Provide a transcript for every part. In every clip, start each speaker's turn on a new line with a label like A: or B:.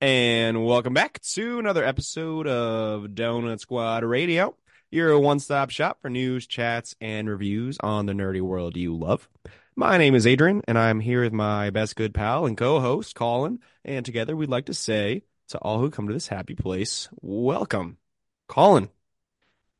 A: And welcome back to another episode of Donut Squad Radio, your one stop shop for news, chats, and reviews on the nerdy world you love. My name is Adrian, and I'm here with my best good pal and co host, Colin. And together we'd like to say to all who come to this happy place, welcome. Colin,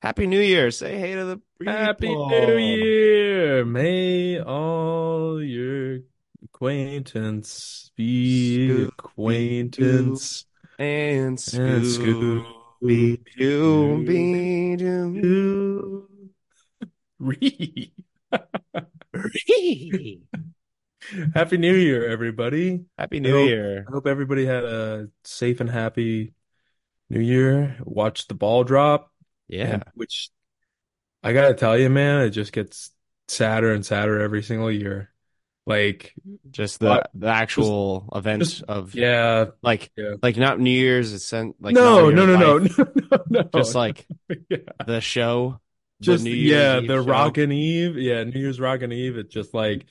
A: Happy New Year. Say hey to the people.
B: Happy New Year! May all your acquaintance be
A: Scooby-Doo.
B: acquaintance.
A: And
B: And
A: Scooby
B: Scooby
A: Doo.
B: Doo. Ree. Happy New Year, everybody.
A: Happy
B: I
A: New
B: hope-
A: Year.
B: I hope everybody had a safe and happy New Year. Watched the ball drop,
A: Yeah.
B: and- which I gotta tell you, man, it just gets sadder and sadder every single year. Like,
A: Just the,
B: What?
A: the actual event
B: just-
A: of
B: yeah,
A: like
B: Yeah.
A: like not New Year's it's sent like
B: no,
A: not your
B: no, no, no,
A: life,
B: no, no, no,
A: Just like
B: yeah,
A: the show. the
B: just
A: New Year's
B: yeah,
A: Eve
B: the
A: show.
B: Rockin' Eve, yeah, New Year's Rockin' Eve. It's just like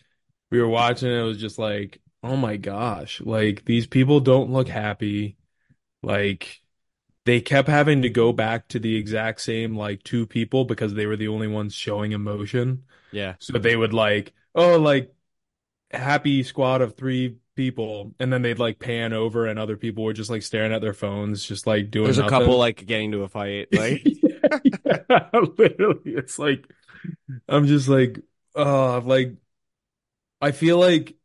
B: we were watching, it was just like, oh my gosh, like these people don't look happy. Like they kept having to go back to the exact same like two people because they were the only ones showing emotion.
A: Yeah.
B: So they would like, oh, like happy squad of three people, and then they'd like pan over, and other people were just like staring at their phones, just like doing
A: There's a
B: nothing.
A: couple like getting to a fight. Like
B: yeah, literally, it's like I'm just like, oh, like I feel like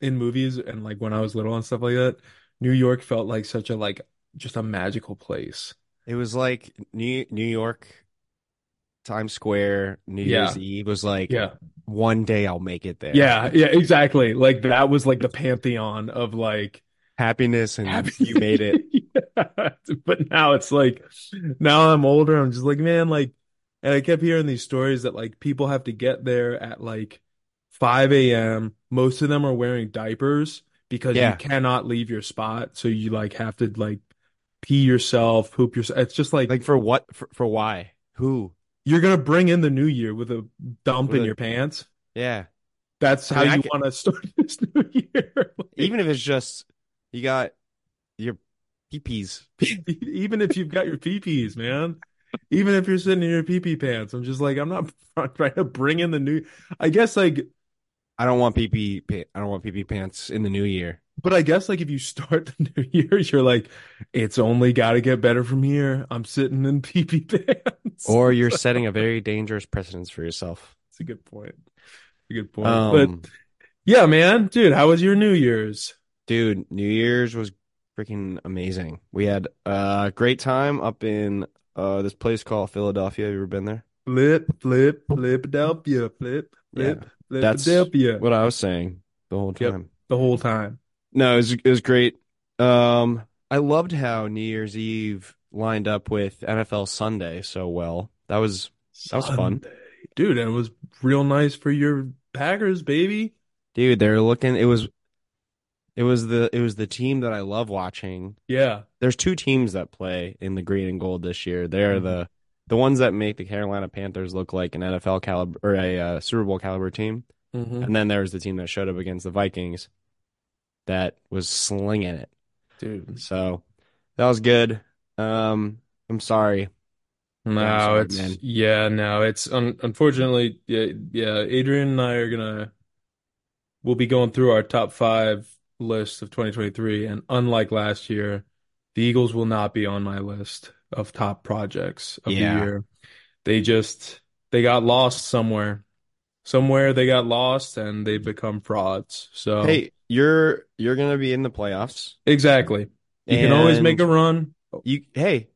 B: in movies and like when I was little and stuff like that, New York felt like such a like just a magical place.
A: it was like New New York Times Square New Year's Eve was like
B: Yeah,
A: one day I'll make it there.
B: yeah, yeah, exactly. Like that was like the pantheon of like.
A: Happiness and
B: happy
A: you made it.
B: Yeah. But now it's like, now I'm older. I'm just like, man, like, and I kept hearing these stories that like people have to get there at like 5 a.m. Most of them are wearing diapers because
A: Yeah.
B: you cannot leave your spot. So you like have to like pee yourself, poop yourself. It's just like,
A: Like for what for, for why? Who?
B: you're going to bring in the new year with a dump
A: With
B: in
A: a-
B: your pants.
A: Yeah.
B: That's
A: I
B: how
A: mean, I
B: you
A: can-
B: want to start this new year. Like,
A: Even if it's just you got your peepees.
B: even if you've got your peepees, man. Even if you're sitting in your pee pants, I'm just like I'm not trying to bring in the new. I guess like,
A: I don't want PP. pa- I don't want PP pants in the new year.
B: but I guess like if you start the new year, you're like, it's only got to get better from here. I'm sitting in pee pants.
A: Or you're setting a very dangerous precedence for yourself.
B: It's a good point. A good point. but
A: Um,
B: yeah, man, dude, how was your New Year's?
A: dude, New Year's was freaking amazing. We had a great time up in uh this place called Philadelphia. Have you ever been there?
B: Flip, flip, Philadelphia, flip, flip,
A: that's-
B: Philadelphia.
A: What I was saying the whole
B: Yep.
A: time.
B: The whole time.
A: No, it was it was great. Um, I loved how New Year's Eve lined up with NFL Sunday so well. That was That was fun.
B: Sunday. Dude, and it was real nice for your Packers, baby.
A: dude, they're looking it was it was the it was the team that I love watching.
B: Yeah.
A: There's two teams that play in the green and gold this year. They're
B: Mhm.
A: the the ones that make the Carolina Panthers look like an NFL caliber or a uh, Super Bowl caliber team.
B: Mm-hmm.
A: And then there's the team that showed up against the Vikings that was slinging it.
B: Dude.
A: So that was good. Um, I'm sorry. I'm
B: No,
A: sorry,
B: it's
A: man.
B: yeah, no, it's un unfortunately yeah, yeah, Adrian and I are gonna we'll be going through our top five list of 2023 and unlike last year, the Eagles will not be on my list of top projects of the
A: Yeah.
B: year. They just they got lost somewhere. Somewhere they got lost and they become frauds. So
A: Hey, you're you're gonna be in the playoffs.
B: Exactly. You can always
A: and
B: make a run.
A: you. Hey,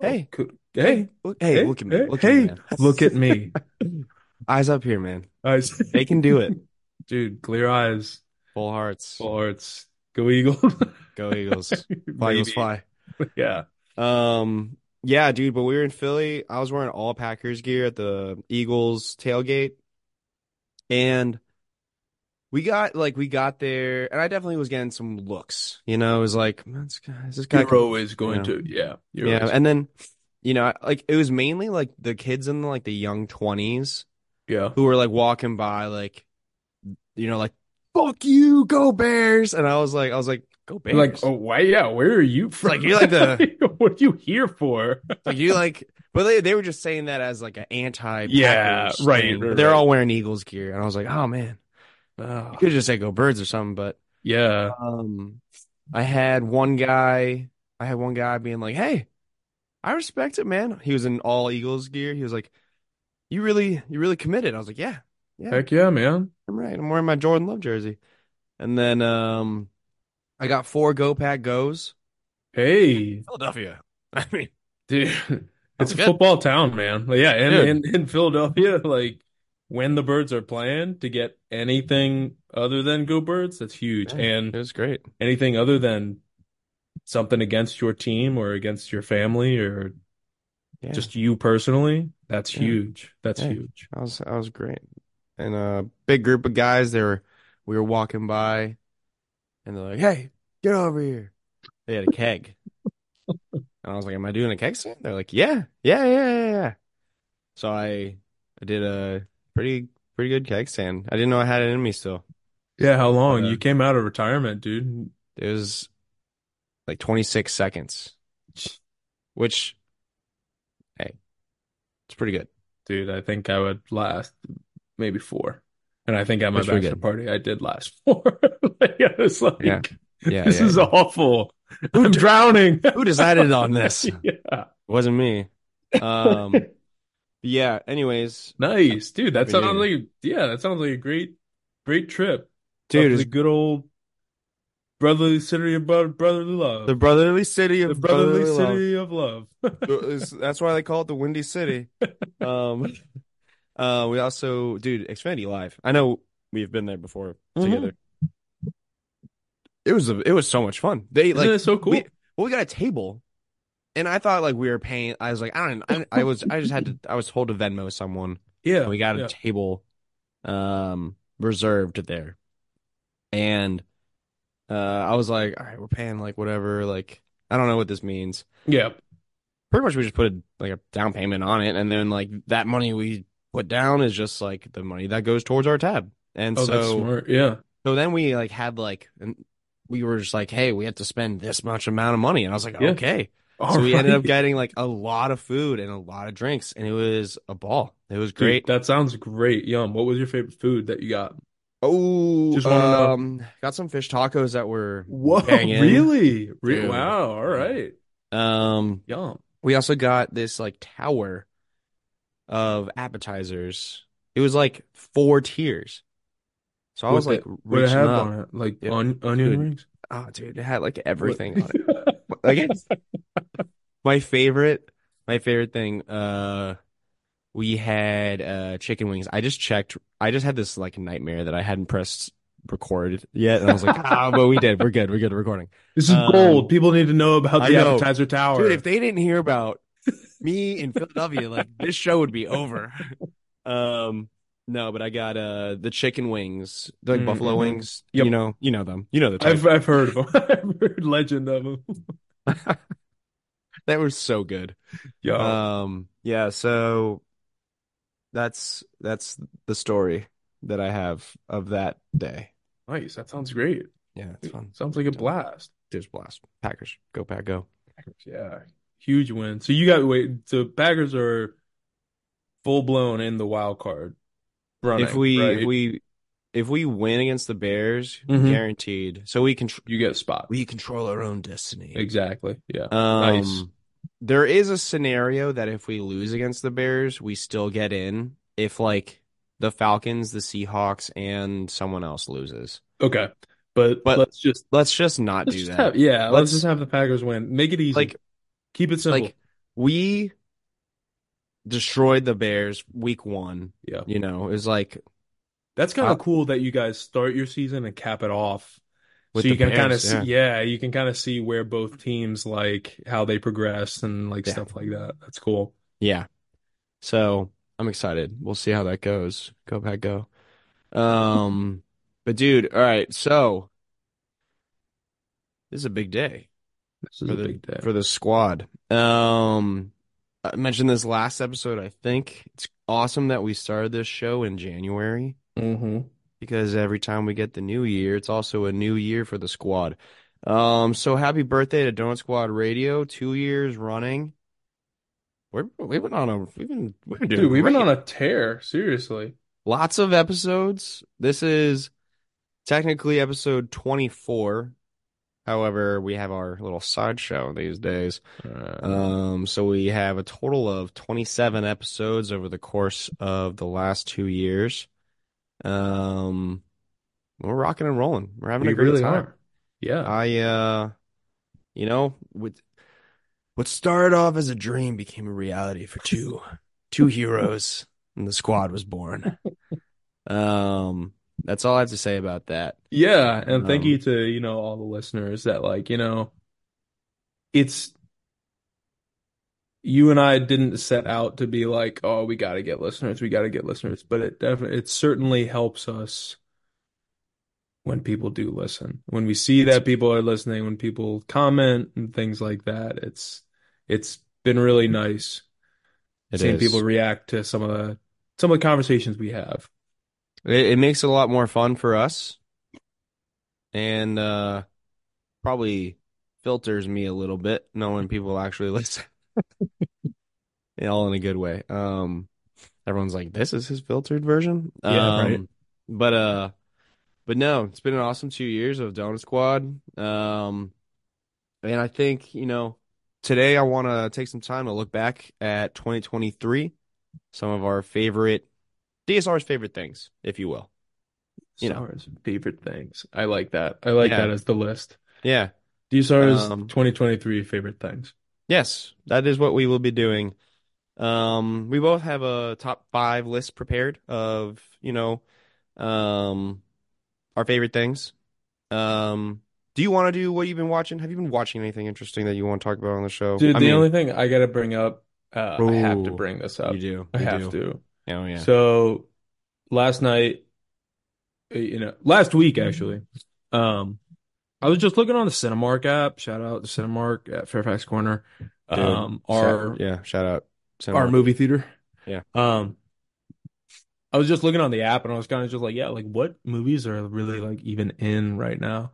A: hey,
B: Could- Hey,
A: look, hey,
B: hey,
A: look at me,
B: hey,
A: look at me,
B: hey,
A: man.
B: look at me.
A: Eyes up here, man.
B: I
A: They can do it.
B: Dude, clear eyes,
A: Full hearts.
B: full hearts. Go Eagles.
A: Go Eagles. Fly Eagles
B: Maybe.
A: fly.
B: Yeah.
A: Um, yeah, dude. But we were in Philly. I was wearing all Packers gear at the Eagles tailgate, and we got like we got there, and I definitely was getting some looks. You know, it was like, man, this guy, is this guy
B: You're always
A: yeah.
B: going to. Yeah. You're
A: Yeah,
B: always-
A: and then you know, I- like it was mainly like the kids in like the young 20s
B: yeah.
A: who were like walking by like you know like fuck you, go Bears. And I was like, I was like, go Bears.
B: Like, oh, why? Yeah, where are you from?
A: Like, you're like the-
B: what are you here for?
A: Like you like, but they, they were just saying that as like an anti.
B: Yeah, right, right,
A: They're
B: right.
A: all wearing Eagles gear, and I was like, oh man, you could just say go birds or something. But
B: Yeah.
A: um, I had one guy, I had one guy being like, hey, I respect it, man. He was in all Eagles gear. He was like, you really, you really committed. I was like, yeah, yeah.
B: Heck yeah, man.
A: I'm right. I'm wearing my Jordan Love jersey. And then um I got four Go Pack goes.
B: Hey,
A: Philadelphia. I mean,
B: dude. It's
A: That's
B: a
A: good.
B: football town, man. Like, yeah,
A: Dude.
B: and in, in Philadelphia, like when the birds are playing to get anything other than go birds, that's huge.
A: Yeah.
B: And
A: it was great.
B: anything other than something against your team or against your family or
A: Yeah.
B: just you personally, that's
A: Yeah.
B: huge. That's
A: Yeah.
B: huge.
A: I was I was great. And a big group of guys they were we were walking by and they're like, "Hey, get over here." They had a keg. and I was like, "Am I doing a keg stand?" They're like, "Yeah. Yeah, yeah, yeah, yeah." So I I did a pretty pretty good keg stand. I didn't know I had it in me still.
B: Yeah, how long?
A: Yeah.
B: You came out of retirement, dude.
A: It was like 26 seconds, which, hey, it's pretty good.
B: Dude, I think I would last maybe four. And I think at my
A: That's pretty
B: bachelor
A: good.
B: party, I did last four. like, I was like,
A: Yeah. Yeah.
B: this
A: yeah,
B: is
A: yeah.
B: awful. I'm
A: d-
B: drowning.
A: Who decided on this? It
B: yeah.
A: wasn't me. Um, yeah. Anyways,
B: Nice, dude. That
A: Happy
B: sounds
A: New
B: like yeah, that sounds like a great, great trip.
A: dude,
B: Up to the
A: it's
B: good old brotherly city of bro- brotherly love,
A: the brotherly city
B: The
A: of
B: brotherly
A: brotherly love.
B: city of love.
A: It's- That's why they call it the Windy City. Um, uh, we also, dude, Xfinity Live. I know we've been there before
B: Mhm.
A: together. It was a, it was so much fun. They
B: Isn't
A: like
B: it so cool?
A: we- well, we got a table, and I thought like we were paying. I was like, I don't. I, I was. I just had to. I was told to Venmo someone.
B: yeah,
A: And we got a
B: yeah.
A: table, um, reserved there, and uh, I was like, all right, we're paying like whatever. Like I don't know what this means.
B: yeah,
A: Pretty much, we just put a, like a down payment on it, and then like that money we put down is just like the money that goes towards our tab. And
B: Oh,
A: so,
B: that's smart. Yeah,
A: so then we like had like, and we were just like, hey, we have to spend this much amount of money, and I was like,
B: Yeah.
A: okay.
B: All
A: So we ended up
B: right.
A: getting like a lot of food and a lot of drinks, and it was a ball. It was
B: Dude,
A: great.
B: that sounds great. Yum. What was your favorite food that you got?
A: oh,
B: Just wanna know.
A: um, got some fish tacos that were
B: Whoa,
A: Banging.
B: really? Re-
A: Dude.
B: wow. All right.
A: um.
B: Yum.
A: We also got this like tower of appetizers. It was like four tiers. So I was like
B: What'd What did it
A: reaching
B: have
A: up.
B: on it? Like
A: Yeah.
B: on, onion
A: Dude,
B: rings?
A: Oh, dude, it had like everything on it.
B: it.
A: Like my favorite, my favorite thing. Uh, we had uh chicken wings. I just checked. I just had this like nightmare that I hadn't pressed record yet, and I was like, ah, but we did. We're good. We're good at recording.
B: This is
A: Um,
B: gold. People need to know about
A: I
B: the
A: know.
B: appetizer tower.
A: Dude, if they didn't hear about me in Philadelphia, like this show would be over. Um, no, but I got uh the chicken wings, the, like
B: Mm,
A: buffalo
B: mhm.
A: wings.
B: Yep.
A: You know, you know them. You know the type.
B: I've I've heard of them. I've heard legend of them.
A: That was so good.
B: Yo,
A: Um, yeah, so that's that's the story that I have of that day.
B: nice. That sounds great.
A: Yeah, it's fun.
B: Sounds like a blast.
A: Just blast. Packers, go pack, go.
B: Yeah, huge win. So you got wait. So Packers are full blown in the wild card. Running,
A: If we
B: right?
A: if we if we win against the Bears,
B: Mhm.
A: guaranteed. So we can
B: you get a spot.
A: we control our own destiny.
B: Exactly. Yeah.
A: Um,
B: Nice.
A: There is a scenario that if we lose against the Bears, we still get in. If like the Falcons, the Seahawks, and someone else loses,
B: Okay. But,
A: But-
B: let's just
A: let's just not
B: let's
A: do
B: just
A: that.
B: have yeah. Let's,
A: Let's-
B: just have the Packers win. Make it easy.
A: like
B: keep it simple.
A: like we destroyed the Bears week one.
B: Yeah.
A: You know, it was like
B: That's kind of
A: Uh,
B: cool that you guys start your season and cap it off.
A: With
B: so you
A: the
B: can kind of
A: Bears,
B: see, yeah, you can kind of see where both teams like how they progress and like
A: Yeah.
B: stuff like that. That's cool.
A: yeah. So I'm excited. We'll see how that goes. Go back, go. Um, but dude, all right. So this is a big day.
B: This is
A: for
B: a
A: the
B: big day.
A: for the squad. Um, I mentioned this last episode. I think it's awesome that we started this show in January.
B: Mhm.
A: because every time we get the new year, it's also a new year for the squad. Um, so happy birthday to Donut Squad Radio, two years running. We're we've been on a we've been we've been doing
B: Dude, we've been
A: great.
B: on a tear. Seriously.
A: lots of episodes. This is technically episode twenty four. However, we have our little sideshow these days.
B: Uh,
A: Um, so we have a total of 27 episodes over the course of the last two years. Um, we're rocking and rolling. We're having
B: we
A: a great
B: really
A: time.
B: are. Yeah.
A: I, uh, you know, with what started off as a dream became a reality for two, two heroes, and the squad was born. Um, that's all I have to say about that.
B: Yeah, and thank
A: Um,
B: you to, you know, all the listeners that like, you know, it's you and I didn't set out to be like, oh, we got to get listeners, we got to get listeners, but it definitely it certainly helps us when people do listen. When we see that people are listening, when people comment and things like that, it's it's been really nice
A: It
B: seeing
A: is-
B: people react to some of the some of the conversations we have.
A: It, it makes it a lot more fun for us and uh, probably filters me a little bit knowing people actually listen. Yeah, All in a good way. Um, everyone's like, this is his filtered version.
B: Yeah, right.
A: Um, but uh, but no, it's been an awesome two years of Donut Squad. Um, and I think, you know, today I want to take some time to look back at 2023, some of our favorite, DSR's favorite things, if you will. You know.
B: Stars, favorite things. I like that. I like
A: Yeah.
B: that as the list.
A: Yeah.
B: These are his
A: Um,
B: 2023 favorite things.
A: Yes, that is what we will be doing. Um, we both have a top five list prepared of, you know, um, our favorite things. Um, do you want to do what you've been watching? Have you been watching anything interesting that you want to talk about on the show?
B: Dude,
A: oh, I
B: the
A: mean,
B: only thing I gotta bring up, uh, I have to
A: Ooh,
B: bring this up.
A: you do,
B: I
A: you do.
B: have to.
A: Oh yeah.
B: So last night, uh, you know, last week actually, um, I was just looking on the Cinemark app. Shout out to Cinemark at Fairfax Corner,
A: Dude,
B: um,
A: shout-
B: our
A: yeah, shout out
B: our
A: Cinemark.
B: movie theater.
A: Yeah.
B: Um, I was just looking on the app and I was kind of just like, yeah, like what movies are really like even in right now?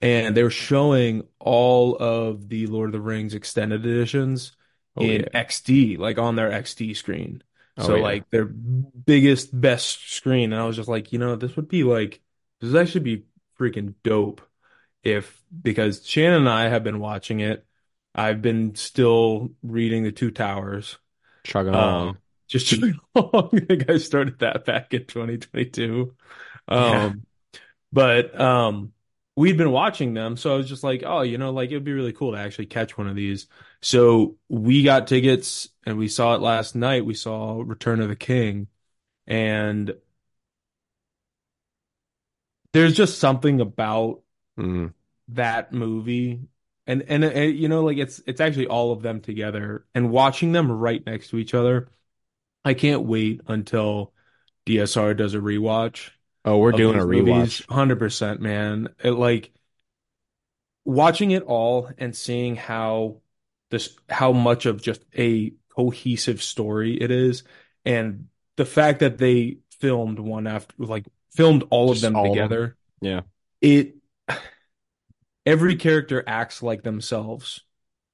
B: And they were showing all of the Lord of the Rings extended editions
A: Oh,
B: in
A: yeah.
B: XD, like on their XD screen.
A: Oh,
B: So
A: yeah.
B: like their biggest, best screen. And I was just like, you know, this would be like this would actually be freaking dope if because Shannon and I have been watching it. I've been still reading the Two Towers
A: chugging
B: um,
A: along.
B: just chugging along. I think I started that back in 2022.
A: Yeah.
B: Um, but um, we'd been watching them, so I was just like, oh, you know, like it'd be really cool to actually catch one of these. So we got tickets and we saw it last night. We saw Return of the King, and there's just something about
A: Mm.
B: that movie and, and and you know like it's it's actually all of them together and watching them right next to each other i can't wait until dsr does a rewatch
A: Oh, we're
B: of
A: doing a
B: these
A: rewatch.
B: movies. 100% man It, like watching it all and seeing how this how much of just a cohesive story it is and the fact that they filmed one after like filmed all
A: Just
B: of them
A: all of them.
B: together
A: Yeah.
B: it every character acts like themselves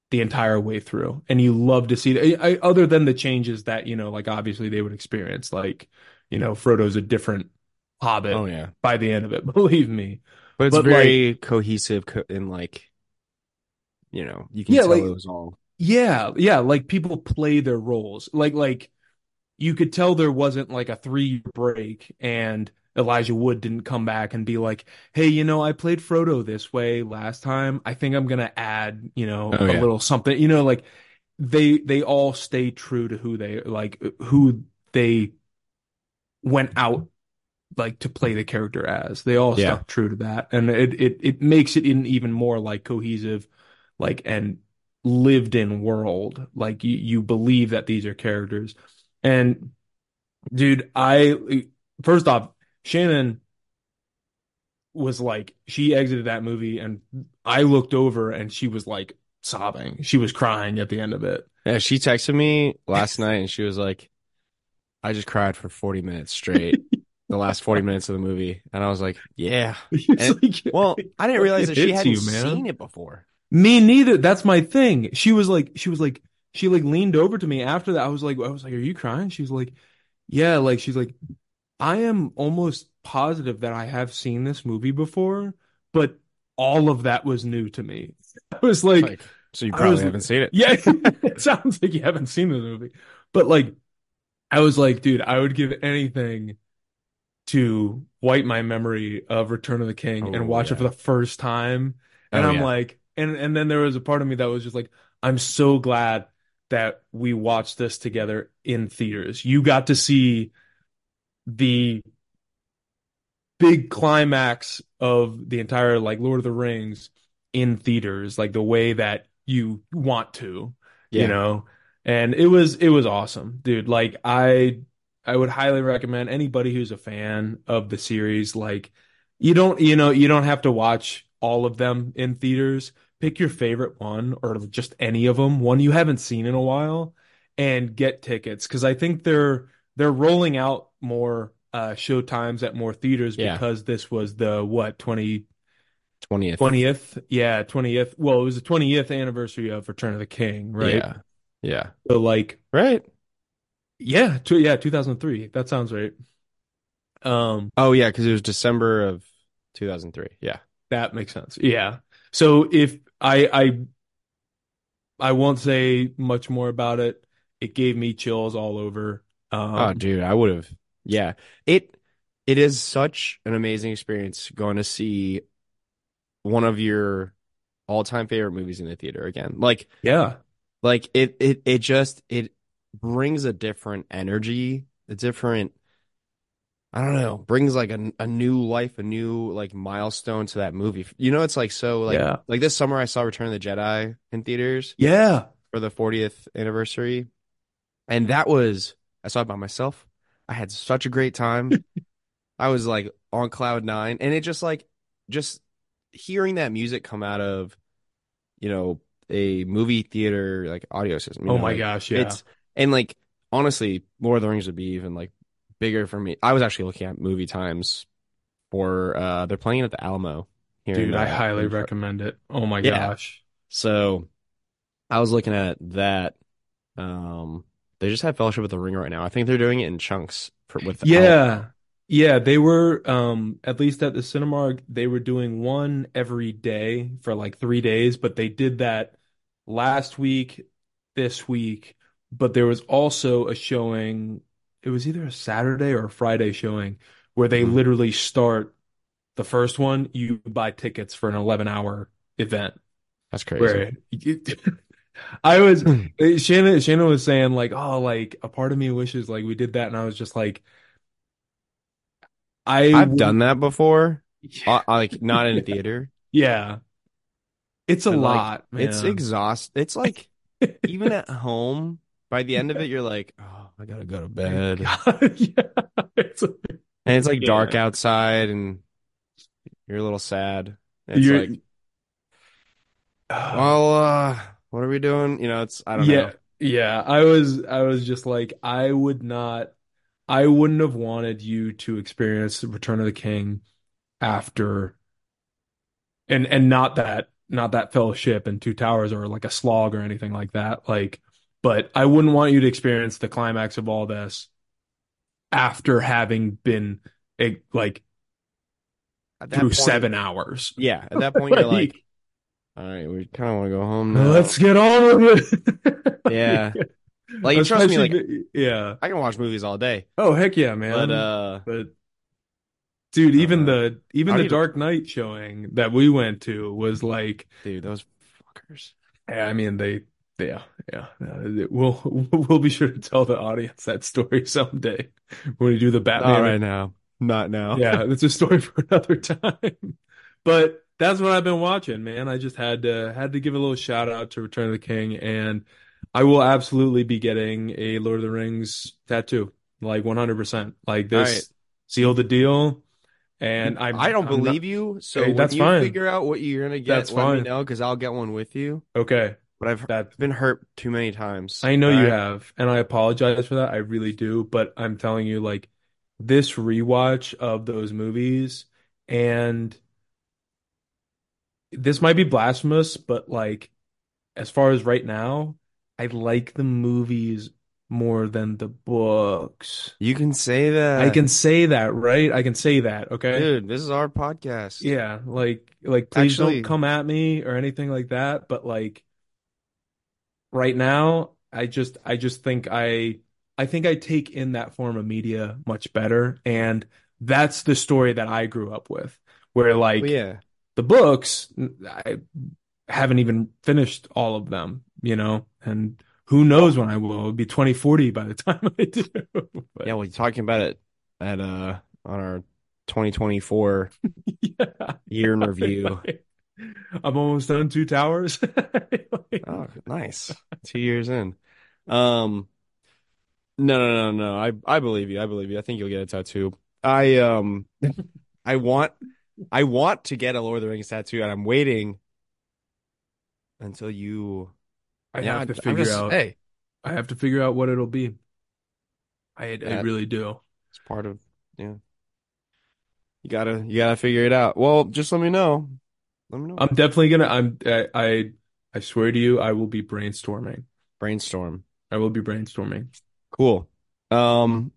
B: the entire way through and you love to see that I, I- other than the changes that you know like obviously they would experience like you know frodo's a different hobbit
A: Oh yeah.
B: by the end of it believe me
A: But it's
B: But,
A: very cohesive co- and like, you know, you can
B: Yeah,
A: tell
B: like-
A: it was all.
B: yeah yeah like people play their roles like like you could tell there wasn't like a three break and Elijah Wood didn't come back and be like, "Hey, you know, I played Frodo this way last time. I think I'm gonna add, you know,
A: Oh,
B: a
A: yeah.
B: little something." You know, like they they all stay true to who they like who they went out like to play the character as. They all
A: Yeah.
B: stuck true to that, and it it it makes it an even more like cohesive, like and lived in world. Like you you believe that these are characters, and dude, I first off, Shannon was like she exited that movie, and I looked over and she was like sobbing. She was crying at the end of it.
A: Yeah, she texted me last night and she was like, I just cried for 40 minutes straight. the last 40 minutes of the movie. And I was like, yeah.
B: It's like-
A: Well, I didn't realize that she
B: It hits
A: hadn't
B: you, man.
A: seen it before.
B: Me neither. That's my thing. She was like, she was like, she like leaned over to me after that. I was like, I was like, are you crying? She's like, yeah. Like, she's like, I am almost positive that I have seen this movie before, but all of that was new to me. I was like,
A: Like, so you
B: I
A: probably
B: was-
A: haven't seen it.
B: yeah, it sounds like you haven't seen the movie. But like, I was like, dude, I would give anything to wipe my memory of Return of the King
A: Oh,
B: and watch
A: yeah.
B: it for the first time. And
A: Oh,
B: I'm
A: yeah.
B: like, and and then there was a part of me that was just like, I'm so glad that we watched this together in theaters. You got to see the big climax of the entire like Lord of the Rings in theaters, like the way that you want to,
A: Yeah.
B: you know. And it was it was awesome, dude. Like I I would highly recommend anybody who's a fan of the series like you don't you know you don't have to watch all of them in theaters. Pick your favorite one or just any of them, one you haven't seen in a while and get tickets cuz I think they're they're rolling out more uh show times at more theaters
A: Yeah.
B: because this was the what 20
A: 20th.
B: 20th yeah 20th well it was the 20th anniversary of Return of the King right
A: Yeah. Yeah.
B: so like
A: Right.
B: yeah two, yeah 2003 that sounds right um
A: Oh, yeah. Because it was December of 2003. Yeah.
B: that makes sense yeah so if I I I won't say much more about it it gave me chills all over um
A: Oh, dude, I would have. Yeah, it it is such an amazing experience going to see one of your all time favorite movies in the theater again. Like,
B: yeah
A: like it, it, it just it brings a different energy, a different. I don't know, brings like a, a new life, a new like milestone to that movie. You know, it's like so like
B: yeah
A: like this summer I saw Return of the Jedi in theaters
B: yeah
A: for the 40th anniversary. And that was, I saw it by myself. I had such a great time. I was like on cloud nine. And it just like, just hearing that music come out of, you know, a movie theater like audio system. you
B: oh
A: know,
B: my
A: like,
B: gosh yeah
A: It's, and like, honestly, Lord of the Rings would be even like bigger for me. I was actually looking at movie times for, uh, they're playing at the Alamo here. in,
B: dude I
A: uh,
B: highly
A: in Fre-
B: recommend it oh my
A: Yeah.
B: gosh
A: so I was looking at that. Um, they just have Fellowship of the Ring right now. I think they're doing it in chunks for with
B: Yeah. Yeah, they were um at least at the Cinemark, they were doing one every day for like three days, but they did that last week, this week, but there was also a showing, it was either a Saturday or a Friday showing where they
A: Hmm.
B: literally start the first one, you buy tickets for an 11 hour event
A: that's crazy.
B: where I was Shannon Shannon was saying like, oh, like a part of me wishes like we did that, and I was just like, I
A: I've done that before.
B: yeah,
A: I, I, like not in a theater.
B: yeah. It's a
A: And, like,
B: lot, man.
A: It's exhaust. It's like even at home. By the end of it, you're like, oh, I gotta go to bed,
B: yeah, it's
A: and it's like
B: Yeah.
A: dark outside, and you're a little sad. It's
B: You're-
A: like, well, uh, what are we doing? You know, it's I don't
B: yeah,
A: know.
B: yeah. I was I was just like, I would not, I wouldn't have wanted you to experience the Return of the King after, and and not that not that fellowship and Two Towers or like a slog or anything like that. Like, but I wouldn't want you to experience the climax of all this after having been eh, like
A: At that
B: through
A: point-
B: seven hours.
A: Yeah, at that point, you're like,
B: Like,
A: All right, we kind of want to go home now.
B: let's get on with it.
A: Yeah. Like, trust me,
B: Especially
A: like-
B: the- yeah.
A: I can watch movies all day,
B: Oh heck yeah, man.
A: but uh,
B: But dude, even the even
A: I
B: the
A: need to-
B: Dark Knight showing that we went to was like, eh,
A: dude, those fuckers.
B: I mean, they, yeah, yeah. Uh, We'll we'll be sure to tell the audience that story someday when we do the Batman.
A: Not right now, not now.
B: Yeah, that's a story for another time. But that's what I've been watching, man. I just had to had to give a little shout out to Return of the King, and I will absolutely be getting a Lord of the Rings tattoo, like 100%. Like
A: All
B: this sealed the deal, and I'm
A: I don't
B: I'm not-
A: believe you. So
B: Hey,
A: when
B: that's
A: you
B: fine.
A: figure out what you're gonna get,
B: That's
A: let me
B: fine.
A: know because I'll get one with you.
B: Okay,
A: But I've
B: that
A: been hurt too many times.
B: I know
A: all
B: you
A: right?
B: have, and I apologize for that. I really do, but I'm telling you, like, this rewatch of those movies and this might be blasphemous, but like as far as right now, I like the movies more than the books.
A: You can say that.
B: I can say that, right? I can say that, okay?
A: Dude, this is our podcast.
B: Yeah, like like please
A: Actually-
B: don't come at me or anything like that, but like right now I just I just think I I think I take in that form of media much better and that's the story that I grew up with where like
A: Well, Oh, yeah.
B: the books I haven't even finished all of them, you know, and who knows when I will. It'll be 2040 by the time I do. But,
A: Yeah, we're talking about it at uh on our 2024
B: yeah.
A: year in review.
B: I'm almost done two towers. Like,
A: Oh, nice. Two years in. Um no no no no. I I believe you. I believe you. I think you'll get a tattoo. I um I want I want to get a Lord of the Rings tattoo and I'm waiting until you
B: I
A: Yeah,
B: have to
A: I'm
B: figure
A: just-
B: out.
A: hey,
B: I have to figure out what it'll be. I I
A: Yeah.
B: really do.
A: it's part of yeah. You gotta you gotta figure it out. Well, just let me know. Let me know.
B: I'm definitely gonna. I'm. I I, I swear to you, I will be brainstorming.
A: Brainstorm.
B: I will be brainstorming.
A: Cool. Um,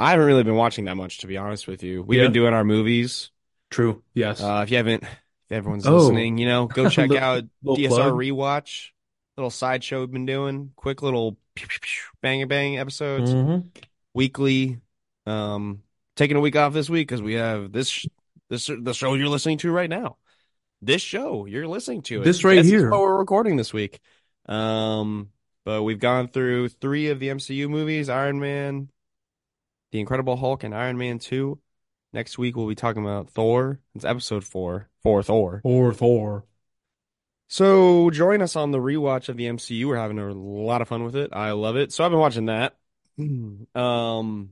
A: I haven't really been watching that much, to be honest with you. We've
B: Yeah.
A: been doing our movies.
B: True. Yes.
A: Uh, if you haven't, if everyone's
B: Oh.
A: listening, you know, go check
B: Little-
A: out
B: little
A: DSR
B: plug.
A: rewatch, little sideshow we've been doing, quick little pew, pew, pew, bang and bang episodes
B: Mhm.
A: weekly. Um, taking a week off this week because we have this sh- this the show you're listening to right now. This show you're listening to it.
B: This right
A: This is
B: here.
A: what we're recording this week. Um, but we've gone through three of the MCU movies: Iron Man, The Incredible Hulk, and Iron Man Two. Next week we'll be talking about Thor. It's episode four for Thor.
B: Or Thor.
A: So join us on the rewatch of the MCU. We're having a lot of fun with it. I love it. So I've been watching that.
B: Mm-hmm.
A: Um,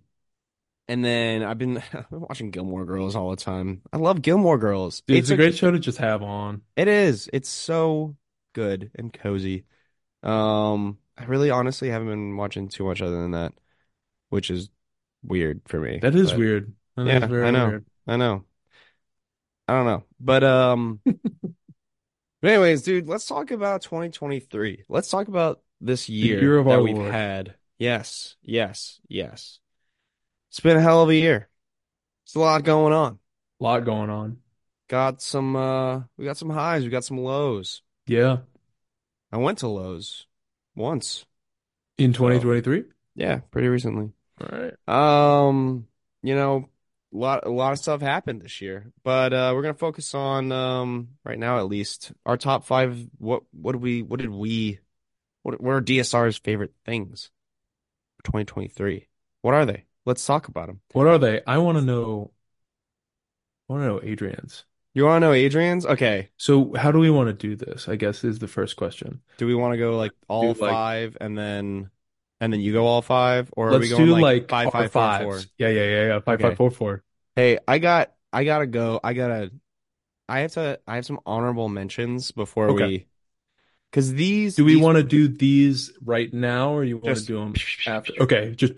A: and then I've been, I've been watching Gilmore Girls all the time. I love Gilmore Girls.
B: Dude, it's, a great show to just have on.
A: It is. It's so good and cozy. Um, I really honestly haven't been watching too much other than that, which is weird for me.
B: That is
A: But
B: weird. That is
A: Yeah,
B: very
A: I know.
B: weird.
A: I know. I don't know. But um but anyways, dude, let's talk about 2023. Let's talk about this year,
B: year of
A: that
B: our
A: we've
B: Lord.
A: had. Yes, yes, yes. It's been a hell of a year. It's a lot going on.
B: A lot going on.
A: Got some uh we got some highs, we got some lows.
B: Yeah.
A: I went to Lowe's once.
B: In
A: So-
B: 2023?
A: Yeah, pretty recently.
B: All right.
A: Um, you know, a lot a lot of stuff happened this year, but uh we're gonna focus on um right now at least our top five. What what did we what did we what what are DSR's favorite things for 2023? What are they? Let's talk about them.
B: What are they? I want to know. I want to know Adrian's.
A: You want to know Adrian's? Okay.
B: So, how do we want to do this? I guess is the first question.
A: Do we want to go like all
B: Do, like-
A: five and then and then you go all five, or are we
B: Let's
A: going
B: do
A: like
B: like
A: five,
B: our
A: five, four, four?
B: fives. Yeah, yeah, yeah, yeah. Five,
A: Okay.
B: five, four, four.
A: Hey, I got I gotta go. I gotta I have to I have some honorable mentions before
B: Okay.
A: we because these
B: Do we
A: these-
B: want to do these right now, or you want
A: Just-
B: to do them after? Okay, just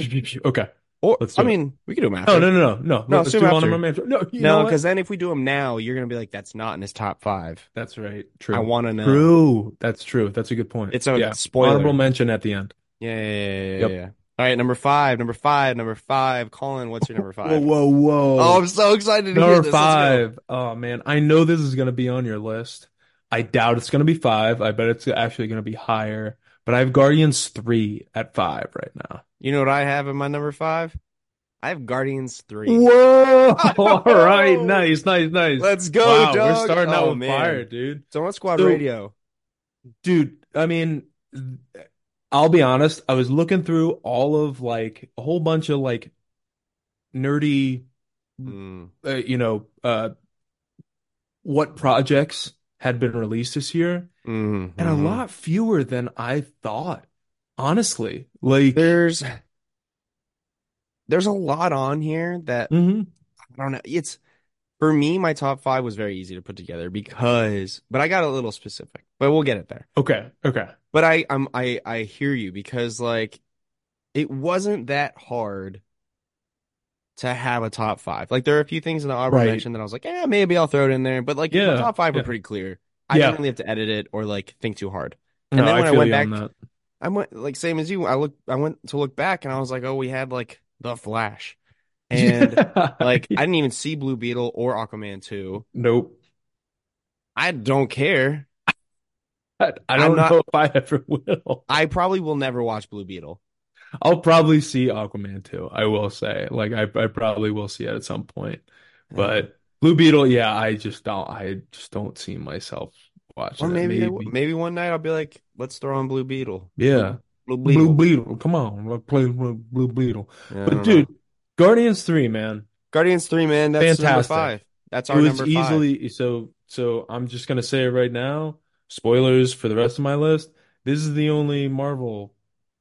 B: okay.
A: or
B: let's do
A: I
B: it.
A: mean we can do them
B: No,
A: after.
B: no, no, no, no.
A: No,
B: Let's
A: do
B: do
A: 'em
B: on
A: after.
B: them after. No, you know
A: No,
B: what?
A: because then if we do them now, you're gonna be like, that's not in his top five.
B: that's right.
A: I
B: True.
A: wanna know.
B: True. That's true. That's a good point.
A: It's a
B: yeah.
A: spoiler.
B: Honorable mention at the end.
A: Yeah, yeah, yeah, yeah,
B: Yep.
A: yeah. All right, number five, number five, number five. Colin, what's your number
B: Whoa,
A: five?
B: whoa, whoa.
A: Oh, I'm so excited to hear
B: Number
A: this. Let's go.
B: five. Oh man, I know this is gonna be on your list. I doubt it's gonna be five. I bet it's actually gonna be higher. But I have Guardians three at five right now.
A: You know what I have in my number five? I have Guardians 3.
B: Whoa! All right, nice, nice, nice.
A: Let's go,
B: wow,
A: dog.
B: we're starting out
A: Oh,
B: with
A: man.
B: fire, dude.
A: Donut Squad
B: So-
A: Radio.
B: Dude, I mean, I'll be honest. I was looking through all of like a whole bunch of like nerdy
A: Mm,
B: uh, you know, uh, what projects had been released this year,
A: mm,
B: and
A: mhm.
B: a lot fewer than I thought, honestly. Like,
A: Mm-hmm. there's there's a lot on here that
B: Mhm.
A: I don't know. It's for me, my top five was very easy to put together because, but I got a little specific. But we'll get it there.
B: okay, okay,
A: But I I'm, I I hear you because like it wasn't that hard to have a top five. Like there are a few things in the honorable
B: Right.
A: mention that I was like, yeah, maybe I'll throw it in there. But like the
B: Yeah,
A: top five were
B: yeah.
A: pretty clear. I
B: Yeah.
A: didn't really have to edit it or like think too hard.
B: No,
A: And then when I
B: feel
A: went
B: you on
A: back-
B: that.
A: I went like same as you. I look. I went to look back and I was like, oh, we had like the Flash, and like I didn't even see Blue Beetle or Aquaman two.
B: nope.
A: I don't care.
B: I, I don't
A: not-
B: know if I ever will.
A: I probably will never watch Blue Beetle.
B: I'll probably see Aquaman too. I will say, like, I I probably will see it at some point. But Blue Beetle, yeah, I just don't. I just don't see myself watching
A: or
B: it.
A: maybe maybe. one night I'll be like, let's throw on Blue Beetle.
B: yeah,
A: Blue Beetle.
B: Blue Beetle. Come on, let's play Blue Blue Beetle.
A: Yeah, I
B: But
A: don't know.
B: dude, Guardians Three, man,
A: Guardians three, man. That's number
B: Fantastic.
A: five. That's
B: it
A: our
B: was
A: number five.
B: easily so. So I'm just gonna say it right now. Spoilers for the rest of my list. This is the only Marvel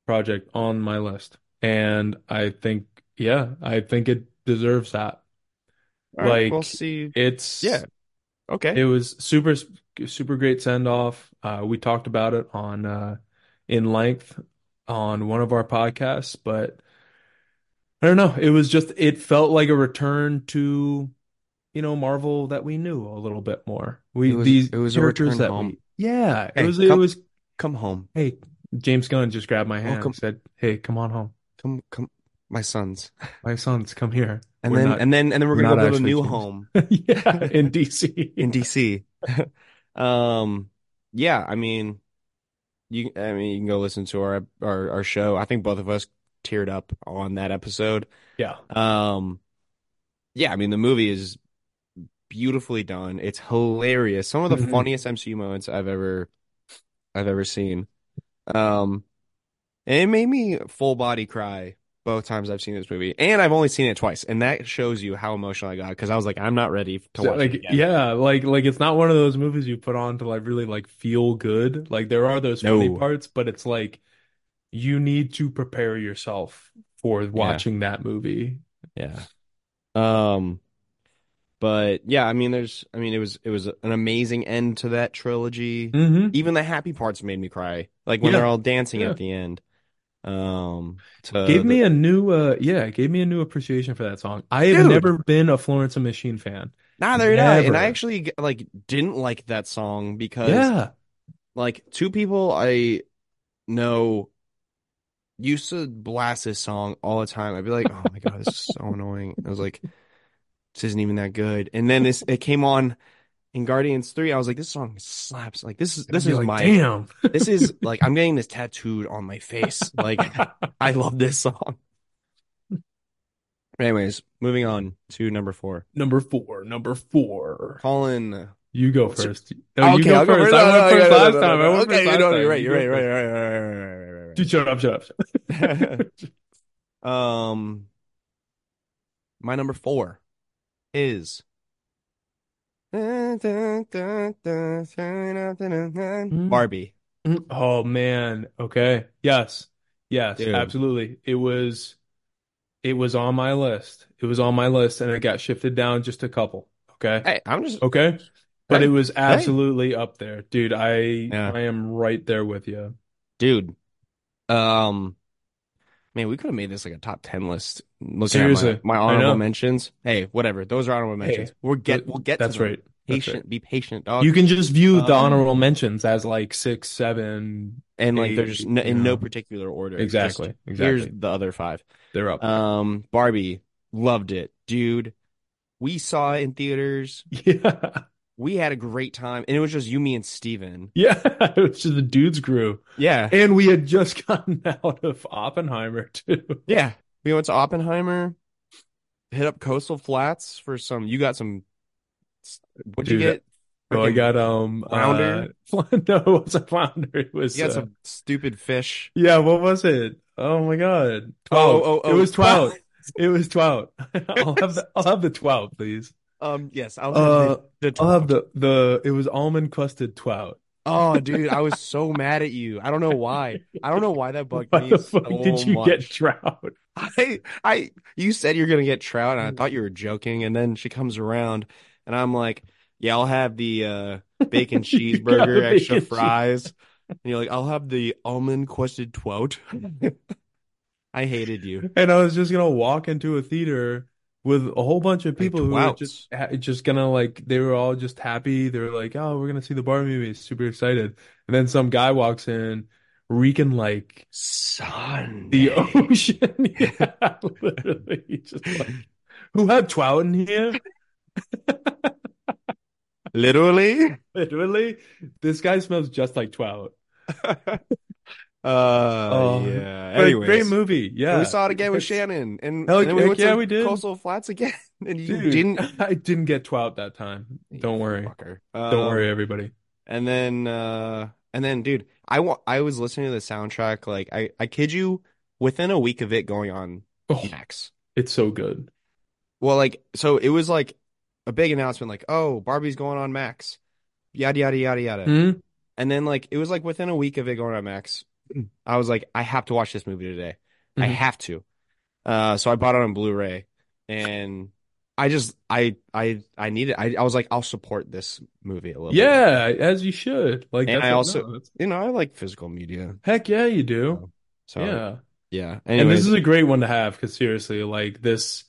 B: project on my list, and I think, yeah, I think it deserves that.
A: All right, we'll
B: like,
A: see.
B: It's
A: Yeah. Okay.
B: It was super, super great send off. Uh, we talked about it on uh, in length on one of our podcasts, but I don't know. It was just it felt like a return to, you know, Marvel that we knew a little bit more. We
A: It was-
B: these
A: it was a
B: characters
A: return
B: that
A: home.
B: we yeah. It
A: Hey,
B: was it
A: come-
B: was
A: come home.
B: hey James Gunn just grabbed my hand
A: come-
B: and said, "Hey, come on home,
A: Come come my sons.
B: my sons, come here."
A: And
B: We're
A: then
B: not-
A: and then and then we're
B: we're
A: gonna go
B: not
A: build a
B: actually
A: new
B: James.
A: home
B: yeah, in DC.
A: in DC. um yeah, I mean you I mean you can go listen to our our, our show. I think both of us teared up on that episode.
B: Yeah,
A: Um, yeah, I mean the movie is beautifully done. It's hilarious. Some of the
B: Mhm.
A: funniest MCU moments I've ever I've ever seen. Um, and it made me full body cry both times I've seen this movie, and I've only seen it twice, and that shows you how emotional I got because I was like, I'm not ready to
B: So,
A: watch
B: like
A: it again.
B: yeah, like like it's not one of those movies you put on to like really like feel good. Like there are those funny
A: No.
B: parts, but it's like you need to prepare yourself for watching that movie.
A: Yeah. Um, but yeah, I mean, there's, I mean, it was it was an amazing end to that trilogy.
B: Mm-hmm.
A: even the happy parts made me cry like when
B: Yeah.
A: they're all dancing
B: Yeah.
A: at the end um to
B: Gave
A: the-
B: me a new uh yeah, it gave me a new appreciation for that song. I have
A: Dude.
B: never been a Florence and Machine fan.
A: neither did I and I
B: Never.
A: actually like didn't like that song because
B: Yeah.
A: like two people I know used to blast this song all the time I'd be like oh my god this is so annoying I was like this isn't even that good and then this it came on in Guardians 3 I was like this song slaps like this is this
B: I'd be
A: is
B: like,
A: my
B: damn.
A: this is like I'm getting this tattooed on my face like I love this song. Anyways, moving on to number four.
B: Number four, number four.
A: Colin.
B: You go
A: What's your-
B: first. No, you go
A: I'll
B: first.
A: No,
B: I
A: no,
B: went
A: no,
B: first
A: no, no,
B: last
A: no,
B: time. I
A: no.
B: went
A: Okay,
B: first last
A: no, you're
B: time.
A: right.
B: You
A: You're
B: go
A: right.
B: first.
A: Right. Right. Right. Right.
B: Dude,
A: Right.
B: shut up, shut up.
A: Right. right, right. Um, my number four is. Barbie.
B: Mm, Oh man. Okay. Yes. Yes,
A: Dude.
B: absolutely. It was it was on my list. It was on my list and it got shifted down just a couple. Okay.
A: Hey, I'm just
B: Okay. But
A: Hey.
B: it was absolutely up there. Dude, I
A: Yeah.
B: I am right there with you.
A: dude. Um, man, we could have made this like a top ten list. Looking
B: Seriously,
A: at my, my
B: I
A: honorable
B: know.
A: mentions. Hey, whatever. Those are honorable
B: Hey,
A: mentions. we'll get.
B: th-
A: We'll get.
B: That's
A: to them.
B: right. That's
A: Patient.
B: right.
A: Be patient, dog.
B: You can just view the
A: Um,
B: honorable mentions as like six, seven.
A: and like they're
B: eight,
A: just no,
B: you
A: in no
B: know.
A: particular order.
B: Exactly.
A: Just,
B: Exactly. Uh,
A: Here's the other five.
B: They're up.
A: Um, Barbie loved it, dude. We saw it in theaters.
B: Yeah.
A: We had a great time, and it was just you, me, and Steven.
B: Yeah. It was just the dudes grew.
A: Yeah,
B: And we had just gotten out of Oppenheimer too.
A: yeah. We went to Oppenheimer, hit up Coastal Flats for some. You got some. What'd you
B: Dude,
A: get?
B: Oh, I
A: Frickin'
B: got um
A: Flounder?
B: uh, no, it wasn't flounder. It was
A: You got
B: uh,
A: some stupid fish.
B: yeah. What was it? Oh my god,
A: Oh,
B: twout.
A: oh, oh,
B: it was
A: twout.
B: twout. It was twout. I'll have the I'll have the twout, please.
A: Um, yes, I'll have
B: Uh,
A: the, the
B: I'll have the the. It was almond crusted twout.
A: Oh, dude, I was so mad at you. I don't know why. I don't know why that bugged
B: Why
A: me
B: the fuck
A: so
B: did you get
A: much.
B: trout?
A: I, I, you said you're gonna get trout, and I thought you were joking. And then she comes around, and I'm like, "Yeah, I'll have the uh, bacon
B: You got
A: cheeseburger,
B: the
A: extra
B: bacon cheese-
A: fries." And you're like, "I'll have the almond crusted twout." I hated you.
B: And I was just gonna walk into a theater with a whole bunch of people who were
A: twouts.
B: just ha- just gonna like they were all just happy. They were like, "Oh, we're gonna see the Barbie movie," super excited. And then some guy walks in, reeking like
A: Son.
B: the ocean. yeah, literally, just like who had Twout in here?
A: Literally.
B: Literally, this guy smells just like Twout.
A: uh,
B: Oh,
A: yeah.
B: But a
A: Anyways,
B: great movie.
A: And
B: Yeah,
A: we saw it again with
B: It's-
A: Shannon, and,
B: Hell,
A: and then we
B: heck
A: went
B: yeah,
A: to
B: we did.
A: Coastal Flats again, and you
B: Dude,
A: didn't.
B: I didn't get Twout that time. Don't worry.
A: Fucker.
B: Don't
A: Um,
B: worry, everybody.
A: And then, uh, and then, dude, I wa- I was listening to the soundtrack. Like, I I kid you, within a week of it going on
B: Oh,
A: Max.
B: it's so good.
A: Well, like, so it was like a big announcement, like, oh, Barbie's going on Max, yada yada yada yada.
B: Hmm?
A: And then, like, it was like within a week of it going on Max, I was like, I have to watch this movie today. I
B: Mhm.
A: have to. Uh, so I bought it on Blu-ray, and I just, I, I, I need it. I, I was like, I'll support this movie a little bit.
B: Yeah, as you should. Like
A: And
B: that's
A: I
B: a-
A: also- Oh,
B: no, that's-
A: You know, I like physical media.
B: heck yeah, you do.
A: So
B: yeah.
A: yeah.
B: And this
A: Anyways,
B: is a great one to have because seriously, like this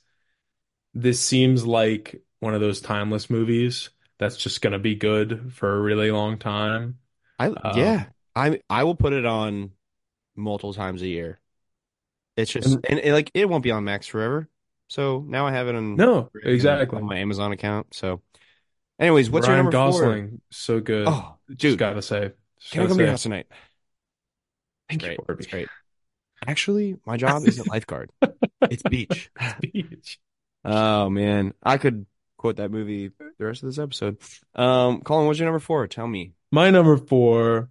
B: this seems like one of those timeless movies that's just gonna be good for a really long time.
A: I
B: um,
A: yeah, I I will put it on multiple times a year. It's just and,
B: And-
A: and, like it won't be on Max forever. So now I have it on
B: No,
A: on-
B: exactly.
A: on my Amazon account. So, anyways, what's your
B: Ryan
A: number
B: Gosling, so good.
A: four? Oh,
B: Just
A: dude,
B: gotta say. Just
A: can I
B: gotta
A: come to your
B: say.
A: house tonight?
B: Thank you,
A: Great,
B: Barbie.
A: it's great. Actually, my job isn't lifeguard; it's beach.
B: Speech.
A: Oh man, I could quote that movie the rest of this episode. Um, Colin, what's your number four? Tell me.
B: My number four,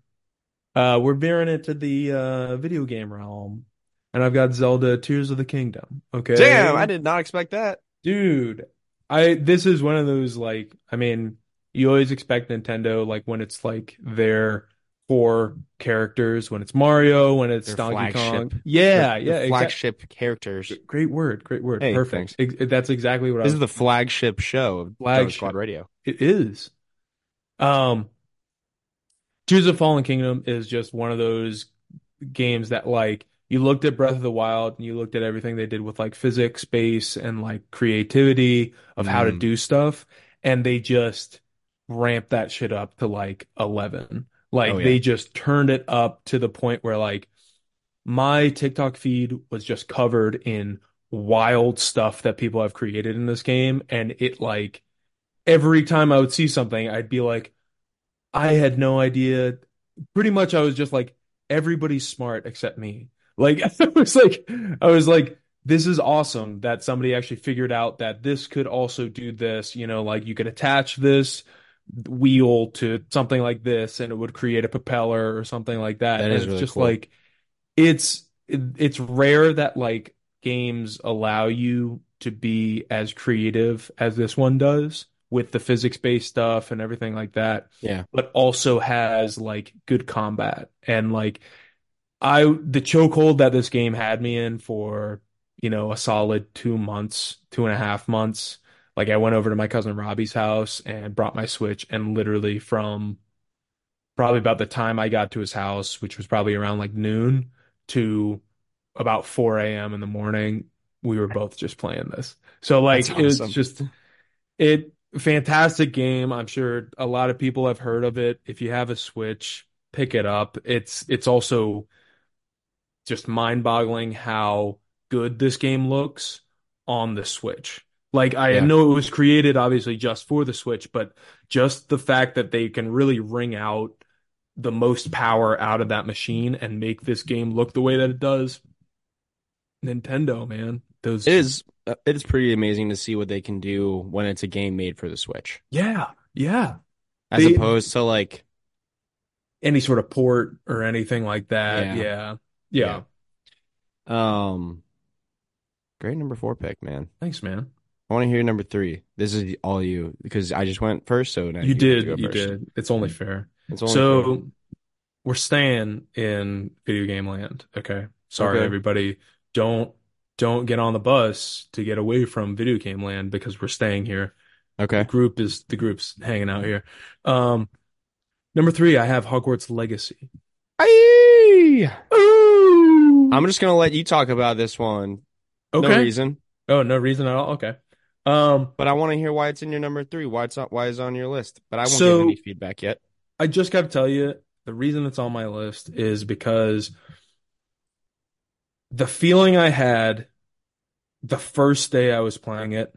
B: uh, we're veering it to the uh, video game realm, and I've got Zelda Tears of the Kingdom. Okay,
A: Damn, I did not expect that.
B: dude. I this is one of those like, I mean, you always expect Nintendo like when it's like their core characters, when it's Mario, when it's
A: Their
B: Donkey
A: flagship.
B: Kong. Yeah,
A: The- the
B: yeah, exact-
A: flagship characters.
B: Great word, great word,
A: Hey,
B: perfect. Ex- that's exactly what I
A: This
B: was
A: is the flagship show of Flagship.
B: Flagship.
A: Squad Radio.
B: It is. Um, Tears of Fallen Kingdom is just one of those games that like you looked at Breath of the Wild and you looked at everything they did with like physics, space, and like creativity of how to
A: Mm.
B: do stuff, and they just ramped that shit up to like 11. Like
A: Oh, yeah.
B: they just turned it up to the point where like my TikTok feed was just covered in wild stuff that people have created in this game, and it like every time I would see something, I'd be like, I had no idea. Pretty much, I was just like, everybody's smart except me. Like, I was like, I was like, this is awesome that somebody actually figured out that this could also do this. You know, like you could attach this wheel to something like this and it would create a propeller or something like that.
A: That
B: And
A: is
B: it's
A: really
B: just
A: cool.
B: like, it's, it, it's rare that like games allow you to be as creative as this one does with the physics based stuff and everything like that
A: Yeah.
B: but also has like good combat and like I the chokehold that this game had me in for you know a solid two months, two and a half months. Like I went over to my cousin Robbie's house and brought my Switch, and literally from probably about the time I got to his house, which was probably around like noon to about 4 a.m. in the morning, we were both just playing this. So like
A: That's
B: it's
A: awesome.
B: just it fantastic game. I'm sure a lot of people have heard of it. If you have a Switch, pick it up. It's it's also just mind-boggling how good this game looks on the Switch. Like I
A: Yeah.
B: know it was created obviously just for the Switch, but just the fact that they can really wring out the most power out of that machine and make this game look the way that it does. Nintendo, man. Those
A: It is uh, it is pretty amazing to see what they can do when it's a game made for the Switch.
B: yeah, yeah.
A: As
B: They-
A: opposed to like
B: Any sort of port or anything like
A: Yeah.
B: that. Yeah. Yeah.
A: Yeah. um great number four pick, man.
B: Thanks, man.
A: I want to hear number three. This is all you because I just went first, so now
B: You
A: have
B: did,
A: to go
B: you
A: first.
B: did. It's only fair.
A: It's only fair.
B: So we're staying in video game land. Okay. Sorry,
A: Okay.
B: everybody. Don't don't get on the bus to get away from video game land because we're staying here.
A: okay.
B: The group is the group's hanging out here. Um, number three, I have Hogwarts Legacy.
A: Aye! I'm just gonna let you talk about this one. No
B: Okay.
A: reason.
B: Oh, no reason at all. Okay. Um,
A: But I want to hear why it's in your number three. Why it's on, why it's on your list. But I won't
B: So-
A: give any feedback yet.
B: I just got to tell you the reason it's on my list is because the feeling I had the first day I was playing it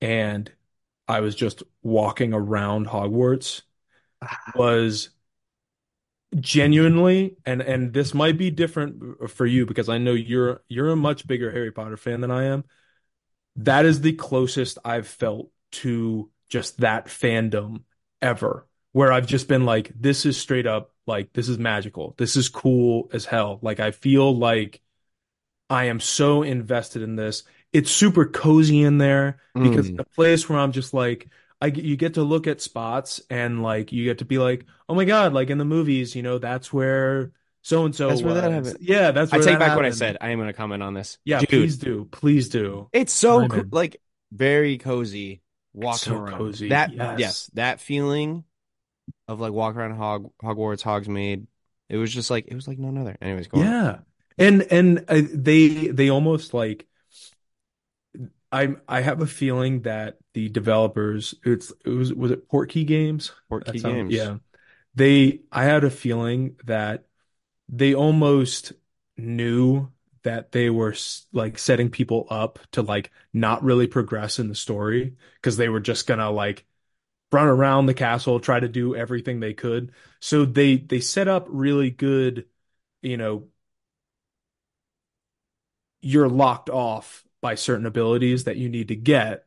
B: and I was just walking around Hogwarts was genuinely and and this might be different for you because I know you're you're a much bigger Harry Potter fan than I am. That is the closest I've felt to just that fandom ever where I've just been like, this is straight up like, this is magical. This is cool as hell. Like, I feel like I am so invested in this. It's super cozy in there because
A: Mm.
B: it's a place where I'm just like, I get- you get to look at spots and like you get to be like, oh my God, like in the movies, you know, that's where so and so
A: That's where that
B: was.
A: happened.
B: Yeah, that's
A: I
B: where
A: take
B: that
A: back what I
B: happened.
A: said. I am going to comment on this.
B: Yeah,
A: Dude,
B: please do. Please do.
A: It's so
B: I'm
A: co-
B: in.
A: like very cozy walking
B: so
A: around.
B: cozy,
A: That
B: yes.
A: that feeling of like walking around Hog Hogwarts, Hogsmeade. It was just like it was like none other. Anyways, go on.
B: Yeah. And and uh, they they almost like I I have a feeling that the developers it's it was was it Portkey Games? That
A: Portkey
B: sound-
A: games.
B: yeah. They I had a feeling that they almost knew that they were s- like setting people up to like not really progress in the story because they were just gonna like run around the castle, try to do everything they could. So they they set up really good, you know, you're locked off by certain abilities that you need to get,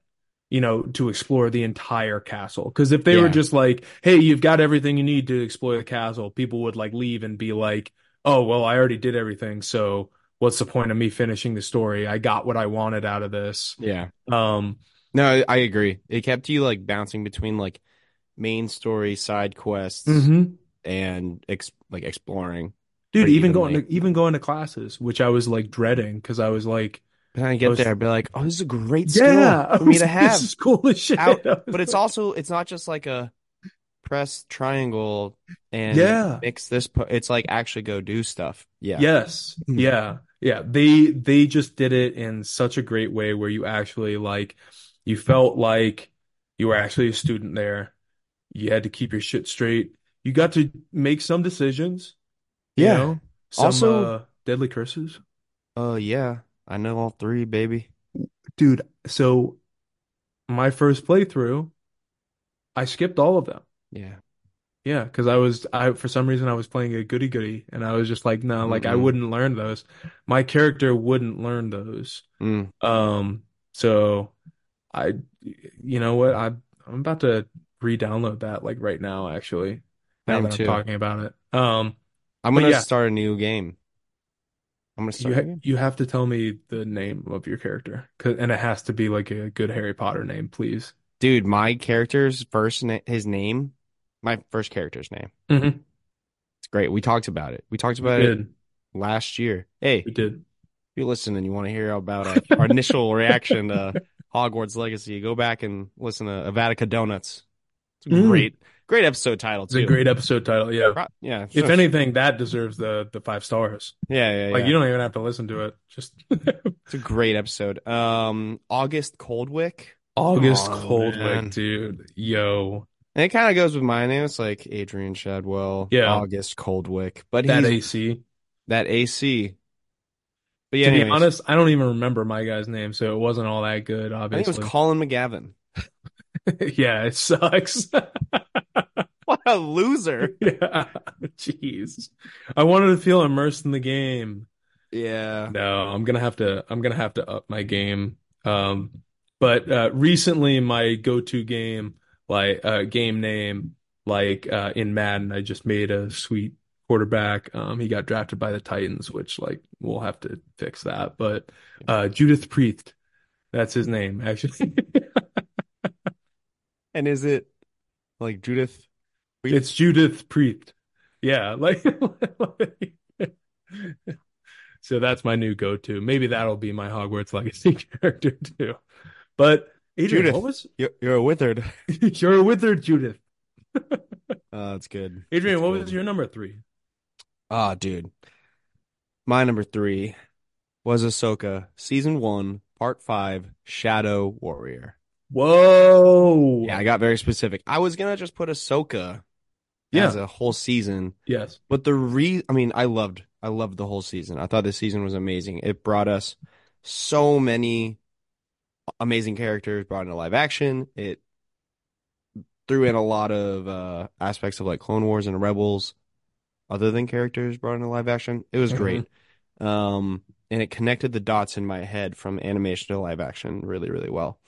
B: you know, to explore the entire castle. Because if they were
A: Yeah.
B: just like, hey, you've got everything you need to explore the castle, people would like leave and be like, oh, well, I already did everything. So what's the point of me finishing the story? I got what I wanted out of this.
A: Yeah.
B: Um,
A: No, I- I agree. It kept you like bouncing between like main story, side quests,
B: Mm-hmm.
A: and ex- like exploring.
B: Dude,
A: Pretty
B: even going
A: evenly.
B: to even going to classes, which I was like dreading because I was like,
A: And I get
B: Most-
A: there, I'd be like, oh, this is a great skill
B: yeah, I
A: for me
B: was
A: to
B: like,
A: have.
B: this is cool as shit.
A: Out-
B: I was
A: But it's
B: like-
A: also it's not just like a press triangle and
B: Yeah.
A: mix this. Po- it's like actually go do stuff. Yeah.
B: Yes.
A: Mm.
B: Yeah. Yeah. They they just did it in such a great way where you actually like you felt like you were actually a student there. You had to keep your shit straight. You got to make some decisions, you
A: Yeah.
B: know, some
A: Also-
B: uh, deadly curses.
A: Oh yeah, I know all three, baby.
B: Dude, so my first playthrough, I skipped all of them.
A: Yeah.
B: Yeah, because I was I for some reason I was playing a goody goody and I was just like, no, like I
A: Mm-mm.
B: wouldn't learn those. My character wouldn't learn those.
A: Mm.
B: Um, so I, you know what? I I'm about to re-download that like right now, actually,
A: I
B: now
A: am
B: that I'm
A: too.
B: talking about it. Um,
A: I'm
B: But
A: gonna
B: yeah.
A: start a new game. I'm gonna
B: you
A: start. a
B: ha
A: new game.
B: you have to tell me the name of your character, 'Cause- and it has to be like a good Harry Potter name, please.
A: Dude, my character's first na- his name, my first character's name.
B: Mm-hmm.
A: It's great. We talked about it. We talked
B: We
A: about it
B: did.
A: last year. Hey,
B: We did.
A: if you listen and you want to hear about uh, our initial reaction to Hogwarts Legacy, go back and listen to Avatica Donuts. It's a
B: Mm.
A: great, great episode title
B: It's a
A: too.
B: great episode title. Yeah.
A: Pro- yeah.
B: If anything, that deserves the the five stars.
A: yeah, yeah, yeah.
B: Like you don't even have to listen to it. Just
A: It's a great episode. Um, August Coldwick.
B: August
A: Aw,
B: Coldwick,
A: man.
B: dude. Yo,
A: And it kind of goes with my name. It's like Adrian Shadwell,
B: Yeah.
A: August Coldwick, but
B: that
A: he's
B: AC.
A: that AC. But yeah,
B: To be
A: anyways,
B: honest, I don't even remember my guy's name, so it wasn't all that good,
A: I think it
B: obviously.
A: was Colin McGavin.
B: yeah, it sucks.
A: What a loser!
B: yeah, jeez. I wanted to feel immersed in the game.
A: Yeah,
B: No, I'm gonna have to. I'm gonna have to up my game. Um, but uh, recently, my go-to game, like uh, game name, like uh, in Madden, I just made a sweet quarterback. Um, he got drafted by the Titans, which like we'll have to fix that. But uh, Judith Priest, that's his name actually.
A: and is it like Judith?
B: It's Judith Priest. Yeah, like, so that's my new go-to. Maybe that'll be my Hogwarts Legacy character too. But Adrian,
A: Judith.
B: what was
A: You're, you're a wizard.
B: you're with her, Judith?
A: Uh, that's good.
B: Adrian,
A: That's
B: what
A: good.
B: was your number three?
A: Ah, dude. My number three was Ahsoka, season one, Part Five, Shadow Warrior.
B: Whoa.
A: Yeah, I got very specific. I was gonna just put Ahsoka
B: Yeah.
A: as a whole season,
B: Yes.
A: but the re I mean, I loved I loved the whole season. I thought this season was amazing. It brought us so many amazing characters brought into live action. It threw in a lot of uh aspects of like Clone Wars and Rebels, other than characters brought into live action. It was
B: Mhm.
A: great. Um and it connected the dots in my head from animation to live action really, really well.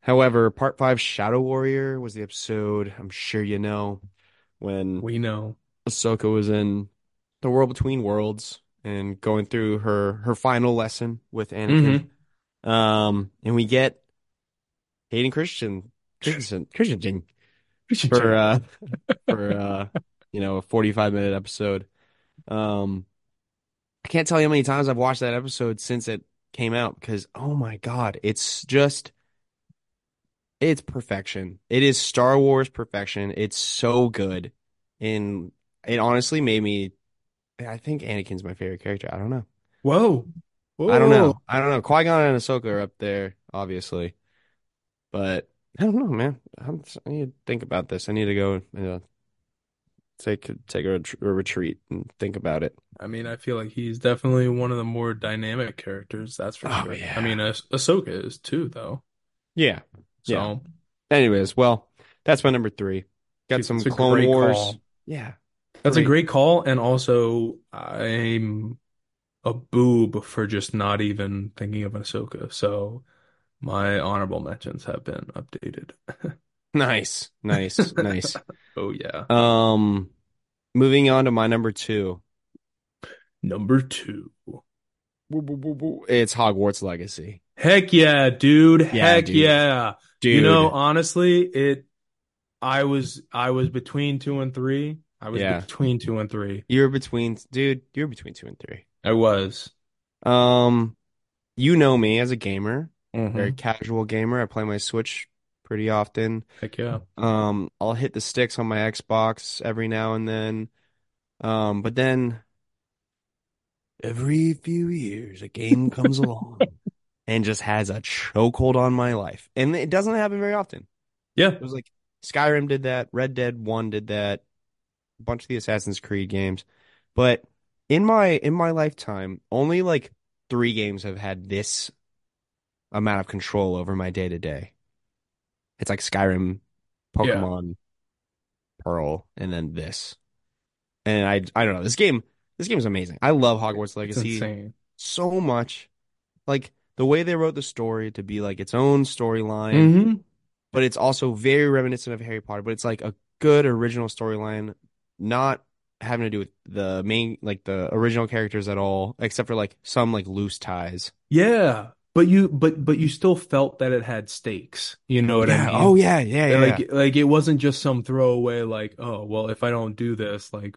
A: However, part five Shadow Warrior was the episode, I'm sure you know, when
B: We know.
A: Ahsoka was in the world between worlds and going through her her final lesson with Anakin. Um, and we get Hayden Christian Christensen Christensen for uh for uh you know a forty five minute episode. Um, I can't tell you how many times I've watched that episode since it came out because oh my god, it's just it's perfection. It is Star Wars perfection. It's so good. And it honestly made me I think Anakin's my favorite character. I don't know.
B: Whoa.
A: I don't know.
B: Whoa.
A: I don't know. Qui-Gon and Ahsoka are up there, obviously. But I don't know, man. I'm, I need to think about this. I need to go you know, take take a, ret- a retreat and think about it.
B: I mean, I feel like he's definitely one of the more dynamic characters, that's for
A: Oh,
B: sure.
A: yeah.
B: I mean, ah- Ahsoka is too, though.
A: Yeah.
B: So,
A: Yeah. Anyways, well, that's my number three. Got
B: Dude,
A: some
B: that's a
A: Clone
B: great
A: Wars.
B: call.
A: Yeah.
B: That's a
A: Great.
B: great call, and also I'm a boob for just not even thinking of Ahsoka. So my honorable mentions have been updated.
A: Nice. Nice. nice.
B: Oh yeah.
A: Um, moving on to my number two.
B: Number two.
A: It's Hogwarts Legacy.
B: Heck yeah, dude. Heck
A: dude.
B: yeah.
A: Dude.
B: You know, um, honestly, it I was I was between two and three. I was
A: Yeah.
B: between two and three.
A: you're between, dude, you're between two and three.
B: I was.
A: Um, you know me as a gamer, very
B: Mhm.
A: casual gamer. I play my Switch pretty often.
B: Heck yeah.
A: Um, I'll hit the sticks on my Xbox every now and then. Um, but then every few years, a game comes along and just has a chokehold on my life. And it doesn't happen very often.
B: Yeah.
A: It was like Skyrim did that, Red Dead 1 did that, a bunch of the Assassin's Creed games. But in my in my lifetime, only like 3 games have had this amount of control over my day to day. It's like Skyrim,
B: Yeah.
A: Pokemon, Pearl, and then this. And I I don't know. This game this game is amazing. I love Hogwarts
B: It's
A: Legacy
B: insane.
A: so much. Like the way they wrote the story to be like its own storyline
B: hmm
A: but it's also very reminiscent of Harry Potter. But it's like a good original storyline, not having to do with the main like the original characters at all, except for like some like loose ties.
B: Yeah. But you but but you still felt that it had stakes. You know what I mean?
A: Oh yeah, yeah, yeah.
B: Like like it wasn't just some throwaway like, oh, well, if I don't do this, like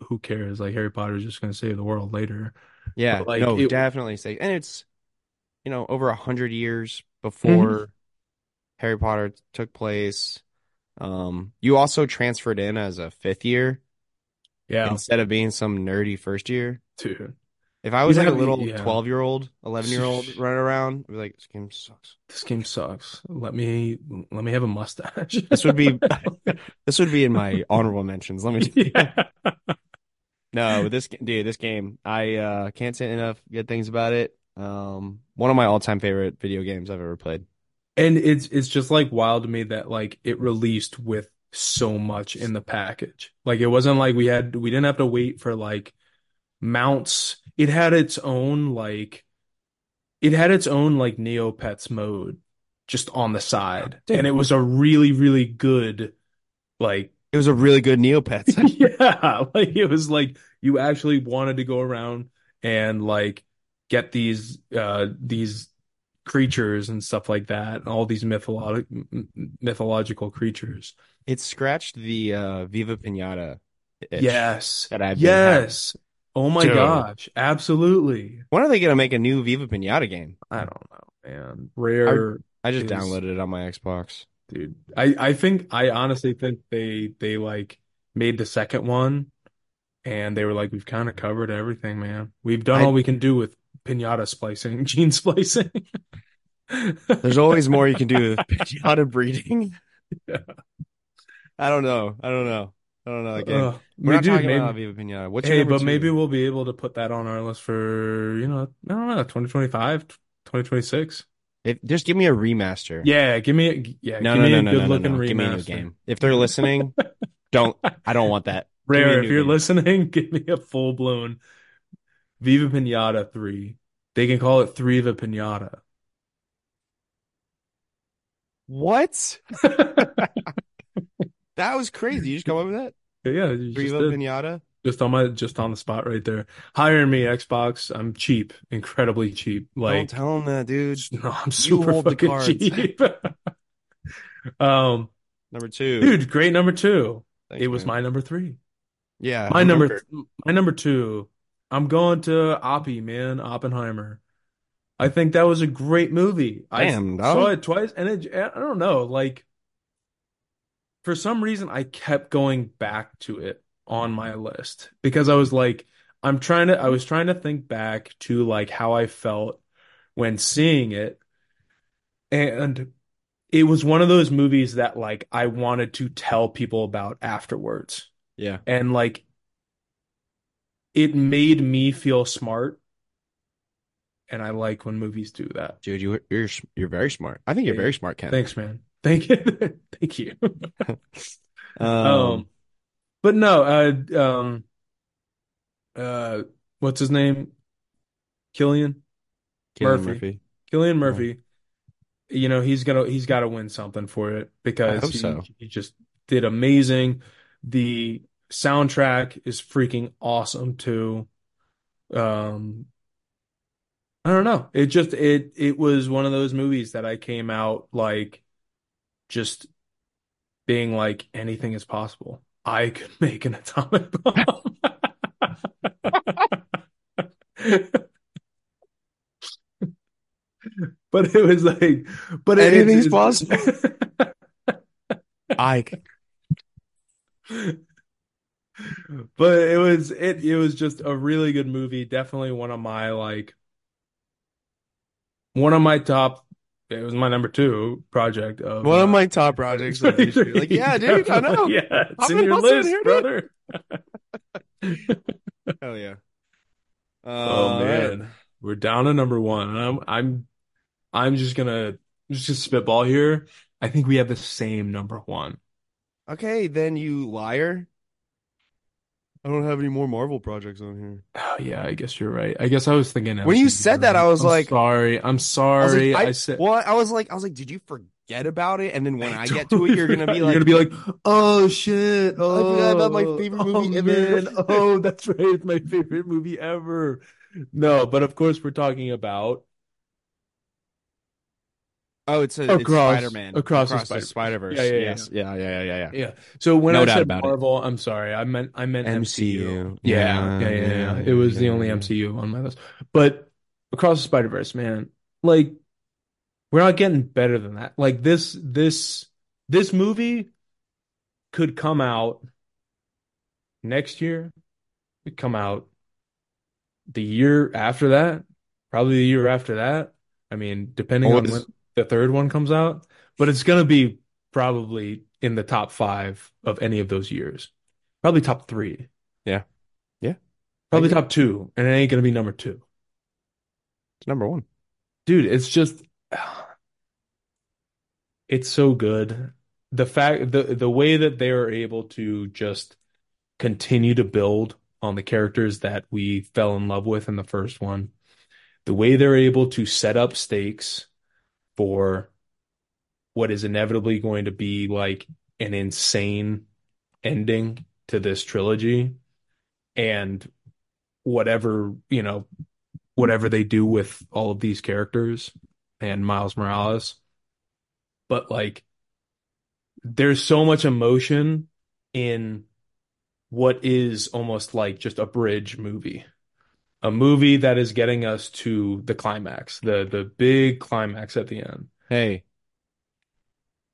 B: who cares? Like Harry Potter's just gonna save the world later.
A: yeah,
B: but, like,
A: no,
B: it-
A: definitely safe. And it's you know over a hundred years
B: Mm-hmm.
A: before Harry Potter took place. Um, you also transferred in as a fifth year
B: Yeah,
A: instead of being some nerdy first year.
B: dude.
A: If I was
B: You'd
A: like a
B: have-
A: little
B: yeah.
A: 12 year old, 11 year old running around, I'd be like, this game sucks.
B: This game sucks. Let me let me have a mustache.
A: This would be this would be in my honorable mentions. Let me
B: yeah.
A: no this dude this game I uh, can't say enough good things about it. Um, one of my all time favorite video games I've ever played.
B: And it's it's just like wild to me that like it released with so much in the package. Like it wasn't like we had we didn't have to wait for like mounts. It had its own like it had its own like Neopets mode just on the side.
A: Dude.
B: And it was a really, really good like
A: It was a really good Neopets.
B: yeah, like it was like you actually wanted to go around and like get these uh these creatures and stuff like that, and all these mytholo m- m- mythological creatures.
A: it scratched the uh, Viva Pinata. itch
B: Yes.
A: that I've been having.
B: Yes. Oh my
A: Dude.
B: gosh, absolutely.
A: When are they gonna make a new Viva Pinata game?
B: I don't know, man. Rare,
A: I just
B: It was-
A: downloaded it on my Xbox.
B: dude. I I think I honestly think they they like made the second one and they were like, we've kind of covered everything, man. We've done
A: I-
B: all we can do with pinata splicing, gene splicing.
A: There's always more you can do with pinata breeding.
B: Yeah.
A: I don't know. I don't know. I don't know. Again,
B: Ugh,
A: we're
B: we
A: not
B: do,
A: talking
B: maybe-
A: about Aviva Pinata. What's your
B: hey,
A: number
B: but
A: two?
B: maybe we'll be able to put that on our list for, you know, I don't know, 2025, 2026.
A: If, just give me a remaster.
B: Yeah, give me a, yeah,
A: No, no,
B: give me
A: no,
B: a
A: no,
B: good
A: no, no,
B: looking
A: no.
B: remaster.
A: Give me a new game. If they're listening, don't. I don't want that. me a
B: Rare,
A: new
B: if you're
A: game.
B: listening, give me a full blown Viva Pinata 3. They can call it Three the Pinata.
A: What? That was crazy. You just come up with that?
B: Yeah, you just
A: Riva
B: did.
A: Pinata?
B: Just on my just on the spot right there. Hire me, Xbox. I'm cheap, incredibly cheap.
A: Don't
B: Like
A: tell them that, dude.
B: no, I'm super
A: hold the
B: fucking
A: cards.
B: cheap. um,
A: Number two.
B: dude, great number two.
A: Thanks,
B: it was
A: man.
B: my number three.
A: Yeah.
B: My
A: I
B: number,
A: remember.
B: my number two. I'm going to Oppie, man, Oppenheimer. I think that was a great movie. I
A: Damn, dog.
B: saw it twice, and it, I don't know, like for some reason, I kept going back to it on my list because I was like, I'm trying to, I was trying to think back to like how I felt when seeing it, and it was one of those movies that like I wanted to tell people about afterwards
A: Yeah.
B: and like it made me feel smart and i like when movies do that
A: Dude, you, you're s- you're very smart. I think you're
B: Yeah.
A: very smart, Ken.
B: thanks man thank you thank you
A: Um,
B: um, but no uh um uh what's his name killian
A: Cillian
B: Murphy. killian murphy you know he's gonna he's gotta win something for it because
A: I hope
B: he,
A: so.
B: he just did amazing the soundtrack is freaking awesome too um I don't know. It just it it was one of those movies that I came out like just being like anything is possible. I could make an atomic bomb. But it was like but it,
A: Anything's
B: it's-
A: I
B: But it was it it was just a really good movie. Definitely one of my like one of my top it was my number two project of
A: one of
B: uh,
A: my top projects of this year. Like, yeah, dude, I know.
B: Yeah, it's
A: I've
B: in
A: been
B: your
A: hustling
B: list,
A: here, dude.
B: brother.
A: Hell yeah.
B: oh
A: All right.
B: man. We're down to number one. I'm I'm I'm just gonna just gonna spitball here. I think we have the same number one.
A: Okay, then you liar. I don't have any more Marvel projects on here.
B: Oh yeah, I guess you're right. I guess I was thinking
A: When you
B: MCU,
A: said that, I was
B: I'm
A: like-
B: sorry, I'm
A: I was like,
B: sorry.
A: I-
B: I said
A: well, I was like, I was like, did you forget about it? And then when I, get to
B: totally
A: it, you're gonna be
B: forgot.
A: like,
B: you're gonna be like, oh shit, oh,
A: forgot about my favorite movie
B: oh,
A: ever."
B: man, oh, that's right, it's my favorite movie ever. No, but of course we're talking about
A: oh, it's a it's
B: Across-
A: Spider-Man
B: across the
A: Spider Verse.
B: Yeah, yeah, yeah,
A: yes, yeah, yeah, yeah, yeah,
B: yeah. So when
A: No
B: I
A: doubt
B: said
A: about it.
B: Marvel, I'm sorry, I meant I meant
A: MCU.
B: Yeah, yeah, yeah, yeah. It was the only MCU on my list, but across the Spider Verse, man, like we're not getting better than that. Like this, this, this movie could come out next year. It come out the year after that, probably the year after that. I mean, depending
A: Or
B: on
A: is-
B: when the third one comes out, but it's gonna be probably in the top five of any of those years. Probably top three.
A: Yeah. Yeah.
B: Probably top two, and it ain't gonna be number two.
A: It's number one.
B: Dude, it's just it's so good. The fact the the way that they are able to just continue to build on the characters that we fell in love with in the first one. The way they're able to set up stakes for what is inevitably going to be like an insane ending to this trilogy and whatever, you know, whatever they do with all of these characters and Miles Morales. But like there's so much emotion in what is almost like just a bridge movie. A movie that is getting us to the climax, the the big climax at the end.
A: Hey,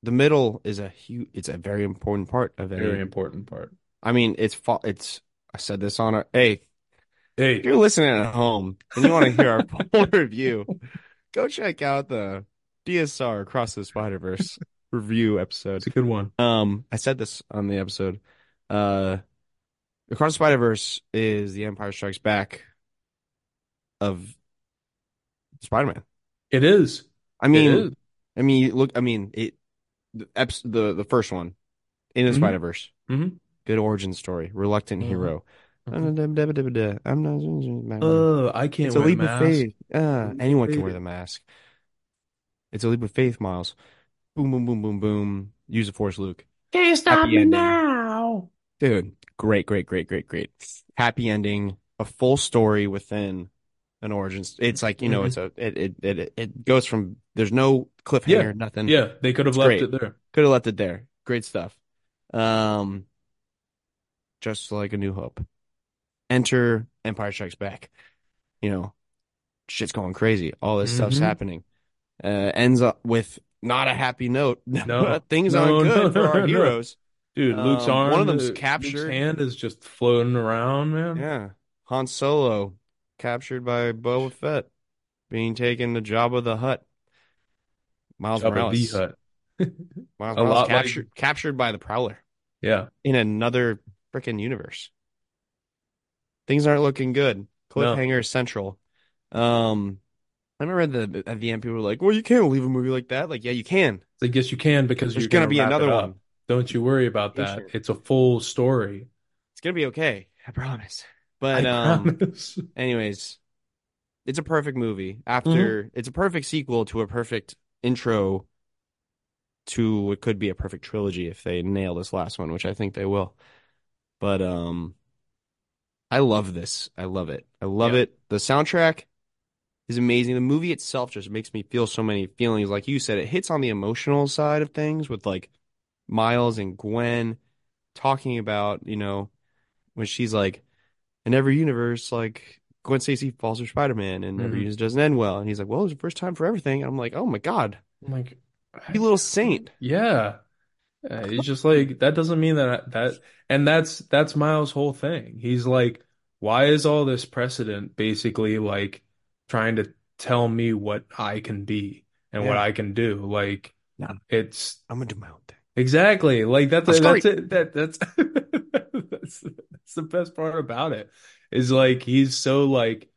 A: the middle is a huge. It's a very important part of any
B: Very important part.
A: I mean, it's fa- it's. I said this on a hey,
B: Hey,
A: If you're listening at home and you want to hear our full review, go check out the DSR Across the Spider Verse review episode.
B: it's a good one.
A: Um, I said this on the episode. Uh, Across the Spider Verse is The Empire Strikes Back of Spider Man.
B: It is.
A: I
B: It
A: mean,
B: is.
A: I mean, look, I mean, it the eps- the, the first one in the
B: Mhm.
A: Spider Verse.
B: Mhm.
A: Good origin story, reluctant
B: Mhm.
A: hero.
B: Mhm.
A: I'm not.
B: Oh, I can't
A: it's a
B: wear
A: leap
B: the mask.
A: of faith. Uh,
B: leap of
A: anyone can
B: faith.
A: wear the mask. It's a leap of faith, Miles. Boom, boom, boom, boom, boom. Use the force, Luke.
B: Can you
A: stop me ending.
B: now?
A: Dude, great, great, great, great, great. Happy ending. A full story within an origin. s- It's like you know,
B: Mhm.
A: it's a it it it it goes from there's no cliffhanger,
B: Yeah.
A: nothing.
B: Yeah, they could have
A: It's
B: left
A: great.
B: it there.
A: Could have left it there. Great stuff. Um, just like A New Hope. Enter Empire Strikes Back. You know, shit's going crazy. All this stuff's
B: Mhm.
A: happening. Uh, ends up with not a happy note.
B: No.
A: things
B: No,
A: aren't good
B: no,
A: for our
B: no.
A: heroes.
B: Dude, Luke's
A: Um,
B: arm,
A: one of them's
B: uh, Luke's
A: captured.
B: hand is just floating around, man.
A: Yeah, Han Solo captured by Boba Fett, being taken to Jabba the Hutt. Miles
B: Jabba
A: Morales,
B: the Hutt.
A: Miles
B: A
A: Morales
B: lot like-
A: captured captured by the Prowler.
B: Yeah,
A: in another freaking universe. Things aren't looking good. Cliffhanger is central. Um, I remember at the at the end people were like, "Well, you can't leave a movie like that." Like, yeah, you can.
B: I guess you can because
A: There's
B: you're
A: gonna,
B: gonna,
A: be
B: wrap
A: another
B: it up.
A: one.
B: Don't you worry about that.
A: Patient.
B: It's a full story.
A: It's gonna be okay. I promise. But
B: I
A: um,
B: promise.
A: anyways, it's a perfect movie. After it's a perfect sequel to a perfect intro to what could be a perfect trilogy if they nail this last one, which I think they will. But um I love this. I love it. I love
B: Yeah.
A: it. The soundtrack is amazing. The movie itself just makes me feel so many feelings. Like you said, it hits on the emotional side of things with like Miles and Gwen talking about, you know, when she's like, in every universe, like Gwen Stacy falls for Spider Man and every
B: Mhm.
A: universe doesn't end well. And he's like, Well, it was the first time for everything. And I'm like, Oh my God,
B: I'm like,
A: you little saint.
B: yeah. Uh, It's just like that doesn't mean that I- that and that's that's Miles' whole thing. He's like, why is all this precedent basically like trying to tell me what I can be and what
A: Yeah.
B: I can do? Like
A: Yeah.
B: it's
A: I'm gonna do my own thing.
B: Exactly. Like that's
A: That's
B: that's it. That that's that's that's the best part about it is like he's so like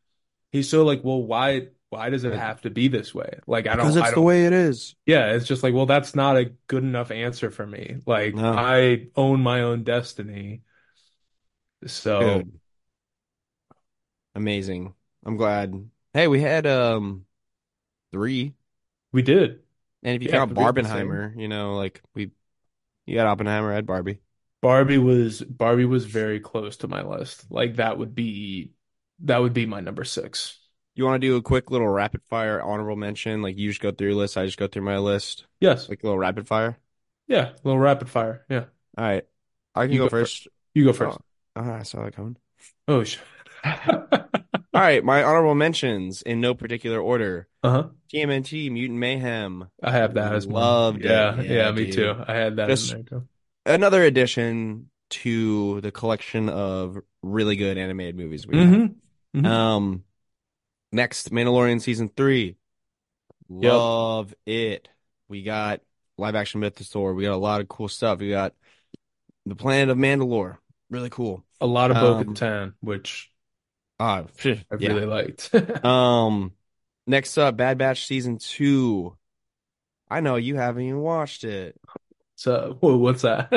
B: he's so like well why why does it have to be this way? Like I
A: Because
B: don't I
A: it's the
B: don't
A: way it is.
B: yeah, it's just like well that's not a good enough answer for me. Like
A: No.
B: I own my own destiny. So
A: Dude. Amazing. I'm glad. Hey, we had um three.
B: we did.
A: And if you
B: Yeah,
A: count
B: three of the
A: Barbenheimer, you know, like we you got Oppenheimer, I had Barbie.
B: Barbie was Barbie was very close to my list. Like that would be that would be my number six.
A: You want to do a quick little rapid fire honorable mention? Like you just go through your list, I just go through my list.
B: Yes.
A: Like a little rapid fire.
B: Yeah, a little rapid fire. Yeah.
A: All right. I can
B: You
A: go,
B: go
A: first.
B: You go first.
A: Ah, I saw that coming.
B: Oh shit.
A: All right, my honorable mentions in no particular order.
B: Uh-huh.
A: TMNT, Mutant Mayhem,
B: I have that as well.
A: Loved it.
B: Yeah,
A: Yeah,
B: yeah, me
A: dude.
B: too. I had that in
A: Just-
B: there too.
A: another addition to the collection of really good animated movies we have.
B: Mhm. Mhm.
A: Um, next, Mandalorian season three.
B: Yep.
A: Love it. We got live action Mythosaur. We got a lot of cool stuff. We got the Planet of Mandalore. Really cool.
B: A lot of
A: um,
B: Bo-Katan, which
A: Ah, phew,
B: I
A: yeah.
B: really liked.
A: Um, next up, Bad Batch season two. I know you haven't even watched it,
B: So, whoa, what's that?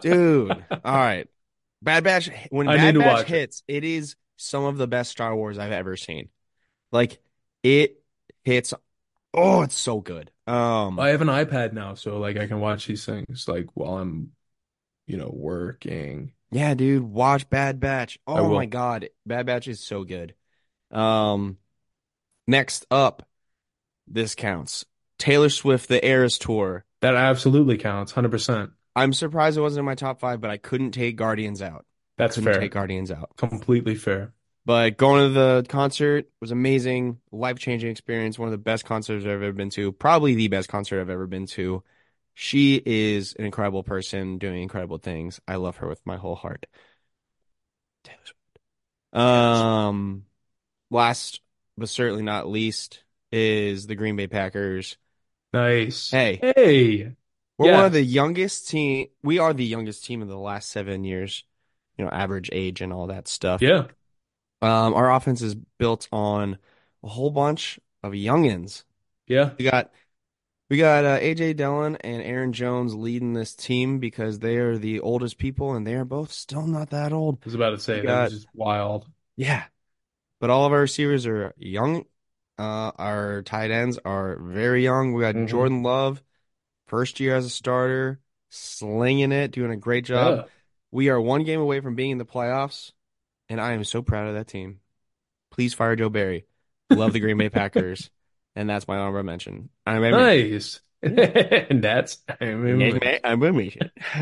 A: dude. All right, Bad Batch. When
B: I
A: Bad
B: need to
A: Batch
B: watch it.
A: hits, it is some of the best Star Wars I've ever seen. Like it hits. Oh, it's so good. Um,
B: I have an iPad now, so like I can watch these things like while I'm, you know, working.
A: Yeah, dude, watch Bad Batch. Oh
B: will.
A: my God, Bad Batch is so good. Um, next up, this counts. Taylor Swift, The Eras Tour.
B: That absolutely counts, 100%.
A: I'm surprised it wasn't in my top five, but I couldn't take Guardians out.
B: That's
A: couldn't
B: fair.
A: take Guardians out.
B: Completely fair.
A: But going to the concert was amazing, life-changing experience, one of the best concerts I've ever been to, probably the best concert I've ever been to. She is an incredible person doing incredible things. I love her with my whole heart. Taylor Swift. Um, last but certainly not least is the Green Bay Packers.
B: Nice.
A: Hey,
B: Hey.
A: we're
B: Yeah.
A: one of the youngest team. We are the youngest team in the last seven years. You know, average age and all that stuff.
B: Yeah.
A: Um, our offense is built on a whole bunch of youngins.
B: Yeah.
A: We got we got uh, AJ Dillon and Aaron Jones leading this team because they are the oldest people and they are both still not that old.
B: I was about to say
A: We
B: that
A: got-
B: was just wild.
A: Yeah. But all of our receivers are young. Uh, our tight ends are very young. We got
B: Mhm.
A: Jordan Love, first year as a starter, slinging it, doing a great job.
B: Yeah.
A: We are one game away from being in the playoffs, and I am so proud of that team. Please fire Joe Barry. Love the Green Bay Packers, and that's my honorable mention. I'm Emmy.
B: Nice. and that's I mean,
A: I'm Emmy.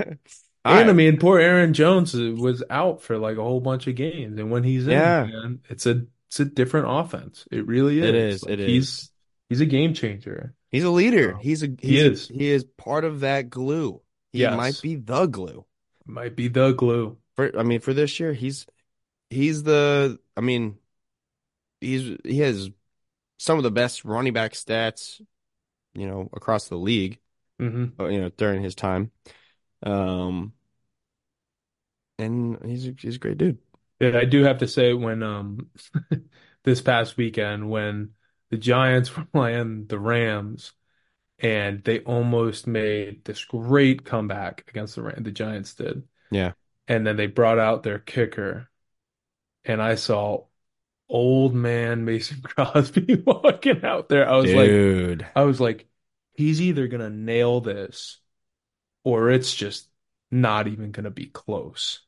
A: All
B: and I
A: right.
B: mean, poor Aaron Jones was out for like a whole bunch of games, and when he's in,
A: Yeah.
B: man, it's a it's a different offense. It really is.
A: It is, it is.
B: he's he's a game changer.
A: He's a leader. He's a he's
B: He
A: a-
B: is.
A: he is part of that glue. He
B: Yes.
A: might be the glue.
B: Might be the glue.
A: for I mean for this year he's he's the I mean he's he has some of the best running back stats you know across the league
B: hmm
A: uh, you know during his time um and he's a, he's a great dude
B: Yeah, I do have to say when um this past weekend when the Giants were playing the Rams and they almost made this great comeback against the Ram the Giants did.
A: Yeah.
B: And then they brought out their kicker and I saw old man Mason Crosby walking out there. I was like
A: dude
B: I was like he's either gonna nail this or it's just not even gonna be close.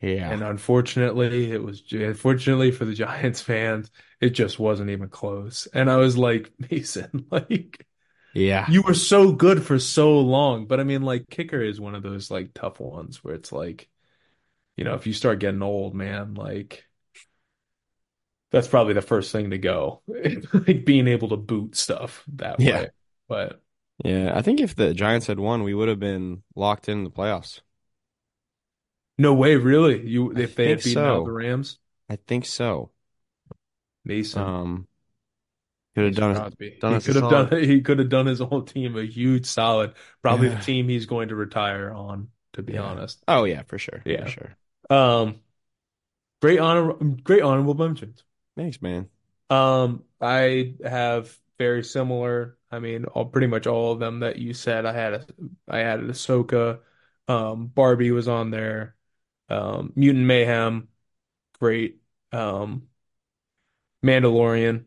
A: yeah
B: And unfortunately, it was unfortunately for the Giants fans, it just wasn't even close. And I was like, Mason, like
A: yeah
B: you were so good for so long, but I mean, like kicker is one of those like tough ones where it's like, you know, if you start getting old, man, like that's probably the first thing to go, like being able to boot stuff that
A: Yeah.
B: way. But
A: yeah I think if the Giants had won we would have been locked in the playoffs
B: no way, really, you
A: I
B: if they had
A: think
B: beaten out
A: so.
B: the Rams,
A: I think so
B: Mason.
A: um could have
B: Mason
A: done it
B: Crosby.
A: done
B: he
A: us a
B: could have
A: solid.
B: done he could have done his whole team a huge solid. Probably
A: Yeah.
B: the team he's going to retire on, to be
A: Yeah.
B: honest.
A: oh yeah for sure
B: Yeah.
A: for sure
B: Um, great honor, great honorable mentions.
A: thanks man
B: Um, I have very similar. I mean, all pretty much all of them that you said. I had a, I had an Ahsoka. Um, Barbie was on there. Um, Mutant Mayhem, great. Um, Mandalorian,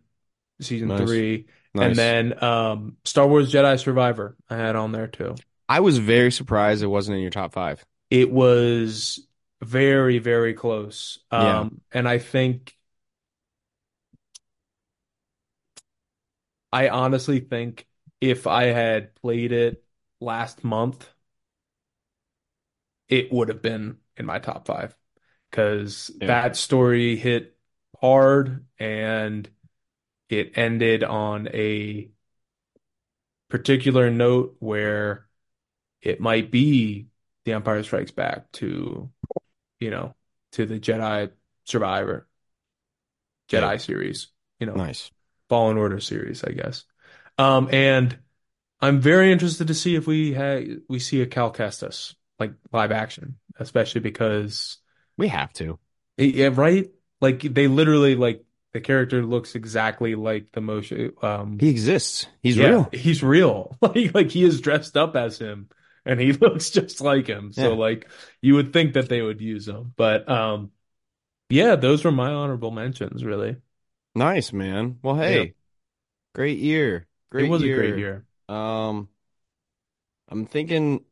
B: season
A: Nice.
B: three.
A: nice.
B: And then um, Star Wars Jedi Survivor, I had on there too.
A: I was very surprised it wasn't in your top five.
B: It was very, very close. Um,
A: Yeah.
B: and I think I honestly think if I had played it last month, it would have been in my top five because
A: Yeah.
B: that story hit hard and it ended on a particular note where it might be The Empire Strikes Back to, you know, to the Jedi Survivor, Jedi
A: Yeah.
B: series, you know.
A: Nice.
B: Fallen Order series, I guess. Um, and I'm very interested to see if we ha- we see a Cal Kestis like live action, especially because eh,
A: We have to.
B: yeah, right? Like they literally like the character looks exactly like the motion. Um,
A: He exists. He's
B: yeah,
A: real.
B: He's real. Like like he is dressed up as him and he looks just like him. So
A: Yeah.
B: like you would think that they would use him, but um, yeah, those were my honorable mentions. Really,
A: Nice, man. Well, hey,
B: Yeah.
A: great year. Great
B: it was
A: year.
B: a great year.
A: Um, I'm thinking,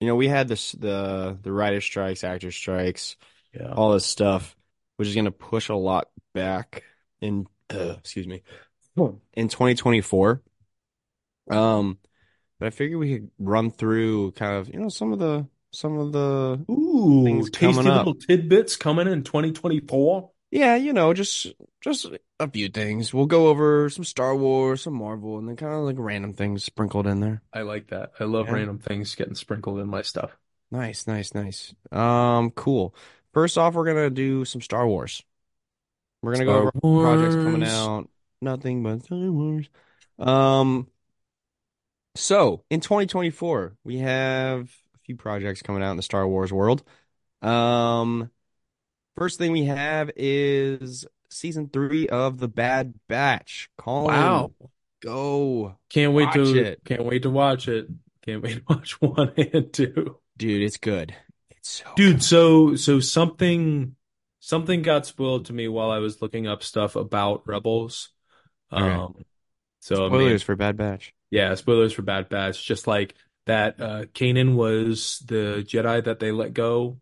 A: you know, we had this the the writer strikes, actor strikes,
B: Yeah.
A: all this stuff, which is going to push a lot back in uh, excuse me in 2024. Um, but I figured we could run through kind of you know some of the some of the
B: Ooh,
A: things
B: tasty
A: coming up.
B: little tidbits coming in 2024.
A: Yeah, you know, just just a few things. We'll go over some Star Wars, some Marvel, and then kind of like random things sprinkled in there.
B: I like that. I love
A: Yeah.
B: random things getting sprinkled in my stuff.
A: Nice, nice, nice. Um, cool. First off, we're gonna do some Star Wars. We're gonna go over projects coming out. Nothing but Star Wars. Um, so in 2024, we have a few projects coming out in the Star Wars world. Um, first thing we have is season three of The Bad Batch. Colin,
B: Wow.
A: go,
B: Can't wait
A: Watch
B: to
A: it.
B: can't wait to watch it. Can't wait to watch one and two.
A: dude! It's good. It's so
B: Dude, so so something something got spoiled to me while I was looking up stuff about Rebels.
A: Okay.
B: Um so I
A: good.
B: mean,
A: spoilers for Bad Batch.
B: yeah, spoilers for Bad Batch, just like that uh Kanan was the Jedi that they let go.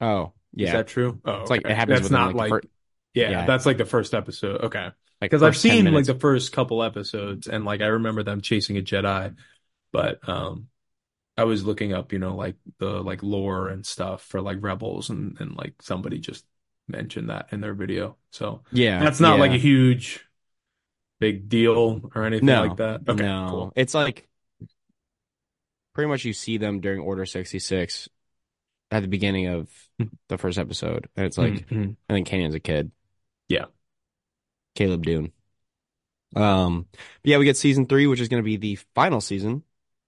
A: Oh
B: Is
A: yeah,
B: that true? Oh,
A: it's like
B: okay.
A: it happens.
B: That's
A: within,
B: not
A: like, the
B: like
A: fir-
B: yeah,
A: yeah.
B: that's like the first episode. Okay.
A: like
B: because I've
A: first 10
B: seen like
A: minutes.
B: the first couple episodes and like I remember them chasing a Jedi, but um I was looking up, you know, like the like lore and stuff for like Rebels and and like somebody just mentioned that in their video. So
A: yeah.
B: that's not
A: yeah.
B: like a huge big deal or anything
A: No,
B: like that. Okay,
A: no,
B: cool.
A: it's like pretty much you see them during Order sixty six at the beginning of
B: Hmm.
A: the first episode, and it's like
B: Mhm.
A: I think Kanan's a kid.
B: Yeah.
A: Caleb Dune. Um, but yeah, we get season three, which is going to be the final season.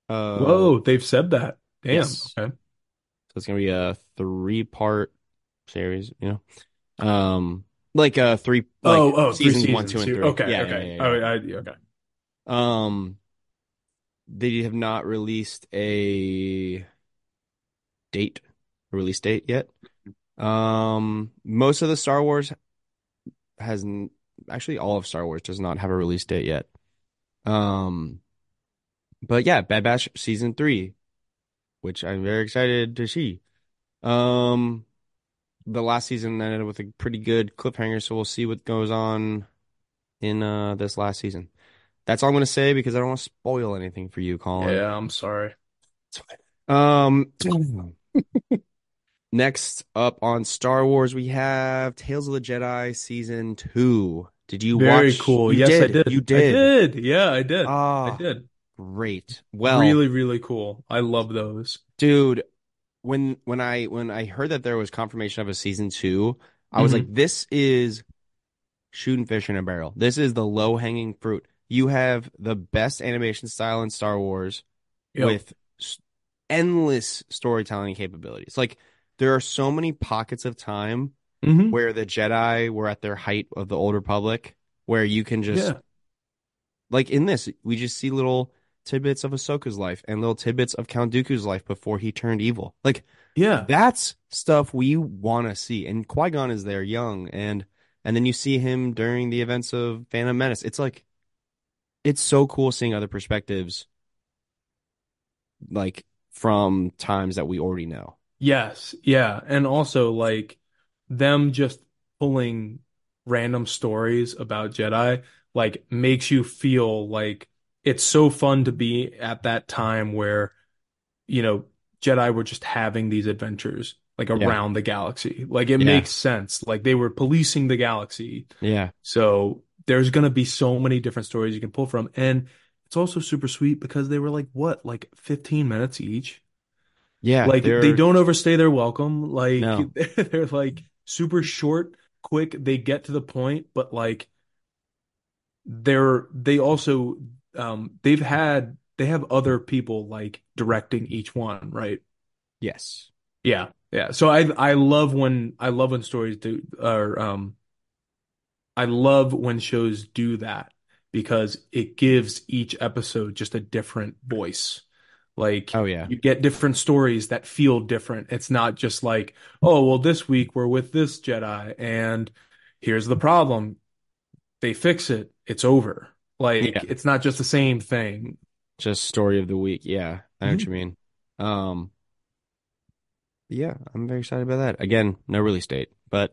A: Uh,
B: Whoa, they've said that. Damn.
A: Yes.
B: Okay.
A: So it's going to be a three part series, you know, um, like a three. Like
B: oh, oh, three
A: seasons one, two, and
B: seasons.
A: three.
B: Okay,
A: Yeah,
B: okay.
A: yeah, yeah, yeah.
B: Oh, I- okay.
A: Um, they have not released a date, a release date yet. Um, most of the Star Wars has n- actually all of Star Wars does not have a release date yet. Um, but yeah, Bad Batch season three, which I'm very excited to see. Um, the last season ended with a pretty good cliffhanger, so we'll see what goes on in uh this last season. That's all I'm gonna say because I don't want to spoil anything for you, Colin.
B: Yeah, I'm sorry.
A: Um, next up on Star Wars, we have Tales of the Jedi Season 2. Did you
B: Very
A: watch?
B: cool.
A: You
B: Yes, I
A: did.
B: did.
A: You
B: I
A: did.
B: did. Yeah, I did.
A: Ah,
B: I did.
A: great. Well,
B: really, really cool. I love those.
A: dude, when when I when I heard that there was confirmation of a Season 2, I was
B: Mhm.
A: like, this is shooting fish in a barrel. This is the low-hanging fruit. You have the best animation style in Star Wars.
B: Yep.
A: with s- endless storytelling capabilities. Like there are so many pockets of time
B: Mhm.
A: where the Jedi were at their height of the Old Republic, where you can just
B: yeah,
A: like in this, we just see little tidbits of Ahsoka's life and little tidbits of Count Dooku's life before he turned evil. Like
B: yeah,
A: that's stuff we want to see. And Qui Gon is there, young, and and then you see him during the events of Phantom Menace. It's like it's so cool seeing other perspectives, like from times that we already know.
B: yes, yeah, and also like them just pulling random stories about Jedi like makes you feel like it's so fun to be at that time where you know Jedi were just having these adventures like
A: Yeah.
B: around the galaxy. Like it
A: Yeah.
B: makes sense. Like they were policing the galaxy.
A: Yeah,
B: So there's going to be so many different stories you can pull from. And it's also super sweet because they were like, what, like 15 minutes each?
A: yeah.
B: Like they
A: they're-
B: don't overstay their welcome. Like
A: No.
B: they're like super short, quick. They get to the point, but like they're, they also, um, they've had, they have other people like directing each one, right?
A: Yes.
B: Yeah, yeah. So I I love when I love when stories do or um I love when shows do that because it gives each episode just a different voice. Like
A: Oh yeah.
B: you get different stories that feel different. It's not just like, oh, well, this week we're with this Jedi and here's the problem. They fix it. It's over. Like
A: Yeah.
B: it's not just the same thing.
A: Just story of the week. Yeah, I know what you mean. Um, yeah, I'm very excited about that. Again, no release date, but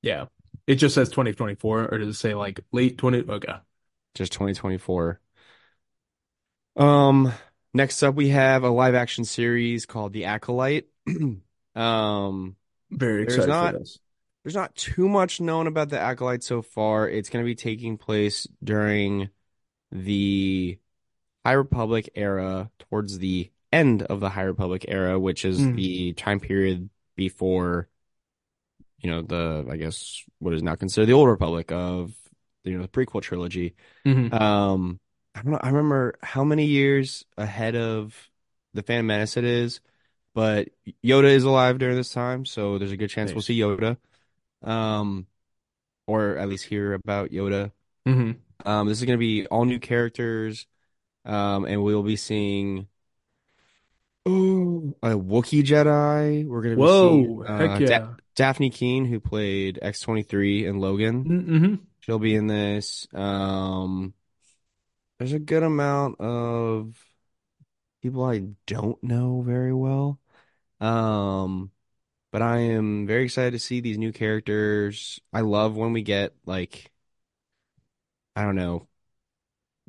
B: Yeah. It just says 2024 or does it say like late 20? Okay.
A: just 2024. Um, next up we have a live action series called The Acolyte. um,
B: Very
A: There's
B: excited for
A: not-
B: this.
A: there's not too much known about the Acolyte so far. It's going to be taking place during the High Republic era, towards the end of the High Republic era, which is
B: Mm.
A: the time period before you know, the I guess what is now considered the Old Republic of you know the prequel trilogy.
B: Mhm.
A: Um, I don't know. I remember how many years ahead of the Phantom Menace it is, but Yoda is alive during this time, so there's a good chance we'll
B: Nice.
A: see Yoda, um, or at least hear about Yoda.
B: Mhm.
A: Um, this is going to be all new characters, um, and we'll be seeing oh, a Wookiee Jedi. We're going to be seeing
B: Whoa, heck
A: uh, da
B: yeah.
A: Daphne Keen, who played X-23 in Logan.
B: Mm-hmm.
A: She'll be in this. Um, there's a good amount of people I don't know very well. Um, but I am very excited to see these new characters. I love when we get like I don't know.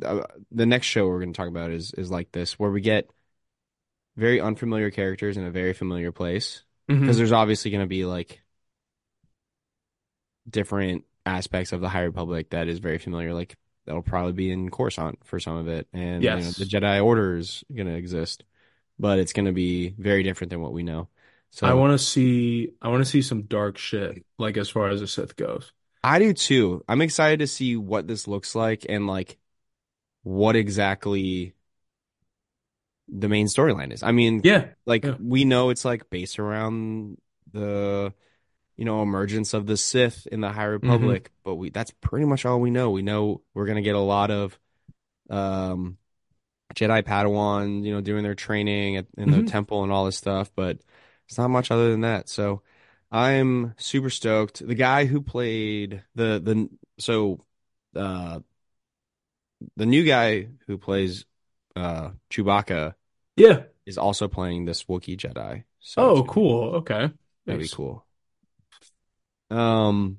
A: uh, The next show we're going to talk about is is like this, where we get very unfamiliar characters in a very familiar place. Because
B: Mm-hmm.
A: there's obviously going to be like different aspects of the High Republic that is very familiar. Like that'll probably be in Coruscant for some of it, and you know the
B: Yes.
A: Jedi Order is going to exist, but it's going to be very different than what we know.
B: I
A: So
B: want to see I want to see some dark shit like as far as the Sith goes.
A: I do too. I'm excited to see what this looks like and like what exactly the main storyline is. I mean,
B: Yeah.
A: like
B: Yeah.
A: we know it's like based around the you know emergence of the Sith in the High
B: Mm-hmm.
A: Republic, but we that's pretty much all we know. We know we're gonna get a lot of um Jedi Padawan, you know, doing their training at, in the
B: Mm-hmm.
A: temple and all this stuff, but it's not much other than that. So I'm super stoked. The guy who played the the so uh the new guy who plays uh Chewbacca
B: Yeah.
A: is also playing this Wookiee Jedi. So it's
B: Oh,
A: gonna be
B: cool. Okay.
A: gonna be
B: Nice.
A: cool. Um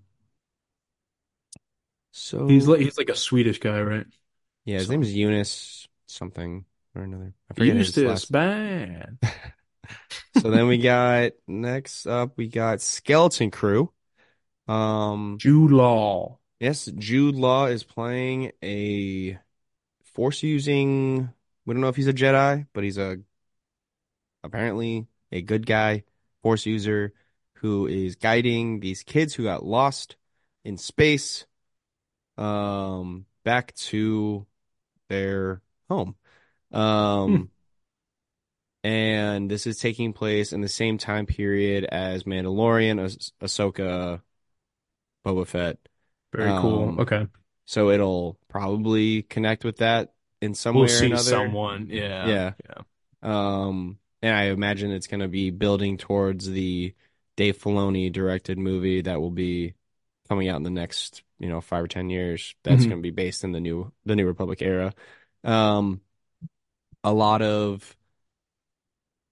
B: He's
A: so
B: like he's like a Swedish guy, right?
A: yeah, his name
B: So
A: is Eunice something or another. I forget his
B: Eustace,
A: last
B: man.
A: So then we got next up we got Skeleton Crew. Um,
B: Jude Law.
A: yes, Jude Law is playing a force using. We don't know if he's a Jedi, but he's a apparently a good guy, force user who is guiding these kids who got lost in space um back to their home.
B: Hmm.
A: Um, and this is taking place in the same time period as Mandalorian, ah- Ahsoka, Boba Fett.
B: Very cool.
A: Um,
B: Okay.
A: so it'll probably connect with that in some
B: We'll
A: way or
B: see
A: another.
B: someone. Yeah.
A: Yeah.
B: Yeah.
A: Um, and I imagine it's going to be building towards the Dave Filoni directed movie that will be coming out in the next, you know, five or ten years. That's
B: hmm
A: going to be based in the new the New Republic era. Um, a lot of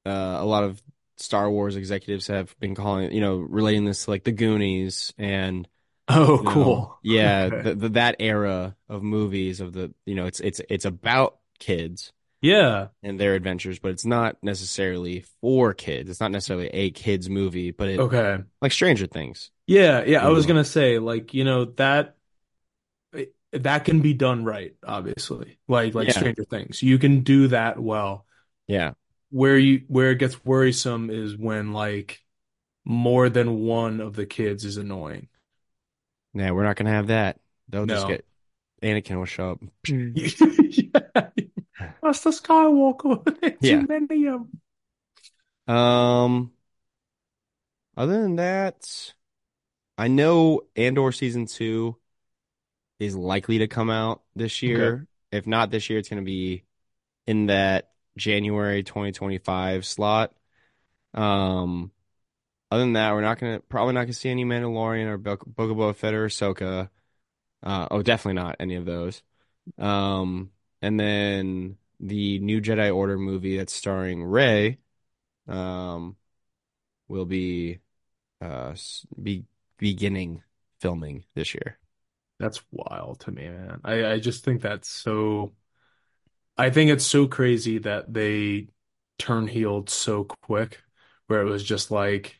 A: uh, a lot of Star Wars executives have been calling, you know, relating this to like the Goonies and
B: Oh,
A: you know,
B: cool.
A: yeah,
B: Okay.
A: the, the that era of movies of the, you know, it's it's it's about kids
B: Yeah.
A: and their adventures, but it's not necessarily for kids. It's not necessarily a kids movie, but it
B: Okay.
A: like Stranger Things,
B: Yeah, yeah, I
A: you
B: was
A: know.
B: gonna say, like, you know, that it- that can be done right, obviously. Like like
A: Yeah,
B: Stranger Things. You can do that well.
A: yeah,
B: Where you where it gets worrisome is when like more than one of the kids is annoying.
A: yeah. We're not gonna have that. They'll just
B: No.
A: get Anakin will show up.
B: Yeah. Master Skywalker, there are
A: Yeah.
B: too many of 'em.
A: Um. Other than that, I know Andor season two. is likely to come out this
B: Okay.
A: year. If not this year, it's going to be in that January 2025 slot. Um, other than that, we're not going to probably not going to see any Mandalorian or Bo- Book of Boba Fett or Ahsoka. Uh, oh, definitely not any of those. Um, and then the new Jedi Order movie that's starring Rey, um, will be uh s- be beginning filming this year.
B: That's wild to me, man. I, I just think that's so I think it's so crazy that they turn healed so quick, where it was just like,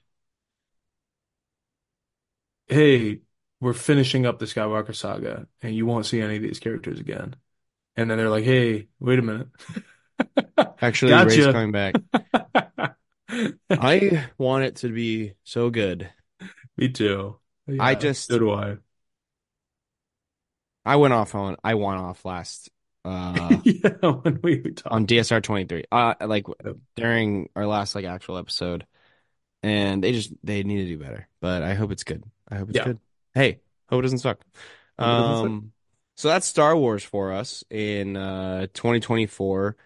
B: hey, we're finishing up the Skywalker saga, and you won't see any of these characters again. And then they're like, hey, wait a minute.
A: Actually, Rey's
B: Gotcha.
A: coming back. I want it to be so good.
B: Me too.
A: I
B: Yeah,
A: just-
B: so do I.
A: I went off on I went off last uh
B: yeah, when we talk.
A: on DSR 23. Uh like
B: Yep.
A: during our last like actual episode. And they just they need to do better. But I hope it's good. I hope it's
B: Yeah.
A: good. Hey, hope it doesn't suck.
B: Hope it doesn't suck.
A: Um so that's Star Wars for us in uh 2024.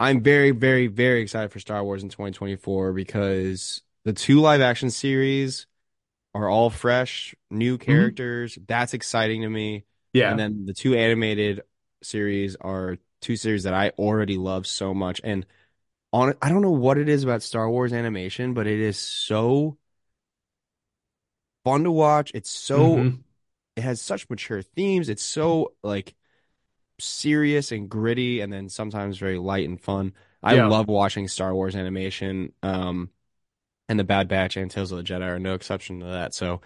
A: I'm very very very excited for Star Wars in 2024 because the two live action series are all fresh, new
B: Mm-hmm.
A: characters. That's exciting to me.
B: yeah,
A: And then the two animated series are two series that I already love so much. And on I don't know what it is about Star Wars animation, but it is so fun to watch. It's so
B: Mhm.
A: it has such mature themes. It's so like serious and gritty and then sometimes very light and fun. I
B: Yeah.
A: love watching Star Wars animation. Um and the Bad Batch and Tales of the Jedi are no exception to that. So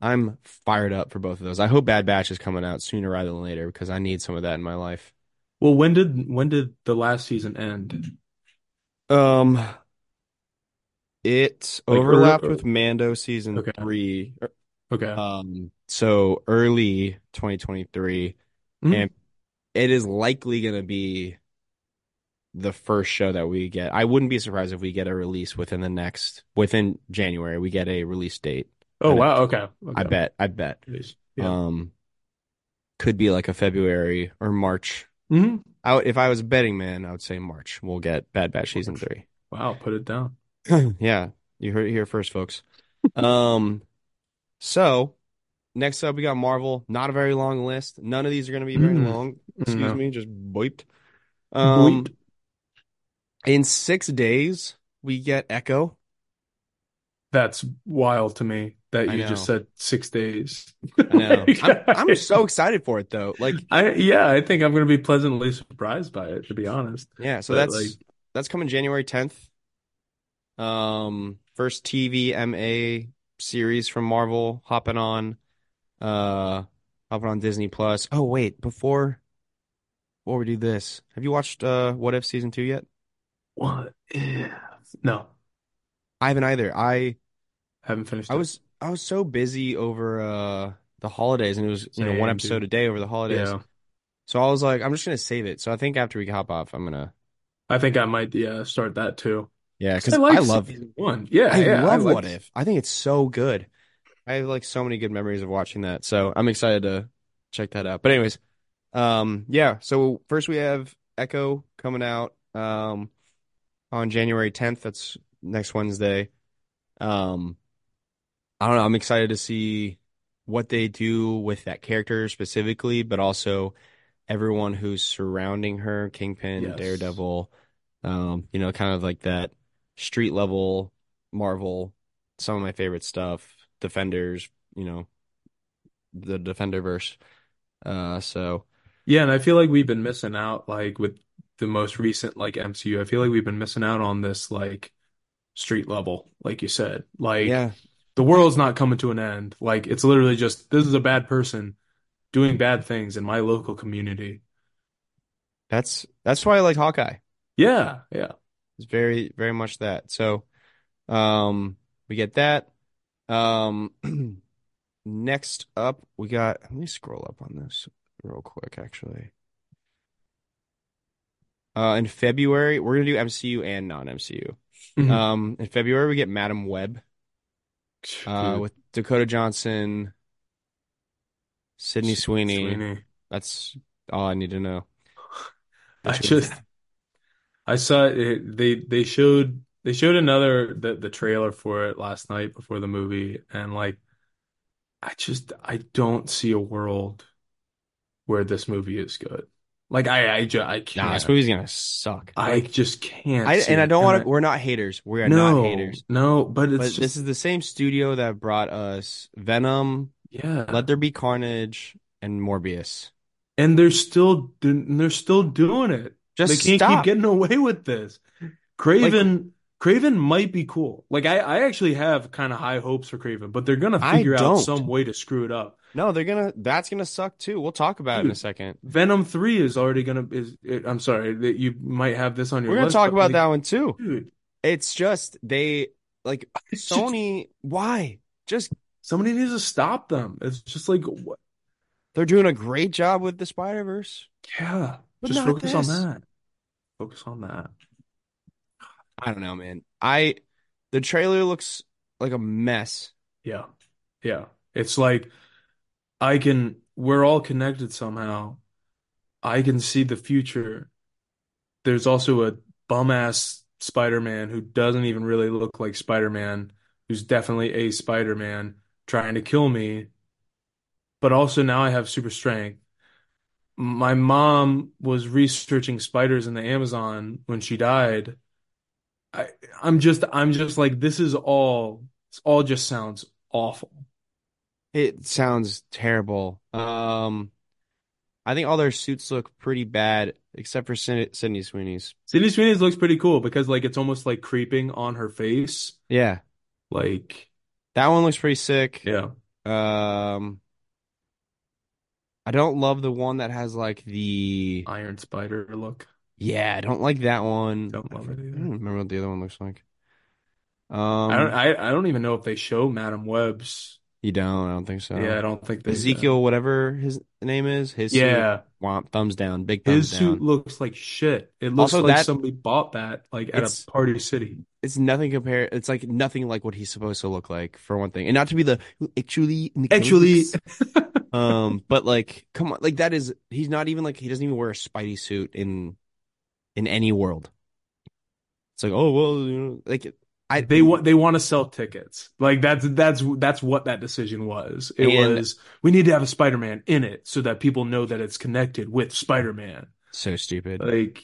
A: I'm fired up for both of those. I hope Bad Batch is coming out sooner rather than later because I need some of that in my life.
B: Well, when did when did the last season end?
A: Um it
B: Like,
A: overlapped
B: ear-
A: with Mando season
B: Okay.
A: 3
B: Okay.
A: Um, so early 2023,
B: Mhm.
A: and it is likely going to be the first show that we get. I wouldn't be surprised if we get a release within the next, within January, we get a release date.
B: oh
A: I-
B: wow. Okay.
A: I
B: Okay.
A: bet, I bet.
B: Jeez. Yeah.
A: Um, could be like a February or March.
B: Mhm.
A: I would, if I was a betting man, I would say March. We'll get Bad Batch season
B: March.
A: three.
B: Wow. Put it down.
A: Yeah, you heard it here first, folks. Um, so next up we got Marvel. Not a very long list. None of these are going to be very
B: Mm.
A: long. Excuse
B: No.
A: me, just boiped. Um,
B: Booped.
A: in six days we get Echo.
B: That's wild to me that
A: I
B: you just
A: know.
B: said six days.
A: I know.
B: Like,
A: I'm I'm so excited for it though. Like,
B: I yeah, I think I'm gonna be pleasantly surprised by it, to be honest.
A: yeah. So
B: But,
A: that's
B: like-
A: that's coming January 10th. Um, first TVMA series from Marvel hopping on. uh hopping on Disney Plus. Oh wait, before before we do this, have you watched uh What If season two yet?
B: What? Yeah. No,
A: I haven't either. I
B: haven't finished
A: I
B: it.
A: was I was so busy over uh the holidays and it was you know one
B: Same,
A: episode
B: dude.
A: a day over the holidays.
B: Yeah.
A: So I was like, I'm just gonna save it. So I think after we hop off, I'm gonna
B: I think I might yeah start that too.
A: yeah,
B: 'Cause
A: because
B: I
A: I
B: like
A: love
B: season one. Yeah,
A: I
B: yeah, I
A: love
B: like
A: What If. I think it's so good. I have like so many good memories of watching that. So I'm excited to check that out. But anyways, um yeah, so first we have Echo coming out um on January 10th. That's next Wednesday. Um I don't know, I'm excited to see what they do with that character specifically, but also everyone who's surrounding her, Kingpin,
B: Yes.
A: Daredevil, um, you know, kind of like that street level Marvel, some of my favorite stuff, Defenders, you know, the Defenderverse. Uh, so
B: Yeah, and I feel like we've been missing out like with the most recent like MCU. I feel like we've been missing out on this like street level, like you said. Like
A: yeah,
B: the world's not coming to an end. Like it's literally just this is a bad person doing bad things in my local community.
A: that's that's why I like Hawkeye.
B: Yeah, yeah.
A: It's very, very much that. So, um, we get that. Um, next up, we got. Let me scroll up on this real quick, actually. Uh, in February, we're gonna do MCU and non-MCU.
B: Mhm.
A: Um, in February, we get Madam Web, uh,
B: Dude,
A: with Dakota Johnson, Sydney Sweeney.
B: Sweeney.
A: That's all I need to know.
B: I
A: That's-
B: just I saw it, they they showed they showed another the the trailer for it last night before the movie and like I just I don't see a world where this movie is good. Like I I just I
A: Nah, this
B: can't.
A: movie's gonna suck.
B: I
A: Like,
B: just can't
A: I
B: see
A: and I
B: it.
A: don't
B: And
A: want
B: I-
A: to. We're not haters. We are not
B: no,
A: haters.
B: no, but it's
A: But
B: just
A: this is the same studio that brought us Venom,
B: yeah.
A: Let There Be Carnage, and Morbius.
B: And they're still they're still doing it. They
A: Just
B: can't keep
A: stop.
B: getting away with this. Craven Craven might be cool. Like I, I actually have kind of high hopes for Craven, but they're gonna
A: I
B: figure out
A: don't.
B: some way to screw it up.
A: No, they're gonna. That's gonna suck too. We'll talk about it in a
B: Dude,
A: second.
B: Venom 3 is already gonna is it, I'm sorry that you might have this on your
A: We're gonna
B: list,
A: talk
B: but
A: about
B: like,
A: that one too.
B: dude,
A: It's just they like
B: it's just
A: Sony. Why? Just
B: Somebody needs to stop them. It's just like, what?
A: They're doing a great job with the Spider Verse.
B: yeah,
A: But
B: just
A: not
B: focus on
A: this.
B: that. Focus on that.
A: I don't know, man. I the trailer looks like a mess.
B: Yeah. Yeah. It's like I can, we're all connected somehow. I can see the future. There's also a bum ass Spider-Man who doesn't even really look like Spider-Man, who's definitely a Spider-Man trying to kill me. But also now I have super strength. My mom was researching spiders in the Amazon when she died. I, I'm just, I'm just like, this is all, it's all just sounds awful.
A: It sounds terrible. Um, I think all their suits look pretty bad, except for Sydney, Sydney Sweeney's.
B: Sydney Sweeney's looks pretty cool because like it's almost like creeping on her face.
A: Yeah,
B: Like,
A: that one looks pretty sick.
B: yeah,
A: Um, I don't love the one that has like the
B: Iron Spider look.
A: yeah. I don't like that one.
B: Don't love it either.
A: I don't remember what the other one looks like. Um,
B: I don't I, I don't even know if they show Madam Web's.
A: you don't. I don't think so.
B: Yeah, I don't think they
A: Ezekiel, whatever his name is, his suit,
B: Yeah.
A: womp, thumbs down, big thumbs
B: His suit
A: down.
B: looks like shit. It looks
A: Also,
B: like
A: that-
B: somebody bought that like at
A: It's-
B: a party city.
A: It's nothing compared. It's like nothing like what he's supposed to look like for one thing, and not to be the actually in the
B: Actually
A: comics. um, but like, come on, like that is he's not even like he doesn't even wear a Spidey suit in in any world. It's like oh well, you know, like I
B: they want they want to sell tickets. Like that's that's that's what that decision was. It
A: And-
B: was we need to have a Spider-Man in it so that people know that it's connected with Spider-Man.
A: so stupid.
B: Like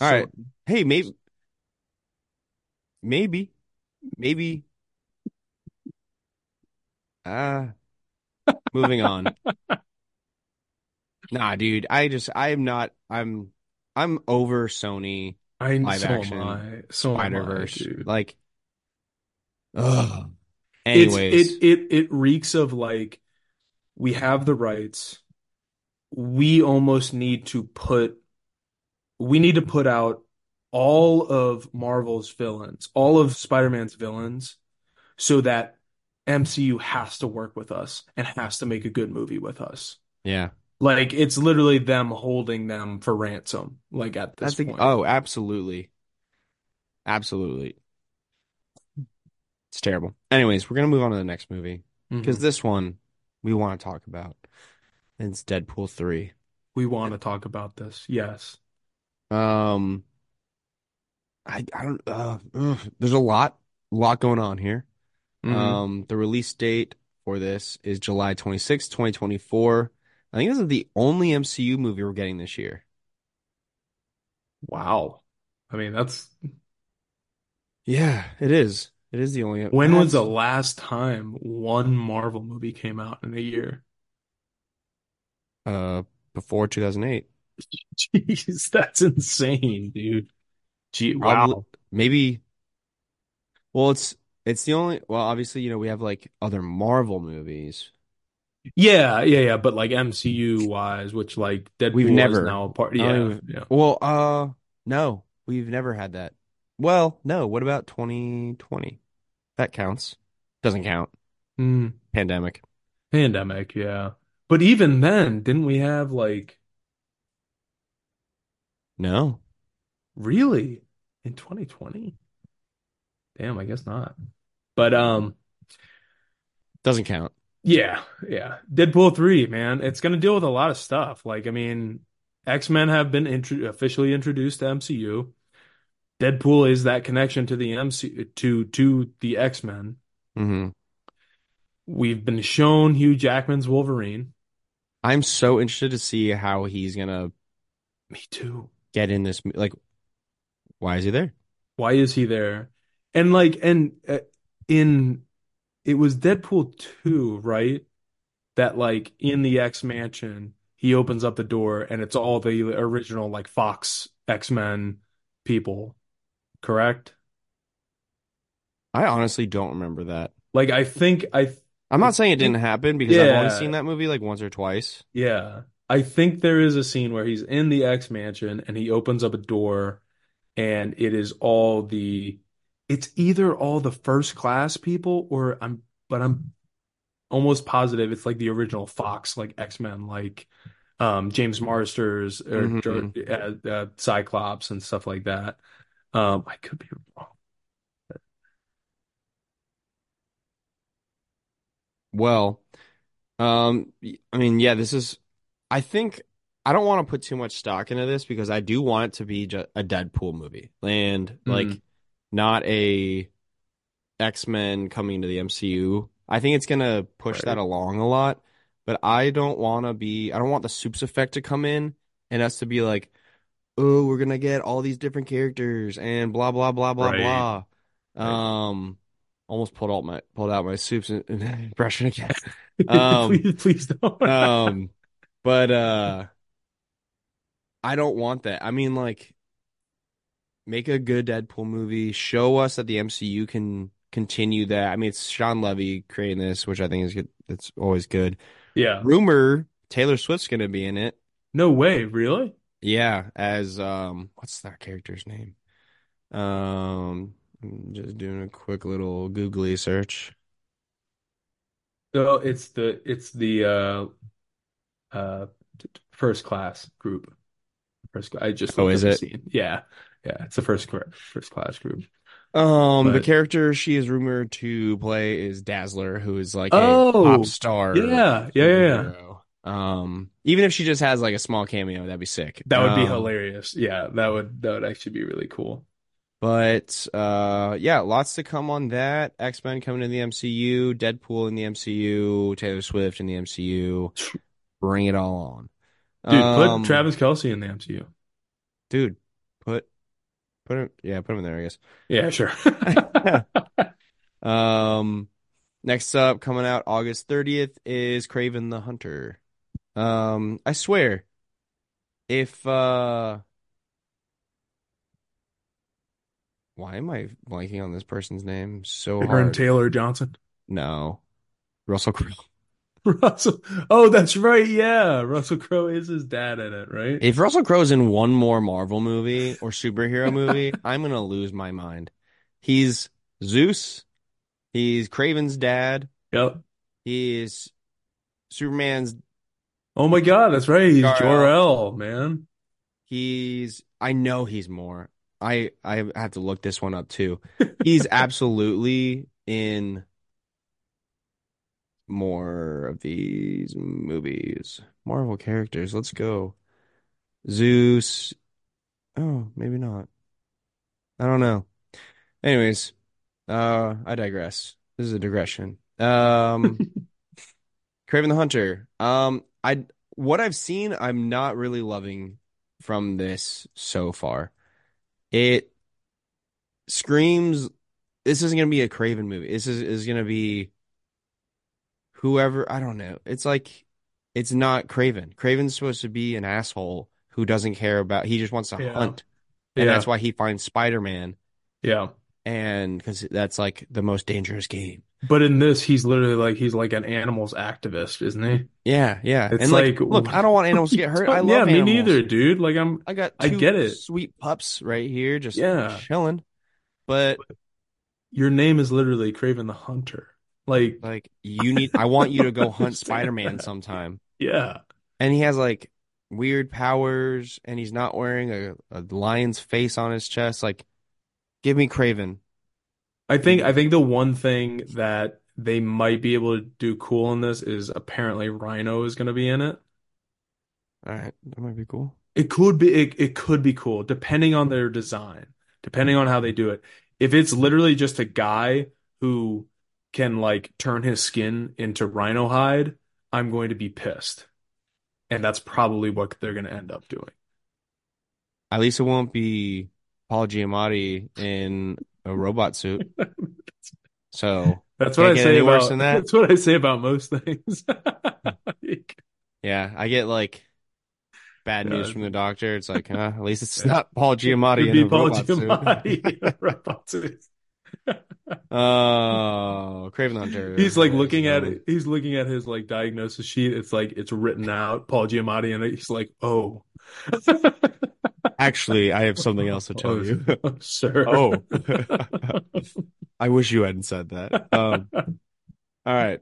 A: All right.
B: so-
A: Hey, maybe, maybe, maybe. Ah, moving on. Nah, dude, I just, I am not, I'm, I'm over Sony
B: I
A: live
B: so am
A: action
B: I. So am I,
A: Spider Verse.
B: Oh dude.
A: Like, ugh.
B: It's-
A: Anyways,
B: it it it reeks of like we have the rights. We almost need to put we need to put out all of Marvel's villains, all of Spider-Man's villains, so that MCU has to work with us and has to make a good movie with us.
A: yeah,
B: Like it's literally them holding them for ransom, like at this
A: that's the,
B: point.
A: oh, absolutely, absolutely. It's terrible. Anyways, we're gonna move on to the next movie.
B: Mhm.
A: because this one we want to talk about. And It's Deadpool three.
B: We want to talk about this. Yes.
A: Um, I I don't. Uh, ugh, there's a lot, lot going on here.
B: Mhm.
A: Um, the release date for this is July 26, 2024. I think this is the only MCU movie we're getting this year.
B: Wow. I mean, that's
A: Yeah, it is. It is the only.
B: when was the
A: That's-
B: last time one Marvel movie came out in a year?
A: uh before 2008?
B: Jeez, that's insane, dude. Gee,
A: Probably-
B: wow.
A: Maybe. Well, it's it's the only. Well, obviously, you know, we have like other Marvel movies.
B: Yeah, yeah, yeah. But like MCU wise, which like
A: We've
B: Deadpool is
A: never-
B: now a part.
A: I
B: Yeah,
A: don't
B: yeah.
A: Well, uh, no, we've never had that. Well, no, what about 2020? That counts. Doesn't count.
B: Hmm.
A: Pandemic.
B: Pandemic, yeah. But even then, didn't we have like
A: No.
B: really in 2020? Damn, I guess not. But um.
A: Doesn't count.
B: Yeah, yeah. Deadpool 3, man. It's going to deal with a lot of stuff. Like, I mean, X-Men have been intro officially introduced to MCU. Deadpool is that connection to the MC to to the X-Men.
A: hmm
B: We've been shown Hugh Jackman's Wolverine.
A: I'm so interested to see how he's gonna
B: Me too.
A: get in this. mo- Like, why is he there?
B: Why is he there? And like and uh, in it was Deadpool 2, right? That like in the X mansion, he opens up the door and it's all the original like Fox X-Men people, correct?
A: I honestly don't remember that.
B: Like I think I
A: I'm not saying it didn't happen because I've only
B: Yeah.
A: seen that movie like once or twice.
B: yeah, I think there is a scene where he's in the X mansion and he opens up a door and it is all the it's either all the first class people or I'm but I'm almost positive it's like the original Fox like X-Men like um James Marsters or
A: Mhm.
B: uh, uh, Cyclops and stuff like that. Um I could be wrong.
A: Well, um, I mean, yeah, this is. I think I don't want to put too much stock into this because I do want it to be ju- a Deadpool movie and like
B: Mhm.
A: not a X-Men coming to the MCU. I think it's gonna push
B: Right.
A: that along a lot, but I don't want to be. I don't want the Supes effect to come in and us to be like, oh, we're gonna get all these different characters and blah blah blah blah
B: Right.
A: blah.
B: Right.
A: Um, almost pulled out my pulled out my soups impression again. Um,
B: please please don't.
A: Um, but uh, I don't want that. I mean, like, make a good Deadpool movie. Show us that the MCU can continue that. I mean, it's Sean Levy creating this, which I think is good. It's always good.
B: yeah.
A: Rumor Taylor Swift's gonna be in it.
B: No way, really?
A: Yeah, as um, what's that character's name? Um, I'm just doing a quick little googly search.
B: So it's the it's the uh uh t- t- first class group. First cl- I just
A: Oh,
B: looked
A: is
B: up the
A: it?
B: scene. Yeah. Yeah, it's the first cor- first class group.
A: Um, the
B: But-
A: character she is rumored to play is Dazzler, who is like a
B: Oh,
A: pop star
B: yeah, yeah, yeah, yeah.
A: superhero. Um, even if she just has like a small cameo, that'd be sick.
B: That would be
A: Um,
B: hilarious. Yeah, that would that would actually be really cool.
A: But uh, yeah, lots to come on that. X-Men coming in the MCU, Deadpool in the MCU, Taylor Swift in the MCU. Bring it all on,
B: Dude, put
A: um,
B: Travis Kelsey in the MCU.
A: dude. Put put him, yeah, put him in there, I guess.
B: Yeah, sure.
A: Um, next up, coming out August 30th is Craven the Hunter. Um, I swear, if uh, why am I blanking on this person's name so
B: Aaron
A: hard?
B: Taylor Johnson.
A: No, Russell Crowe.
B: Russell. Oh, that's right. Yeah. Russell Crowe is his dad in it, right?
A: If Russell Crowe's in one more Marvel movie or superhero movie, I'm gonna lose my mind. He's Zeus, he's Craven's dad,
B: Yep.
A: he's Superman's
B: Oh my God, that's right. He's
A: Jor-El.
B: Jor-El, man.
A: He's I know he's more. I I have to look this one up too. He's absolutely in more of these movies. Marvel characters. Let's go. Zeus. Oh, maybe not. I don't know. Anyways, uh I digress. This is a digression. Um Craven the Hunter. Um, I what I've seen, I'm not really loving from this so far. It screams. This isn't gonna be a Craven movie. This is is gonna be whoever. I don't know. It's like it's not Craven. Craven's supposed to be an asshole who doesn't care about. He just wants to
B: Yeah.
A: hunt,
B: Yeah.
A: and that's why he finds Spider Man,
B: Yeah.
A: and because that's like the most dangerous game.
B: But in this, he's literally like he's like an animals activist, isn't he?
A: Yeah, yeah.
B: It's
A: and like,
B: like-
A: look, I don't want animals to get hurt. I love
B: Yeah, me
A: animals.
B: neither, dude. Like I'm
A: I got
B: I
A: two
B: get it.
A: sweet pups right here, just
B: Yeah.
A: chilling. But
B: your name is literally Craven the Hunter. Like,
A: like, you need, I want you to go hunt
B: Understand
A: Spider-Man
B: that.
A: sometime.
B: yeah.
A: And he has like weird powers, and he's not wearing a, a lion's face on his chest. Like, give me Craven.
B: I think I think the one thing that they might be able to do cool in this is apparently Rhino is going to be in it.
A: All right, that might be cool.
B: It could be it, it could be cool depending on their design, depending on how they do it. If it's literally just a guy who can like turn his skin into rhino hide, I'm going to be pissed. And that's probably what they're going to end up doing.
A: At least it won't be Paul Giamatti in a robot suit. So,
B: That's
A: Can't
B: what I
A: get
B: say
A: any worse
B: about
A: than that.
B: that's what I say about most things. Like,
A: yeah, I get like bad news
B: Yeah.
A: from the doctor. It's like, huh, at least it's not Paul Giamatti
B: it'd
A: in
B: be
A: a
B: Paul
A: robot suit.
B: Giamatti in a robot suit.
A: Oh, Craven the Hunter.
B: He's like looking at it. He's looking at his like diagnosis sheet. It's like it's written out. Paul Giamatti, and he's like, "Oh,
A: Actually, I have something else to tell you.
B: Oh, sir.
A: Oh. I wish you hadn't said that. Um, all right.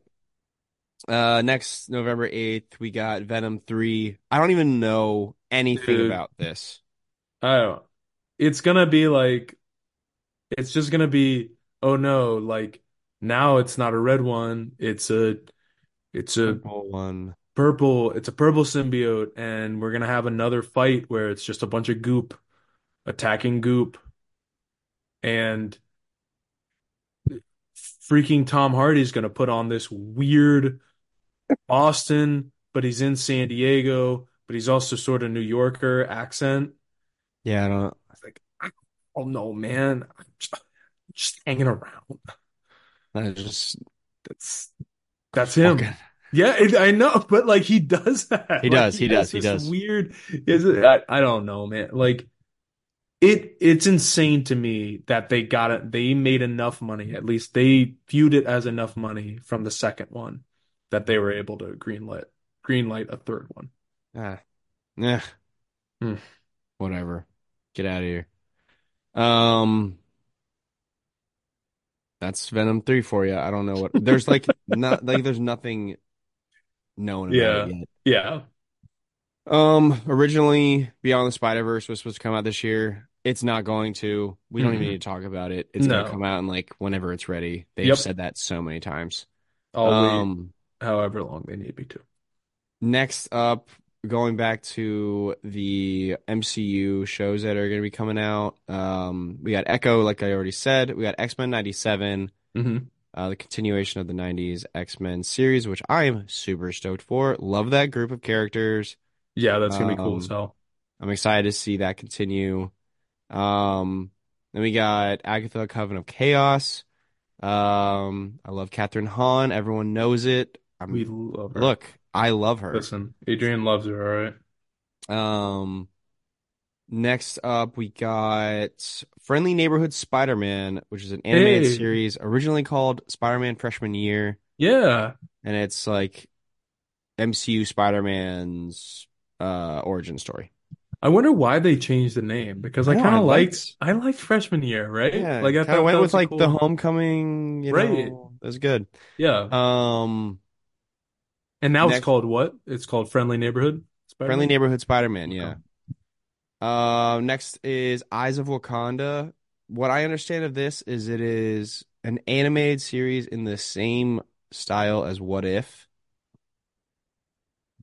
A: Uh, next November 8th, we got Venom 3. I don't even know anything
B: Dude.
A: about this.
B: I don't. It's gonna be like, it's just gonna be. Oh no! Like now, it's not a red one. It's a, it's a
A: Purple one.
B: purple. It's a purple symbiote, and we're gonna have another fight where it's just a bunch of goop attacking goop, and freaking Tom Hardy's gonna put on this weird Austin, but he's in San Diego, but he's also sort of New Yorker accent.
A: Yeah, I don't.
B: I was like, I don't know, man. I'm just, just hanging around.
A: I just
B: That's that's him. Yeah, it, I know, but like he does that.
A: He
B: Like,
A: does, he does, he
B: this
A: does.
B: Weird. Is it, I, I don't know, man. Like it. It's insane to me that they got it. They made enough money. At least they viewed it as enough money from the second one that they were able to greenlight greenlight a third one.
A: Ah, yeah.
B: Hmm.
A: Whatever. Get out of here. Um, that's Venom three for you. I don't know what. There's like not like there's nothing known about it yet.
B: Yeah.
A: Um, originally Beyond the Spider-Verse was supposed to come out this year. It's not going to. We don't even
B: Mhm.
A: need to talk about it. It's gonna
B: No.
A: come out in like whenever it's ready. They've
B: Yep.
A: said that so many times.
B: I'll wait
A: Um,
B: however long they need me to.
A: Next up, going back to the MCU shows that are going to be coming out. Um, we got Echo, like I already said. We got X-Men 97,
B: hmm
A: uh, the continuation of the 90s X-Men series, which I am super stoked for. Love that group of characters.
B: Yeah, that's gonna be cool as
A: Um,
B: hell.
A: I'm excited to see that continue. Um, then we got Agatha Coven of Chaos. Um, I love Catherine Hahn. Everyone knows it. I'm,
B: We love her.
A: look, I love her.
B: Listen, Adrian loves her, all right?
A: Um, next up, we got Friendly Neighborhood Spider-Man, which is an animated
B: Hey.
A: series originally called Spider-Man Freshman Year,
B: Yeah.
A: and it's like MCU Spider-Man's uh origin story.
B: I wonder why they changed the name because I
A: Yeah,
B: kind
A: I
B: of liked
A: liked-
B: I liked freshman year, right?
A: Yeah,
B: Like I
A: kind
B: thought
A: of went
B: that
A: with
B: was a
A: like the
B: cool-
A: homecoming, you
B: Right.
A: know. That was good.
B: Yeah.
A: Um,
B: And now it's
A: next-
B: called what? It's called Friendly Neighborhood Spider-Man?
A: Friendly Neighborhood Spider-Man, yeah.
B: Okay.
A: Uh, next is Eyes of Wakanda. What I understand of this is it is an animated series in the same style as What If,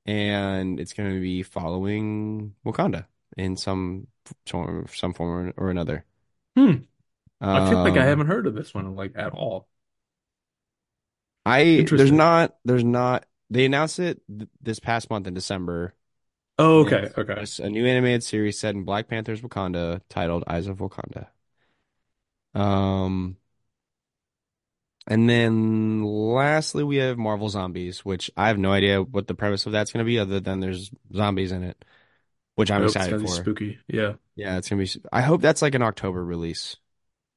A: and it's going to be following Wakanda in some form, some form or another.
B: Hmm. I feel like I
A: Um,
B: haven't heard of this one like at all.
A: I there's
B: Interesting.
A: not there's not they announced it th- this past month in December.
B: Oh, okay,
A: It's
B: okay.
A: just a new animated series set in Black Panther's Wakanda titled Eyes of Wakanda. Um, and then lastly, we have Marvel Zombies, which I have no idea what the premise of that's going to be, other than there's zombies in it, which
B: I
A: I'm
B: hope it's
A: excited
B: gonna be
A: for.
B: spooky. Yeah.
A: Yeah, it's going to be. I hope that's like an October release.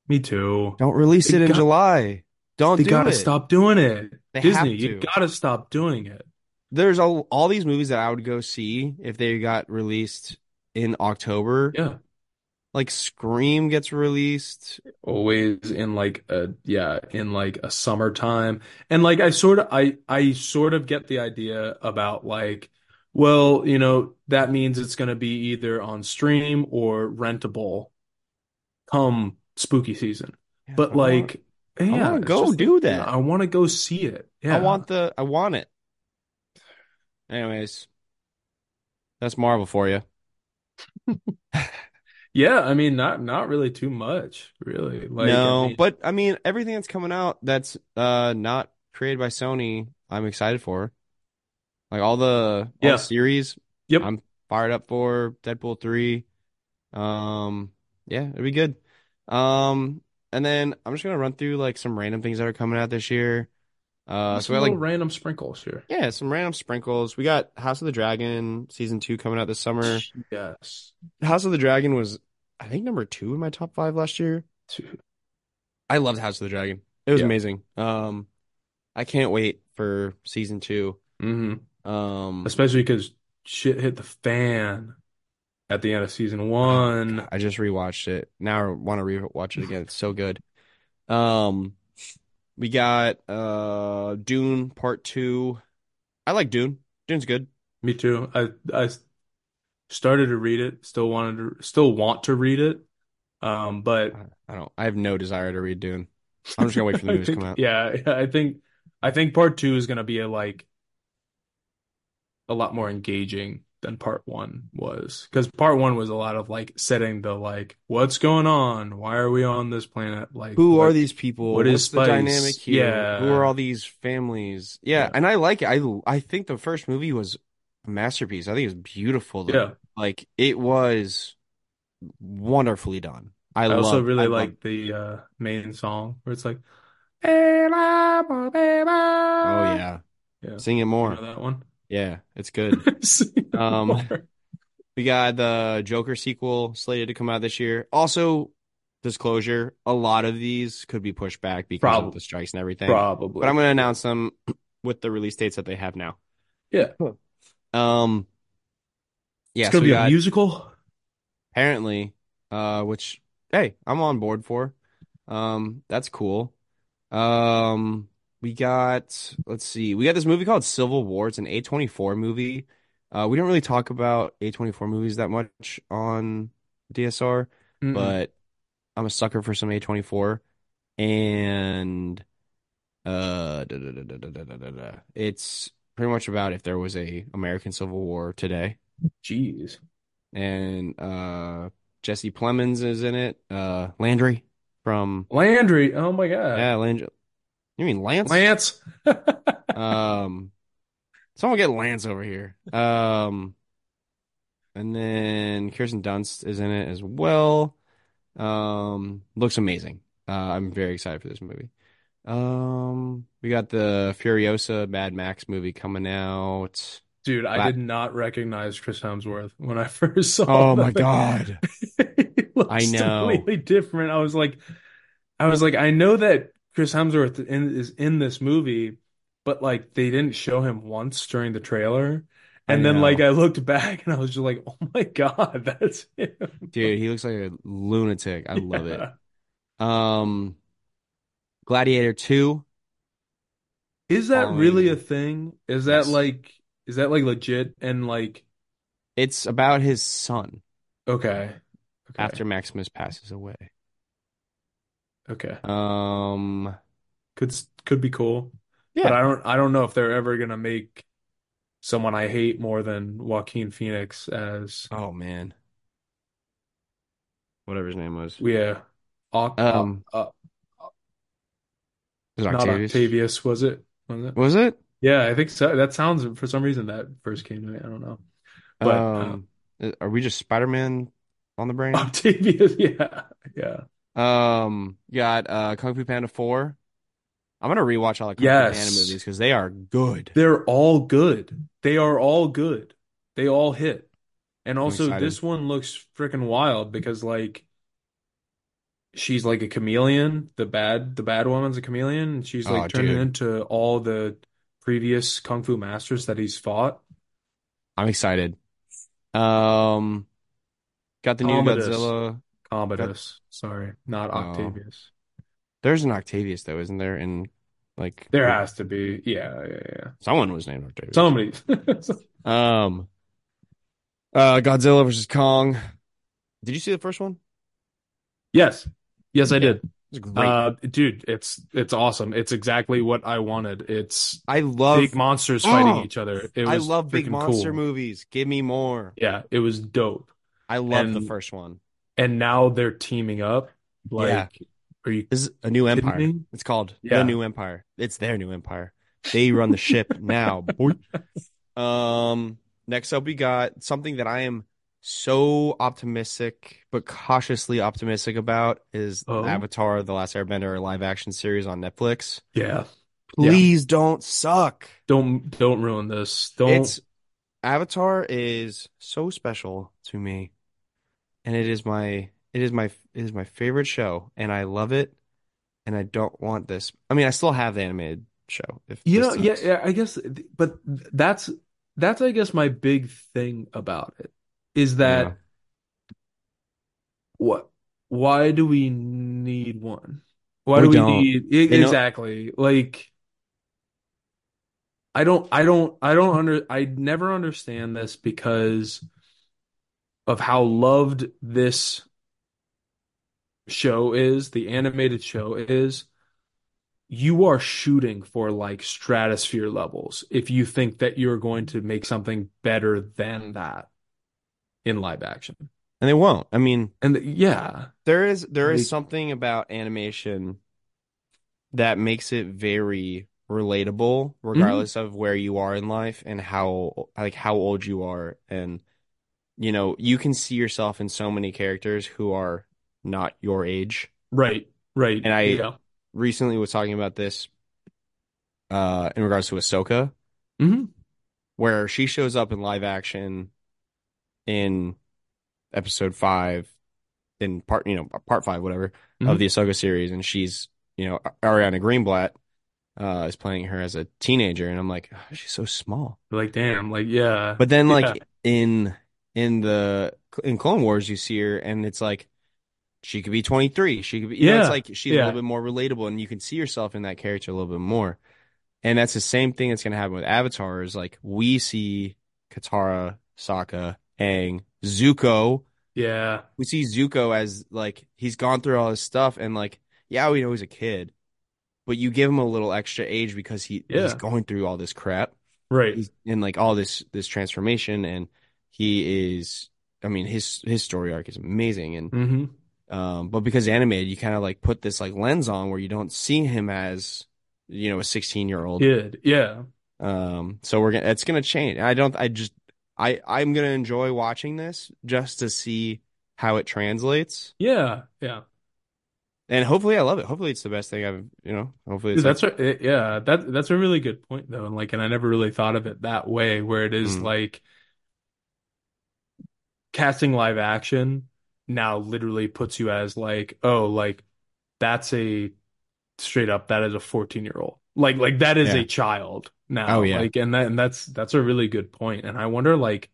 B: Me too.
A: Don't release
B: They
A: it in
B: got-
A: July. Don't
B: They
A: do
B: gotta
A: it.
B: stop doing it.
A: They
B: Disney,
A: have
B: you
A: to.
B: gotta stop doing it.
A: There's all, all these movies that I would go see if they got released in October.
B: Yeah.
A: Like Scream gets released.
B: always in like a yeah in like a summertime and like I sort of I I sort of get the idea about like well you know that means it's going to be either on stream or rentable come spooky season
A: Yeah,
B: but
A: I want-
B: like yeah
A: wanna
B: it's
A: go
B: just-
A: do that.
B: I want to go see it
A: I
B: yeah
A: want the I want it. Anyways, that's Marvel for you.
B: yeah I mean not not really too much really like I
A: no,
B: mean,
A: but I mean everything that's coming out that's uh not created by Sony, I'm excited for. Like all the all the
B: Yeah.
A: series,
B: Yep.
A: I'm fired up for Deadpool 3. Um yeah, it'll be good. Um and then I'm just gonna run through like some random things that are coming out this year. Uh
B: just
A: so we
B: some
A: got, like
B: little random sprinkles here
A: yeah, some random sprinkles. We got House of the Dragon season two coming out this summer.
B: yes
A: House of the Dragon was, I think, number two in my top five last year.
B: Dude,
A: I loved House of the Dragon. It was
B: Yeah.
A: amazing. Um, I can't wait for season two.
B: mhm.
A: Um,
B: especially because shit hit the fan at the end of season one.
A: I just rewatched it. Now I want to rewatch it again. It's so good. Um, we got uh Dune Part Two. I like Dune. Dune's good.
B: Me too. I I started to read it. Still wanted to. Still want to read it. Um, but
A: I don't. I have no desire to read Dune. I'm just gonna wait for the
B: I
A: movies to
B: think-
A: come out.
B: Yeah, I think I think part two is gonna be a, like a lot more engaging than part one was because part one was a lot of like setting the like what's going on, why are we on this planet, like
A: Who
B: what-
A: are these people?
B: what is
A: What's the
B: spice?
A: dynamic here?
B: Yeah.
A: Who are all these families? Yeah,
B: Yeah.
A: and I like it. I I think the first movie was a masterpiece. I think it was beautiful.
B: Yeah,
A: Like it was wonderfully done. I,
B: I, also
A: love-
B: really
A: I love-
B: like the uh main song where it's like, hey, mama, baby.
A: Oh yeah.
B: Yeah.
A: Sing it
B: you
A: more.
B: know that one.
A: Yeah, it's good. Um, We got the Joker sequel slated to come out this year. Also, disclosure, a lot of these could be pushed back because
B: Probably.
A: of the strikes and everything.
B: probably,
A: But I'm going to announce them with the release dates that they have now.
B: yeah,
A: Um Yeah,
B: it's
A: so
B: gonna
A: we
B: be a
A: got
B: musical.
A: apparently uh which hey, I'm on board for. Um that's cool. Um we got let's see. We got this movie called Civil War. It's an A24 movie. Uh we don't really talk about A24 movies that much on DSR.
B: Mm-mm.
A: but I'm a sucker for some A24 and uh da, da, da, da, da, da, da, da, da. it's pretty much about if there was a American Civil War today
B: Jeez.
A: and uh Jesse Plemons is in it uh Landry from
B: Landry. Oh my God.
A: yeah Landry you mean Lance
B: Lance.
A: um someone get Lance over here um and then Kirsten Dunst is in it as well um looks amazing uh I'm very excited for this movie um we got the Furiosa Mad Max movie coming out
B: Dude, I
A: Wow.
B: did not recognize Chris Hemsworth when I first saw
A: oh my
B: that.
A: god
B: He looks
A: I know.
B: completely different. I was like, I was like, I know that Chris Hemsworth in, is in this movie, but like they didn't show him once during the trailer.
A: I
B: And then like
A: know.
B: I looked back and I was just like, oh my God, that's him.
A: dude he looks like a lunatic I love it
B: Yeah.
A: um Gladiator 2
B: Is that
A: Following-
B: really a thing? Is that
A: Yes.
B: like, is that like legit? And like,
A: it's about his son
B: okay, okay,
A: after Maximus passes away
B: okay.
A: um
B: could s- could be cool.
A: Yeah.
B: But I don't I don't know if they're ever gonna make someone I hate more than Joaquin Phoenix as
A: Oh man. Whatever his name was.
B: yeah, Oc-
A: Um,
B: uh,
A: Was it
B: not
A: Octavius?
B: Octavius was it? Was it?
A: Was it?
B: Yeah, I think so. That sounds for some reason that first came to me. I don't know. But,
A: um, are we just Spider-Man on the brain?
B: Octavius, yeah, yeah,
A: um, you got uh Kung Fu Panda 4. I'm gonna rewatch all the Kung Fu Panda
B: Yes.
A: movies because they are good.
B: they're all good. They are all good. They all hit. And also,
A: excited.
B: this one looks freaking wild because like. she's like a chameleon. The bad the bad woman's a chameleon. And she's like
A: Oh,
B: turning
A: dude.
B: into all the previous kung fu masters that he's fought.
A: I'm excited. Um, got the new
B: Commodus.
A: Godzilla.
B: Commodus, sorry, not
A: Oh.
B: Octavius.
A: There's an Octavius though, isn't there? In like
B: There has to be, yeah, yeah, yeah.
A: someone was named Octavius.
B: Somebody.
A: Um, uh, Godzilla versus Kong. Did you see the first one?
B: Yes, yes, I
A: Yeah,
B: did.
A: It's great.
B: Uh, dude, it's it's awesome. It's exactly what I wanted. It's
A: I love
B: big monsters fighting
A: Oh!
B: each other. It
A: I
B: was
A: love big
B: freaking
A: monster
B: cool.
A: movies. Give me more.
B: Yeah, it was dope.
A: I love the
B: And-
A: first one.
B: And now they're teaming up. Like, are you
A: This is a new
B: kidding
A: empire.
B: me?
A: It's called
B: Yeah.
A: the New Empire. It's their new empire. They run the ship now. Boy. Um. Next up, we got something that I am so optimistic, but cautiously optimistic about is
B: Oh.
A: Avatar: The Last Airbender, a live action series on Netflix.
B: Yeah. Yeah.
A: Please don't suck.
B: Don't don't ruin this. Don't
A: It's Avatar is so special to me, and it is my it is my it is my favorite show, and I love it, and I don't want this. I mean, I still have the animated show. If
B: you
A: this
B: know, yeah,
A: sucks.
B: yeah, I guess but that's that's I guess my big thing about it is that
A: Yeah.
B: what why do we need one? Why
A: We
B: do we
A: don't.
B: need e-
A: They know-
B: exactly like I don't I don't I don't under I never understand this because of how loved this show is, the animated show is, you are shooting for like stratosphere levels if you think that you're going to make something better than that in live action.
A: and they won't. I mean,
B: And th- yeah,
A: there is there is
B: Like-
A: something about animation that makes it very relatable regardless of where you are in life and how like how old you are and you know you can see yourself in so many characters who are not your age
B: right, right.
A: And I-
B: yeah.
A: recently was talking about this uh in regards to Ahsoka
B: Mhm.
A: where she shows up in live action in episode 5 in part you know part 5 whatever
B: Mhm.
A: of the Ahsoka series, and she's you know Ariana Greenblatt uh, is playing her as a teenager, and I'm like, "Oh, she's so small.
B: like damn, like yeah.
A: But then like
B: Yeah.
A: in in the in Clone Wars, you see her, and it's like she could be 23. She could be you know it's
B: Yeah.
A: like she's a
B: Yeah.
A: little bit more relatable, and you can see yourself in that character a little bit more. And that's the same thing that's gonna happen with Avatar. Is like we see Katara, Sokka, Aang, Zuko
B: yeah.
A: we see Zuko as like he's gone through all his stuff and like yeah we know he's a kid but you give him a little extra age because he he's
B: Yeah.
A: going through all this crap
B: Right.
A: he's in like all this this transformation and he is I mean his his story arc is amazing and
B: hmm
A: um but because animated you kind of like put this like lens on where you don't see him as you know a 16 year old
B: Kid. Yeah.
A: um, so we're gonna it's gonna change. I don't I just I I'm gonna enjoy watching this just to see how it translates.
B: Yeah. Yeah.
A: And hopefully I love it. Hopefully it's the best thing I've you know, hopefully it's
B: Dude, that's a, it- yeah, that that's a really good point though, and like, and I never really thought of it that way, where it is
A: Mm.
B: like casting live action now literally puts you as like, oh, like that's a straight up that is a 14 year old, like like that is
A: Yeah.
B: a child now,
A: Oh, yeah.
B: like, and that and that's that's a really good point, and I wonder like,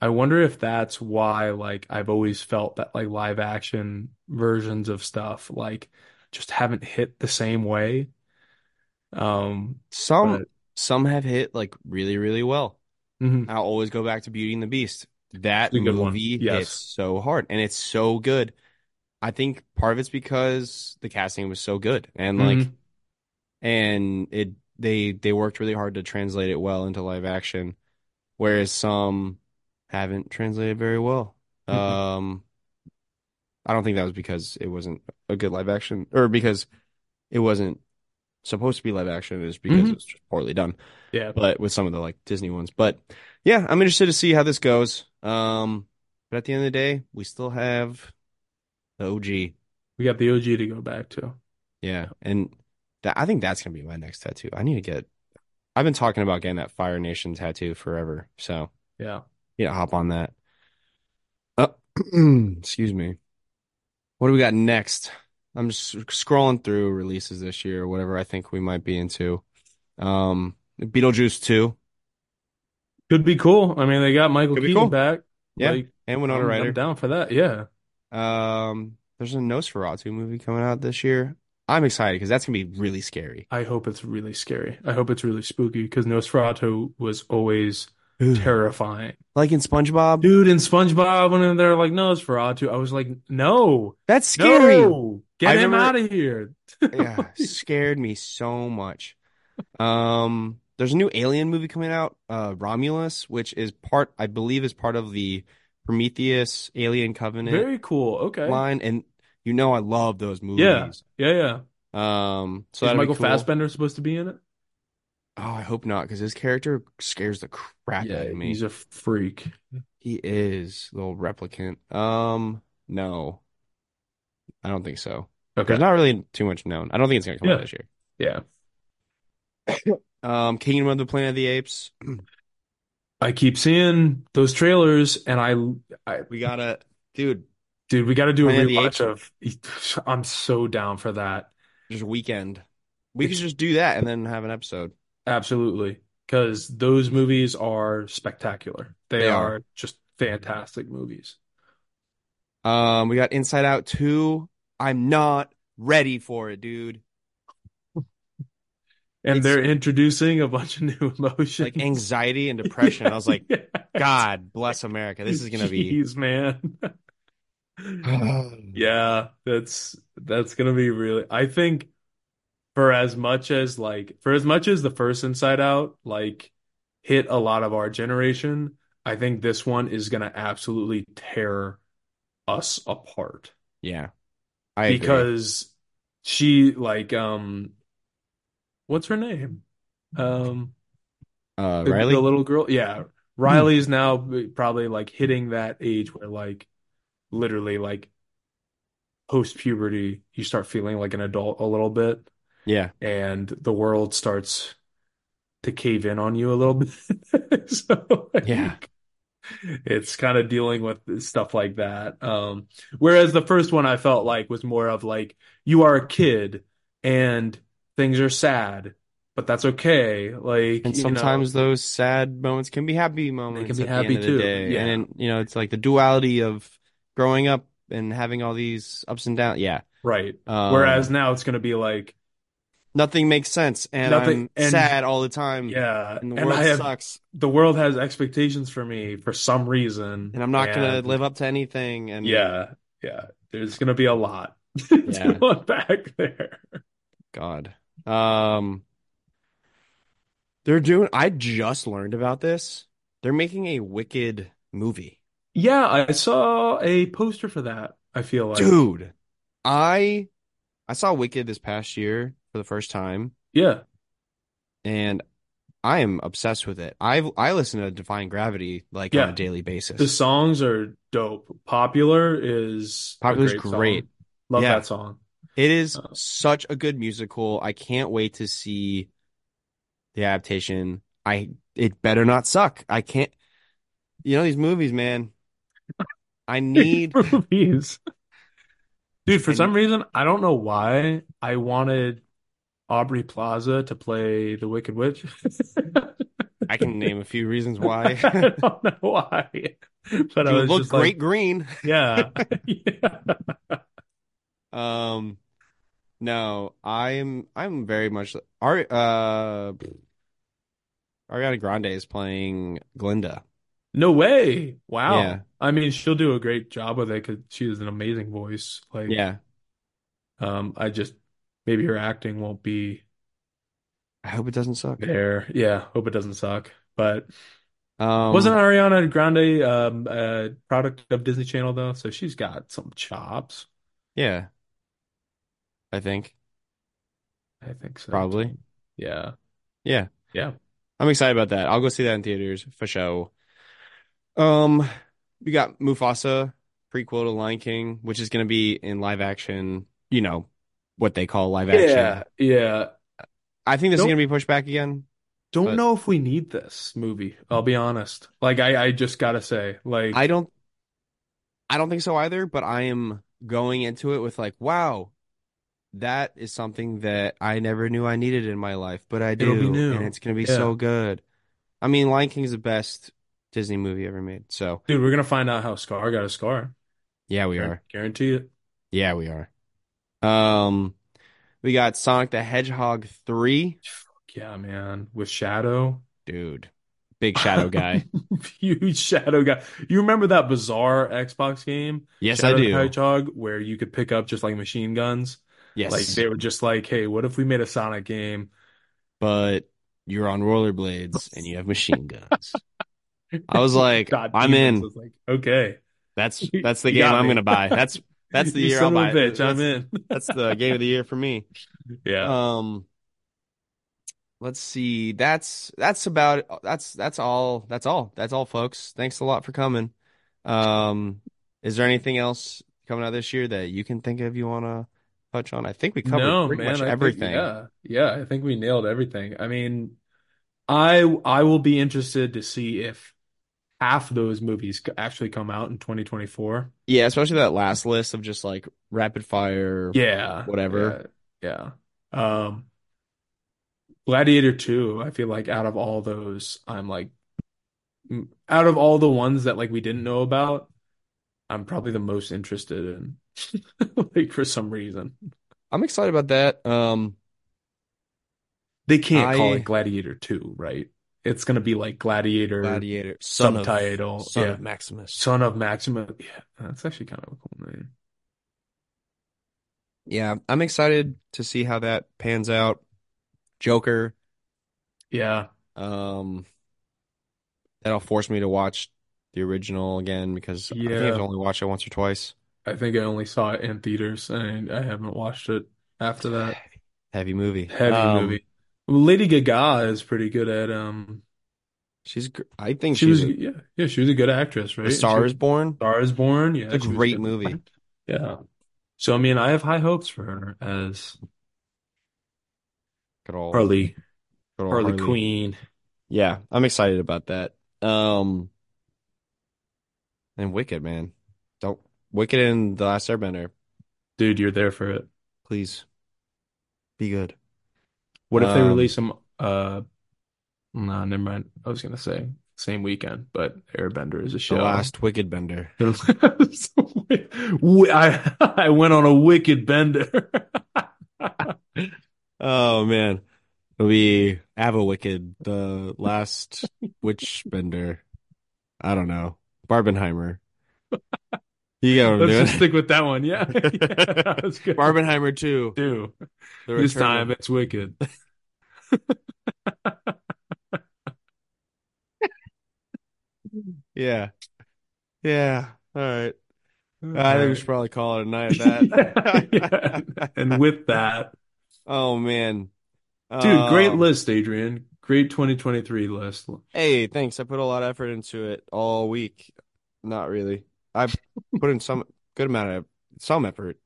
B: I wonder if that's why like I've always felt that like live action versions of stuff like just haven't hit the same way. Um,
A: some
B: but
A: some have hit like really, really well.
B: mhm.
A: I'll always go back to Beauty and the Beast. That
B: It's a good one.
A: movie
B: Yes.
A: hits so hard and it's so good. I think part of it's because the casting was so good and like
B: Mhm.
A: and it they they worked really hard to translate it well into live action, whereas some haven't translated very well.
B: Mhm.
A: Um, I don't think that was because it wasn't a good live action or because it wasn't supposed to be live action. It was because
B: Mhm.
A: it was just poorly done.
B: Yeah.
A: But with some of the like Disney ones, but yeah, I'm interested to see how this goes. Um, but at the end of the day, we still have the OG.
B: We got the OG to go back to.
A: Yeah, and that, I think that's gonna be my next tattoo. I need to get. I've been talking about getting that Fire Nation tattoo forever, so
B: Yeah.
A: yeah, hop on that. Oh, excuse me. What do we got next? I'm just scrolling through releases this year, whatever I think we might be into. Um, Beetlejuice 2
B: Could be cool. I mean, they got Michael
A: Could be
B: Keaton
A: cool.
B: back.
A: Yeah.
B: Like,
A: and Winona
B: I'm, I'm
A: Ryder.
B: down for that. Yeah.
A: Um, there's a Nosferatu movie coming out this year. I'm excited because that's gonna be really scary.
B: I hope it's really scary. I hope it's really spooky because Nosferatu was always terrifying.
A: Like in SpongeBob,
B: Dude, in SpongeBob, when they're like, Nosferatu, I was like, no,
A: that's scary.
B: no, get
A: I
B: him
A: remember-
B: out of here.
A: Yeah, scared me so much. Um, there's a new Alien movie coming out, uh, Romulus, which is part, I believe, is part of the Prometheus Alien Covenant
B: Very cool. Okay.
A: line, and you know I love those
B: Yeah.
A: movies.
B: Yeah. Yeah.
A: Um, so
B: Is
A: that'll be
B: Michael
A: cool.
B: Fassbender supposed to be in it?
A: Oh, I hope not, because his character scares the crap out
B: Yeah,
A: of me.
B: he's a freak.
A: He is the old replicant. Um, no, I don't think so.
B: Okay.
A: There's not really too much known. I don't think it's gonna come out
B: Yeah.
A: this year.
B: Yeah.
A: Um, Kingdom of the Planet of the Apes.
B: I keep seeing those trailers, and I, I,
A: We gotta, dude.
B: dude, we got to do a
A: Planet of the
B: rewatch of. I'm so down for that.
A: just weekend. We could
B: It's-
A: just do that and then have an episode.
B: Absolutely, because those movies are spectacular. They
A: They
B: are just fantastic movies.
A: Um, we got Inside Out 2. I'm not ready for it, dude.
B: And
A: It's-
B: they're introducing a bunch of new emotions.
A: Like anxiety and depression. I was like,
B: Yeah.
A: God bless America. This is gonna be
B: Jeez, man. Yeah, that's that's gonna be really I think for as much as like for as much as the first Inside Out like hit a lot of our generation, I think this one is gonna absolutely tear us apart.
A: yeah. I agree.
B: Because she like um what's her name? Um
A: uh,
B: the,
A: Riley. Hmm.
B: the little girl. Yeah. Riley's now b- probably like hitting that age where like literally like post puberty, you start feeling like an adult a little bit
A: yeah,
B: and the world starts to cave in on you a little bit. So like,
A: Yeah.
B: It's kind of dealing with stuff like that. Um, whereas the first one I felt like was more of like you are a kid and things are sad, but that's okay. Like
A: and
B: you know,
A: sometimes those sad moments can be happy moments.
B: be
A: at the
B: happy
A: end of the
B: too,
A: day.
B: yeah.
A: And then, you know, it's like the duality of growing up and having all these ups and downs. Yeah.
B: right.
A: Um,
B: Whereas now it's going to be like,
A: nothing makes sense, and
B: Nothing-
A: I'm
B: and-
A: sad all the time.
B: yeah,
A: and the
B: and
A: world
B: I have
A: sucks,
B: the world has expectations for me for some reason,
A: and I'm not gonna
B: and-
A: live up to anything. And
B: Yeah, yeah. There's going to be a lot
A: Yeah.
B: to unpack there.
A: God. Um, they're doing. I just learned about this. They're making a Wicked movie,
B: Yeah, I saw a poster for that. I feel like,
A: dude. I I saw Wicked this past year for the first time,
B: yeah,
A: and I am obsessed with it. I I listen to Defying Gravity like on
B: Yeah.
A: a daily basis.
B: the songs are dope. Popular is a
A: Popular's
B: great song.
A: great.
B: Love
A: Yeah.
B: that song.
A: It is
B: Uh,
A: such a good musical. I can't wait to see the adaptation. I it better not suck. I can't. You know these movies, man. I need.
B: movies. Dude, for
A: And-
B: some reason, I don't know why I wanted Aubrey Plaza to play the Wicked Witch.
A: I can name a few reasons
B: I
A: why. you
B: don't know why, but I was
A: look
B: just
A: great
B: like,
A: green.
B: yeah, yeah,
A: Um, no, I'm I'm very much Ari uh Ariana Grande is playing Glinda.
B: no way. Wow.
A: Yeah.
B: I mean, she'll do a great job with it because she has an amazing voice. Like,
A: Yeah,
B: um, I just maybe her acting won't be
A: I hope it doesn't suck.
B: there. Yeah, hope it doesn't suck. But
A: Um,
B: Wasn't Ariana Grande um a product of Disney Channel though? So she's got some chops.
A: yeah, I think
B: I think so.
A: probably.
B: Yeah.
A: Yeah.
B: Yeah.
A: I'm excited about that. I'll go see that in theaters for show. Um, we got Mufasa prequel to Lion King, which is going to be in live action. You know what they call live
B: Yeah.
A: action.
B: Yeah.
A: I think this is
B: Nope.
A: going to be pushed back again.
B: Don't
A: But-
B: know if we need this movie. I'll be honest. Like I, I just gotta say, like
A: I don't, I don't think so either. But I am going into it with like, wow, that is something that I never knew I needed in my life, but I
B: It'll be
A: do,
B: new.
A: and it's going to be
B: Yeah.
A: so good. I mean, Lion King is the best Disney movie ever made. So
B: dude, we're gonna find out how Scar got a scar.
A: yeah, we are.
B: Guarantee it.
A: Yeah, we are. Um, we got Sonic the Hedgehog 3.
B: Yeah, man. With Shadow.
A: Dude, big shadow guy.
B: Huge Shadow guy. You remember that bizarre Xbox game,
A: Yes, I
B: Shadow the
A: do.
B: Hedgehog, where you could pick up just like machine guns?
A: Yes.
B: Like they were just like, hey, what if we made a Sonic game?
A: but you're on rollerblades and you have machine guns. I was like,
B: God,
A: I'm
B: Jesus.
A: in.
B: It's like, okay,
A: That's that's the
B: You
A: game
B: got
A: I'm
B: me.
A: gonna buy. That's that's the
B: You
A: year
B: son
A: I'll
B: of a
A: buy it.
B: bitch, I'm
A: That's-
B: in.
A: That's the game of the year for me.
B: Yeah,
A: Um, let's see. That's that's about that's that's all. That's all. That's all, folks. Thanks a lot for coming. Um, is there anything else coming out this year that you can think of you want to touch on? I think we covered
B: no,
A: pretty
B: man.
A: much
B: I think-
A: everything.
B: yeah, yeah. I think we nailed everything. I mean, I I will be interested to see if half those movies c- actually come out in 2024.
A: Yeah, especially that last list of just like rapid fire.
B: Yeah,
A: Whatever.
B: Yeah, yeah. Um, Gladiator 2, I feel like out of all those, I'm like, m- out of all the ones that like we didn't know about, I'm probably the most interested in, like for some reason.
A: I'm excited about that. Um,
B: They can't call
A: I-
B: it Gladiator 2, right? It's gonna be like Gladiator
A: Gladiator, son of,
B: subtitle.
A: son
B: yeah.
A: of Maximus.
B: Son of Maximus. Yeah, that's actually kind of a cool name.
A: Yeah, I'm excited to see how that pans out. Joker,
B: Yeah.
A: um, that'll force me to watch the original again because I think
B: Yeah.
A: I've only watched it once or twice.
B: I think I only saw it in theaters and I haven't watched it after that.
A: Heavy movie.
B: Heavy
A: Um,
B: movie. Lady Gaga is pretty good at um
A: She's, gr- I think
B: she
A: she's
B: was
A: a-
B: yeah, yeah, she was a good actress, right?
A: The Star is Born.
B: Star is Born, yeah.
A: It's a
B: she was
A: great
B: good.
A: movie.
B: Yeah. So I mean I have high hopes for her as
A: Good old,
B: Harley
A: good old
B: Harley
A: Harley.
B: Queen.
A: Yeah, I'm excited about that. Um, and Wicked, man. Don't Wicked and The Last Airbender,
B: Dude, you're there for it.
A: please be good.
B: What if they
A: Um,
B: release them uh nah, never mind. I was gonna say same weekend, but Airbender is a
A: The
B: show.
A: last Wicked Bender.
B: Wi- I I went on a wicked bender.
A: Oh man, it'll be Ava Wicked, the last witch bender. I don't know, Barbenheimer. You got what I'm
B: Let's just
A: doing?
B: stick with that one. Yeah, yeah that was good.
A: Barbenheimer two.
B: too.
A: The
B: This
A: Return of-
B: time it's wicked.
A: Yeah, yeah. All right. I think we should probably call it a night at that.
B: Yeah, yeah. And with that,
A: Oh man.
B: dude, great
A: Um,
B: list, Adrian. Great 2023 list.
A: Hey, thanks. I put a lot of effort into it all week. Not really. I put in some good amount of some effort.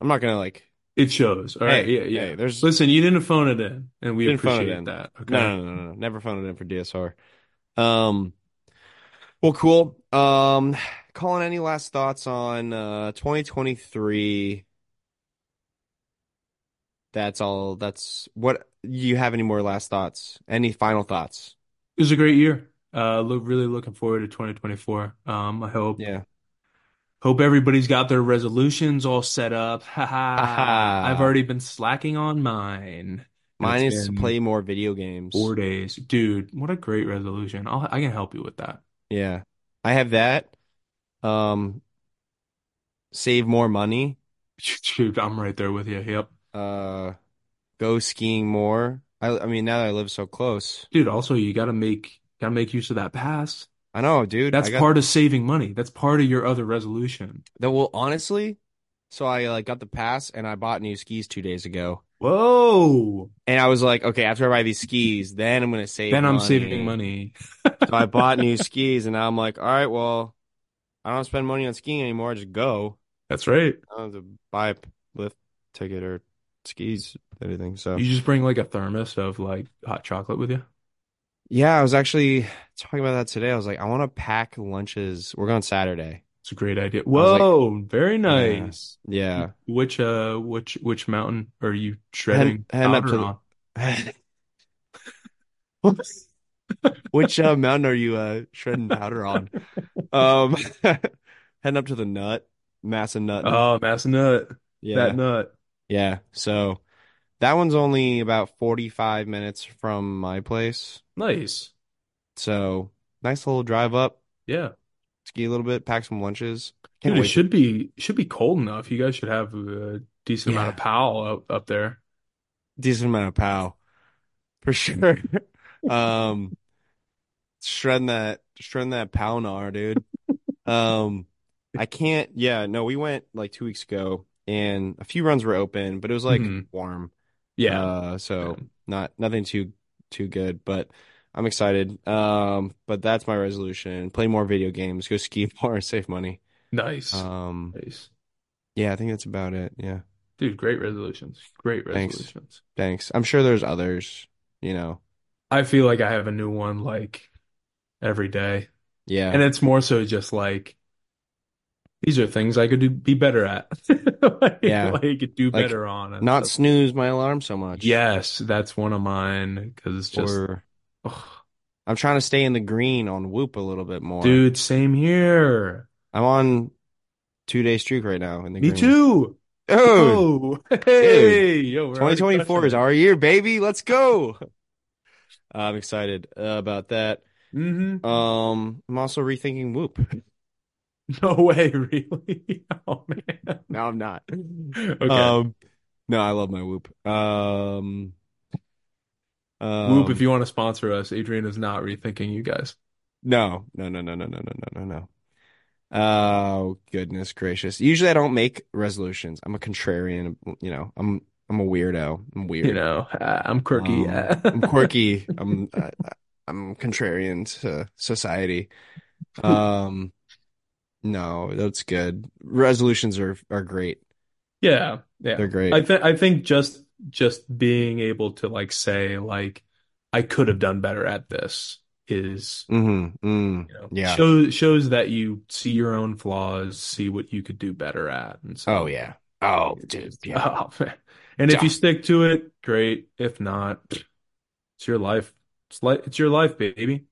A: I'm not gonna like
B: It shows. All right,
A: Hey,
B: yeah, yeah.
A: hey, there's
B: Listen, you didn't phone it in, and we
A: Didn't phone it
B: appreciate
A: in.
B: that. Okay.
A: no, no, no, no, no. Never phoned it in for DSR. Um, well, cool. Um, Colin, any last thoughts on uh 2023? That's all. That's what you have any more last thoughts? Any final thoughts?
B: It was a great year. Uh, look, really looking forward to 2024. Um, I hope.
A: Yeah.
B: Hope everybody's got their resolutions all set up. Ha ha.
A: Haha.
B: I've already been slacking on mine.
A: Mine
B: It's
A: is to
B: been
A: play more video games.
B: four days. Dude, what a great resolution. I'll, I can help you with that.
A: Yeah. I have that. Um, save more money.
B: Dude, I'm right there with you. Yep.
A: Uh, go skiing more. I, I mean, now that I live so close,
B: Dude, also you gotta make gotta make use of that pass.
A: I know, dude.
B: That's
A: I got
B: part of saving money. That's part of your other resolution.
A: that. Well, honestly, so I like got the pass and I bought new skis two days ago.
B: Whoa.
A: And I was like, okay, after I buy these skis, then I'm gonna save
B: Then I'm
A: money.
B: saving money.
A: So I bought new skis, and now I'm like, all right, well, I don't spend money on skiing anymore. I just go.
B: That's right.
A: I don't have to buy a lift ticket or skis, anything. So
B: You just bring like a thermos of like hot chocolate with you.
A: yeah, I was actually talking about that today. I was like, I want to pack lunches. We're going Saturday.
B: It's a great idea.
A: was like-
B: Whoa, very nice.
A: Yeah.
B: Which uh which which mountain are you treading
A: heading
B: out
A: up
B: or
A: to the-
B: on?
A: Which uh, mountain are you uh, shredding powder on? Um, heading up to the nut, Massa Nut.
B: Oh, Mass Nut.
A: yeah,
B: That nut.
A: yeah. So that one's only about forty-five minutes from my place.
B: Nice.
A: So nice little drive up,
B: Yeah.
A: ski a little bit, pack some lunches. Can't
B: Dude, it
A: wait.
B: should be should be cold enough. You guys should have a decent amount of
A: Yeah.
B: pal up, up there.
A: decent amount of pow for sure. um, shredding that, shredding that pow gnar, dude. Um, I can't, yeah, no, we went like two weeks ago and a few runs were open, but it was like
B: Mhm.
A: warm.
B: Yeah.
A: Uh, so not, nothing too, too good, but I'm excited. Um, but that's my resolution. Play more video games, go ski more, save money.
B: Nice.
A: Um,
B: Nice.
A: yeah, I think that's about it. Yeah.
B: Dude, great resolutions. Great
A: Thanks.
B: resolutions.
A: Thanks. I'm sure there's others, you know.
B: I feel like I have a new one like every day.
A: Yeah.
B: And it's more so just like these are things I could do be better at. Like,
A: Yeah.
B: like do
A: Like,
B: better on and
A: not
B: stuff.
A: snooze my alarm so much.
B: Yes, that's one of mine because it's just
A: Or
B: ugh.
A: I'm trying to stay in the green on Whoop a little bit more.
B: dude, same here.
A: I'm on two day streak right now in the
B: Me
A: green.
B: too.
A: Oh,
B: Oh, hey, yo, we're already
A: 2024 is
B: touching
A: our year, baby. Let's go. I'm excited uh, about that.
B: it. Mhm.
A: Um, I'm also rethinking Whoop.
B: No way, really? Oh man.
A: No, I'm not.
B: Okay.
A: Um, no, I love my Whoop. Um,
B: Whoop,
A: um,
B: if you want to sponsor us, Adrian is not rethinking you guys.
A: No, no, no, no, no, no, no, no, no, no. Oh, goodness gracious. Usually I don't make resolutions. I'm a contrarian, you know. I'm I'm a weirdo. I'm
B: You
A: weird.
B: know, uh, I'm quirky.
A: Um, I'm quirky. I'm I, I- I'm contrarian to society. Um, no, that's good. Resolutions are are great.
B: Yeah, yeah.
A: They're great.
B: I think I think just just being able to like say like I could have done better at this is
A: Mm-hmm. Mm.
B: you know
A: Yeah.
B: shows shows that you see your own flaws, see what you could do better at, and so
A: Oh yeah. Oh, dude. Yeah.
B: Oh, man. And if
A: Yeah.
B: you stick to it, great. If not, it's your life. It's like it's your life, baby.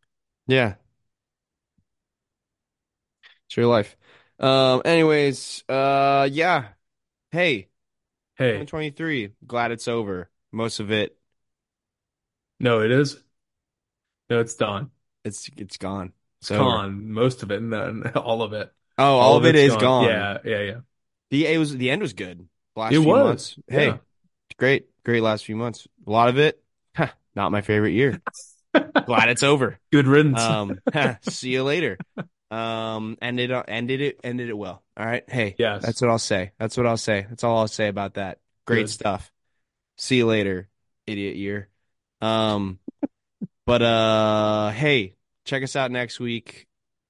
A: Yeah. It's your life. Um, anyways, uh yeah. Hey,
B: Hey,
A: 2023. Glad it's over. Most of it,
B: no, it is. No, it's done.
A: it's it's gone. It's
B: It's
A: over.
B: gone. Most of it, and then all of it.
A: Oh, all, of it
B: it's
A: is gone.
B: Yeah, yeah, yeah.
A: The it was the end was good. Last
B: It
A: few
B: was.
A: months. Hey,
B: Yeah.
A: great, great last few months. A lot of it, huh, not my favorite year. Glad it's over.
B: Good riddance.
A: Um, see you later. Um, ended ended it ended it well. All right. Hey,
B: Yes.
A: that's what I'll say. That's what I'll say. That's all I'll say about that. Great
B: Good.
A: stuff. See you later, idiot year. Um, but uh, hey, check us out next week.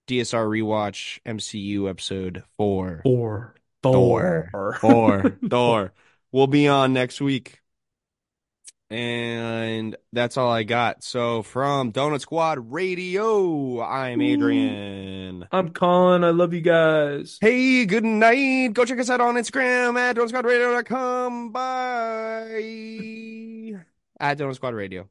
A: DSR rewatch MCU episode four.
B: Thor.
A: Thor.
B: Thor.
A: Thor. Thor. We'll be on next week. And that's all I got. So from Donut Squad Radio, I'm Adrian.
B: I'm Colin. I love you guys.
A: Hey, good night. Go check us out on Instagram at DonutSquadRadio.com. Bye. At Donut Squad Radio.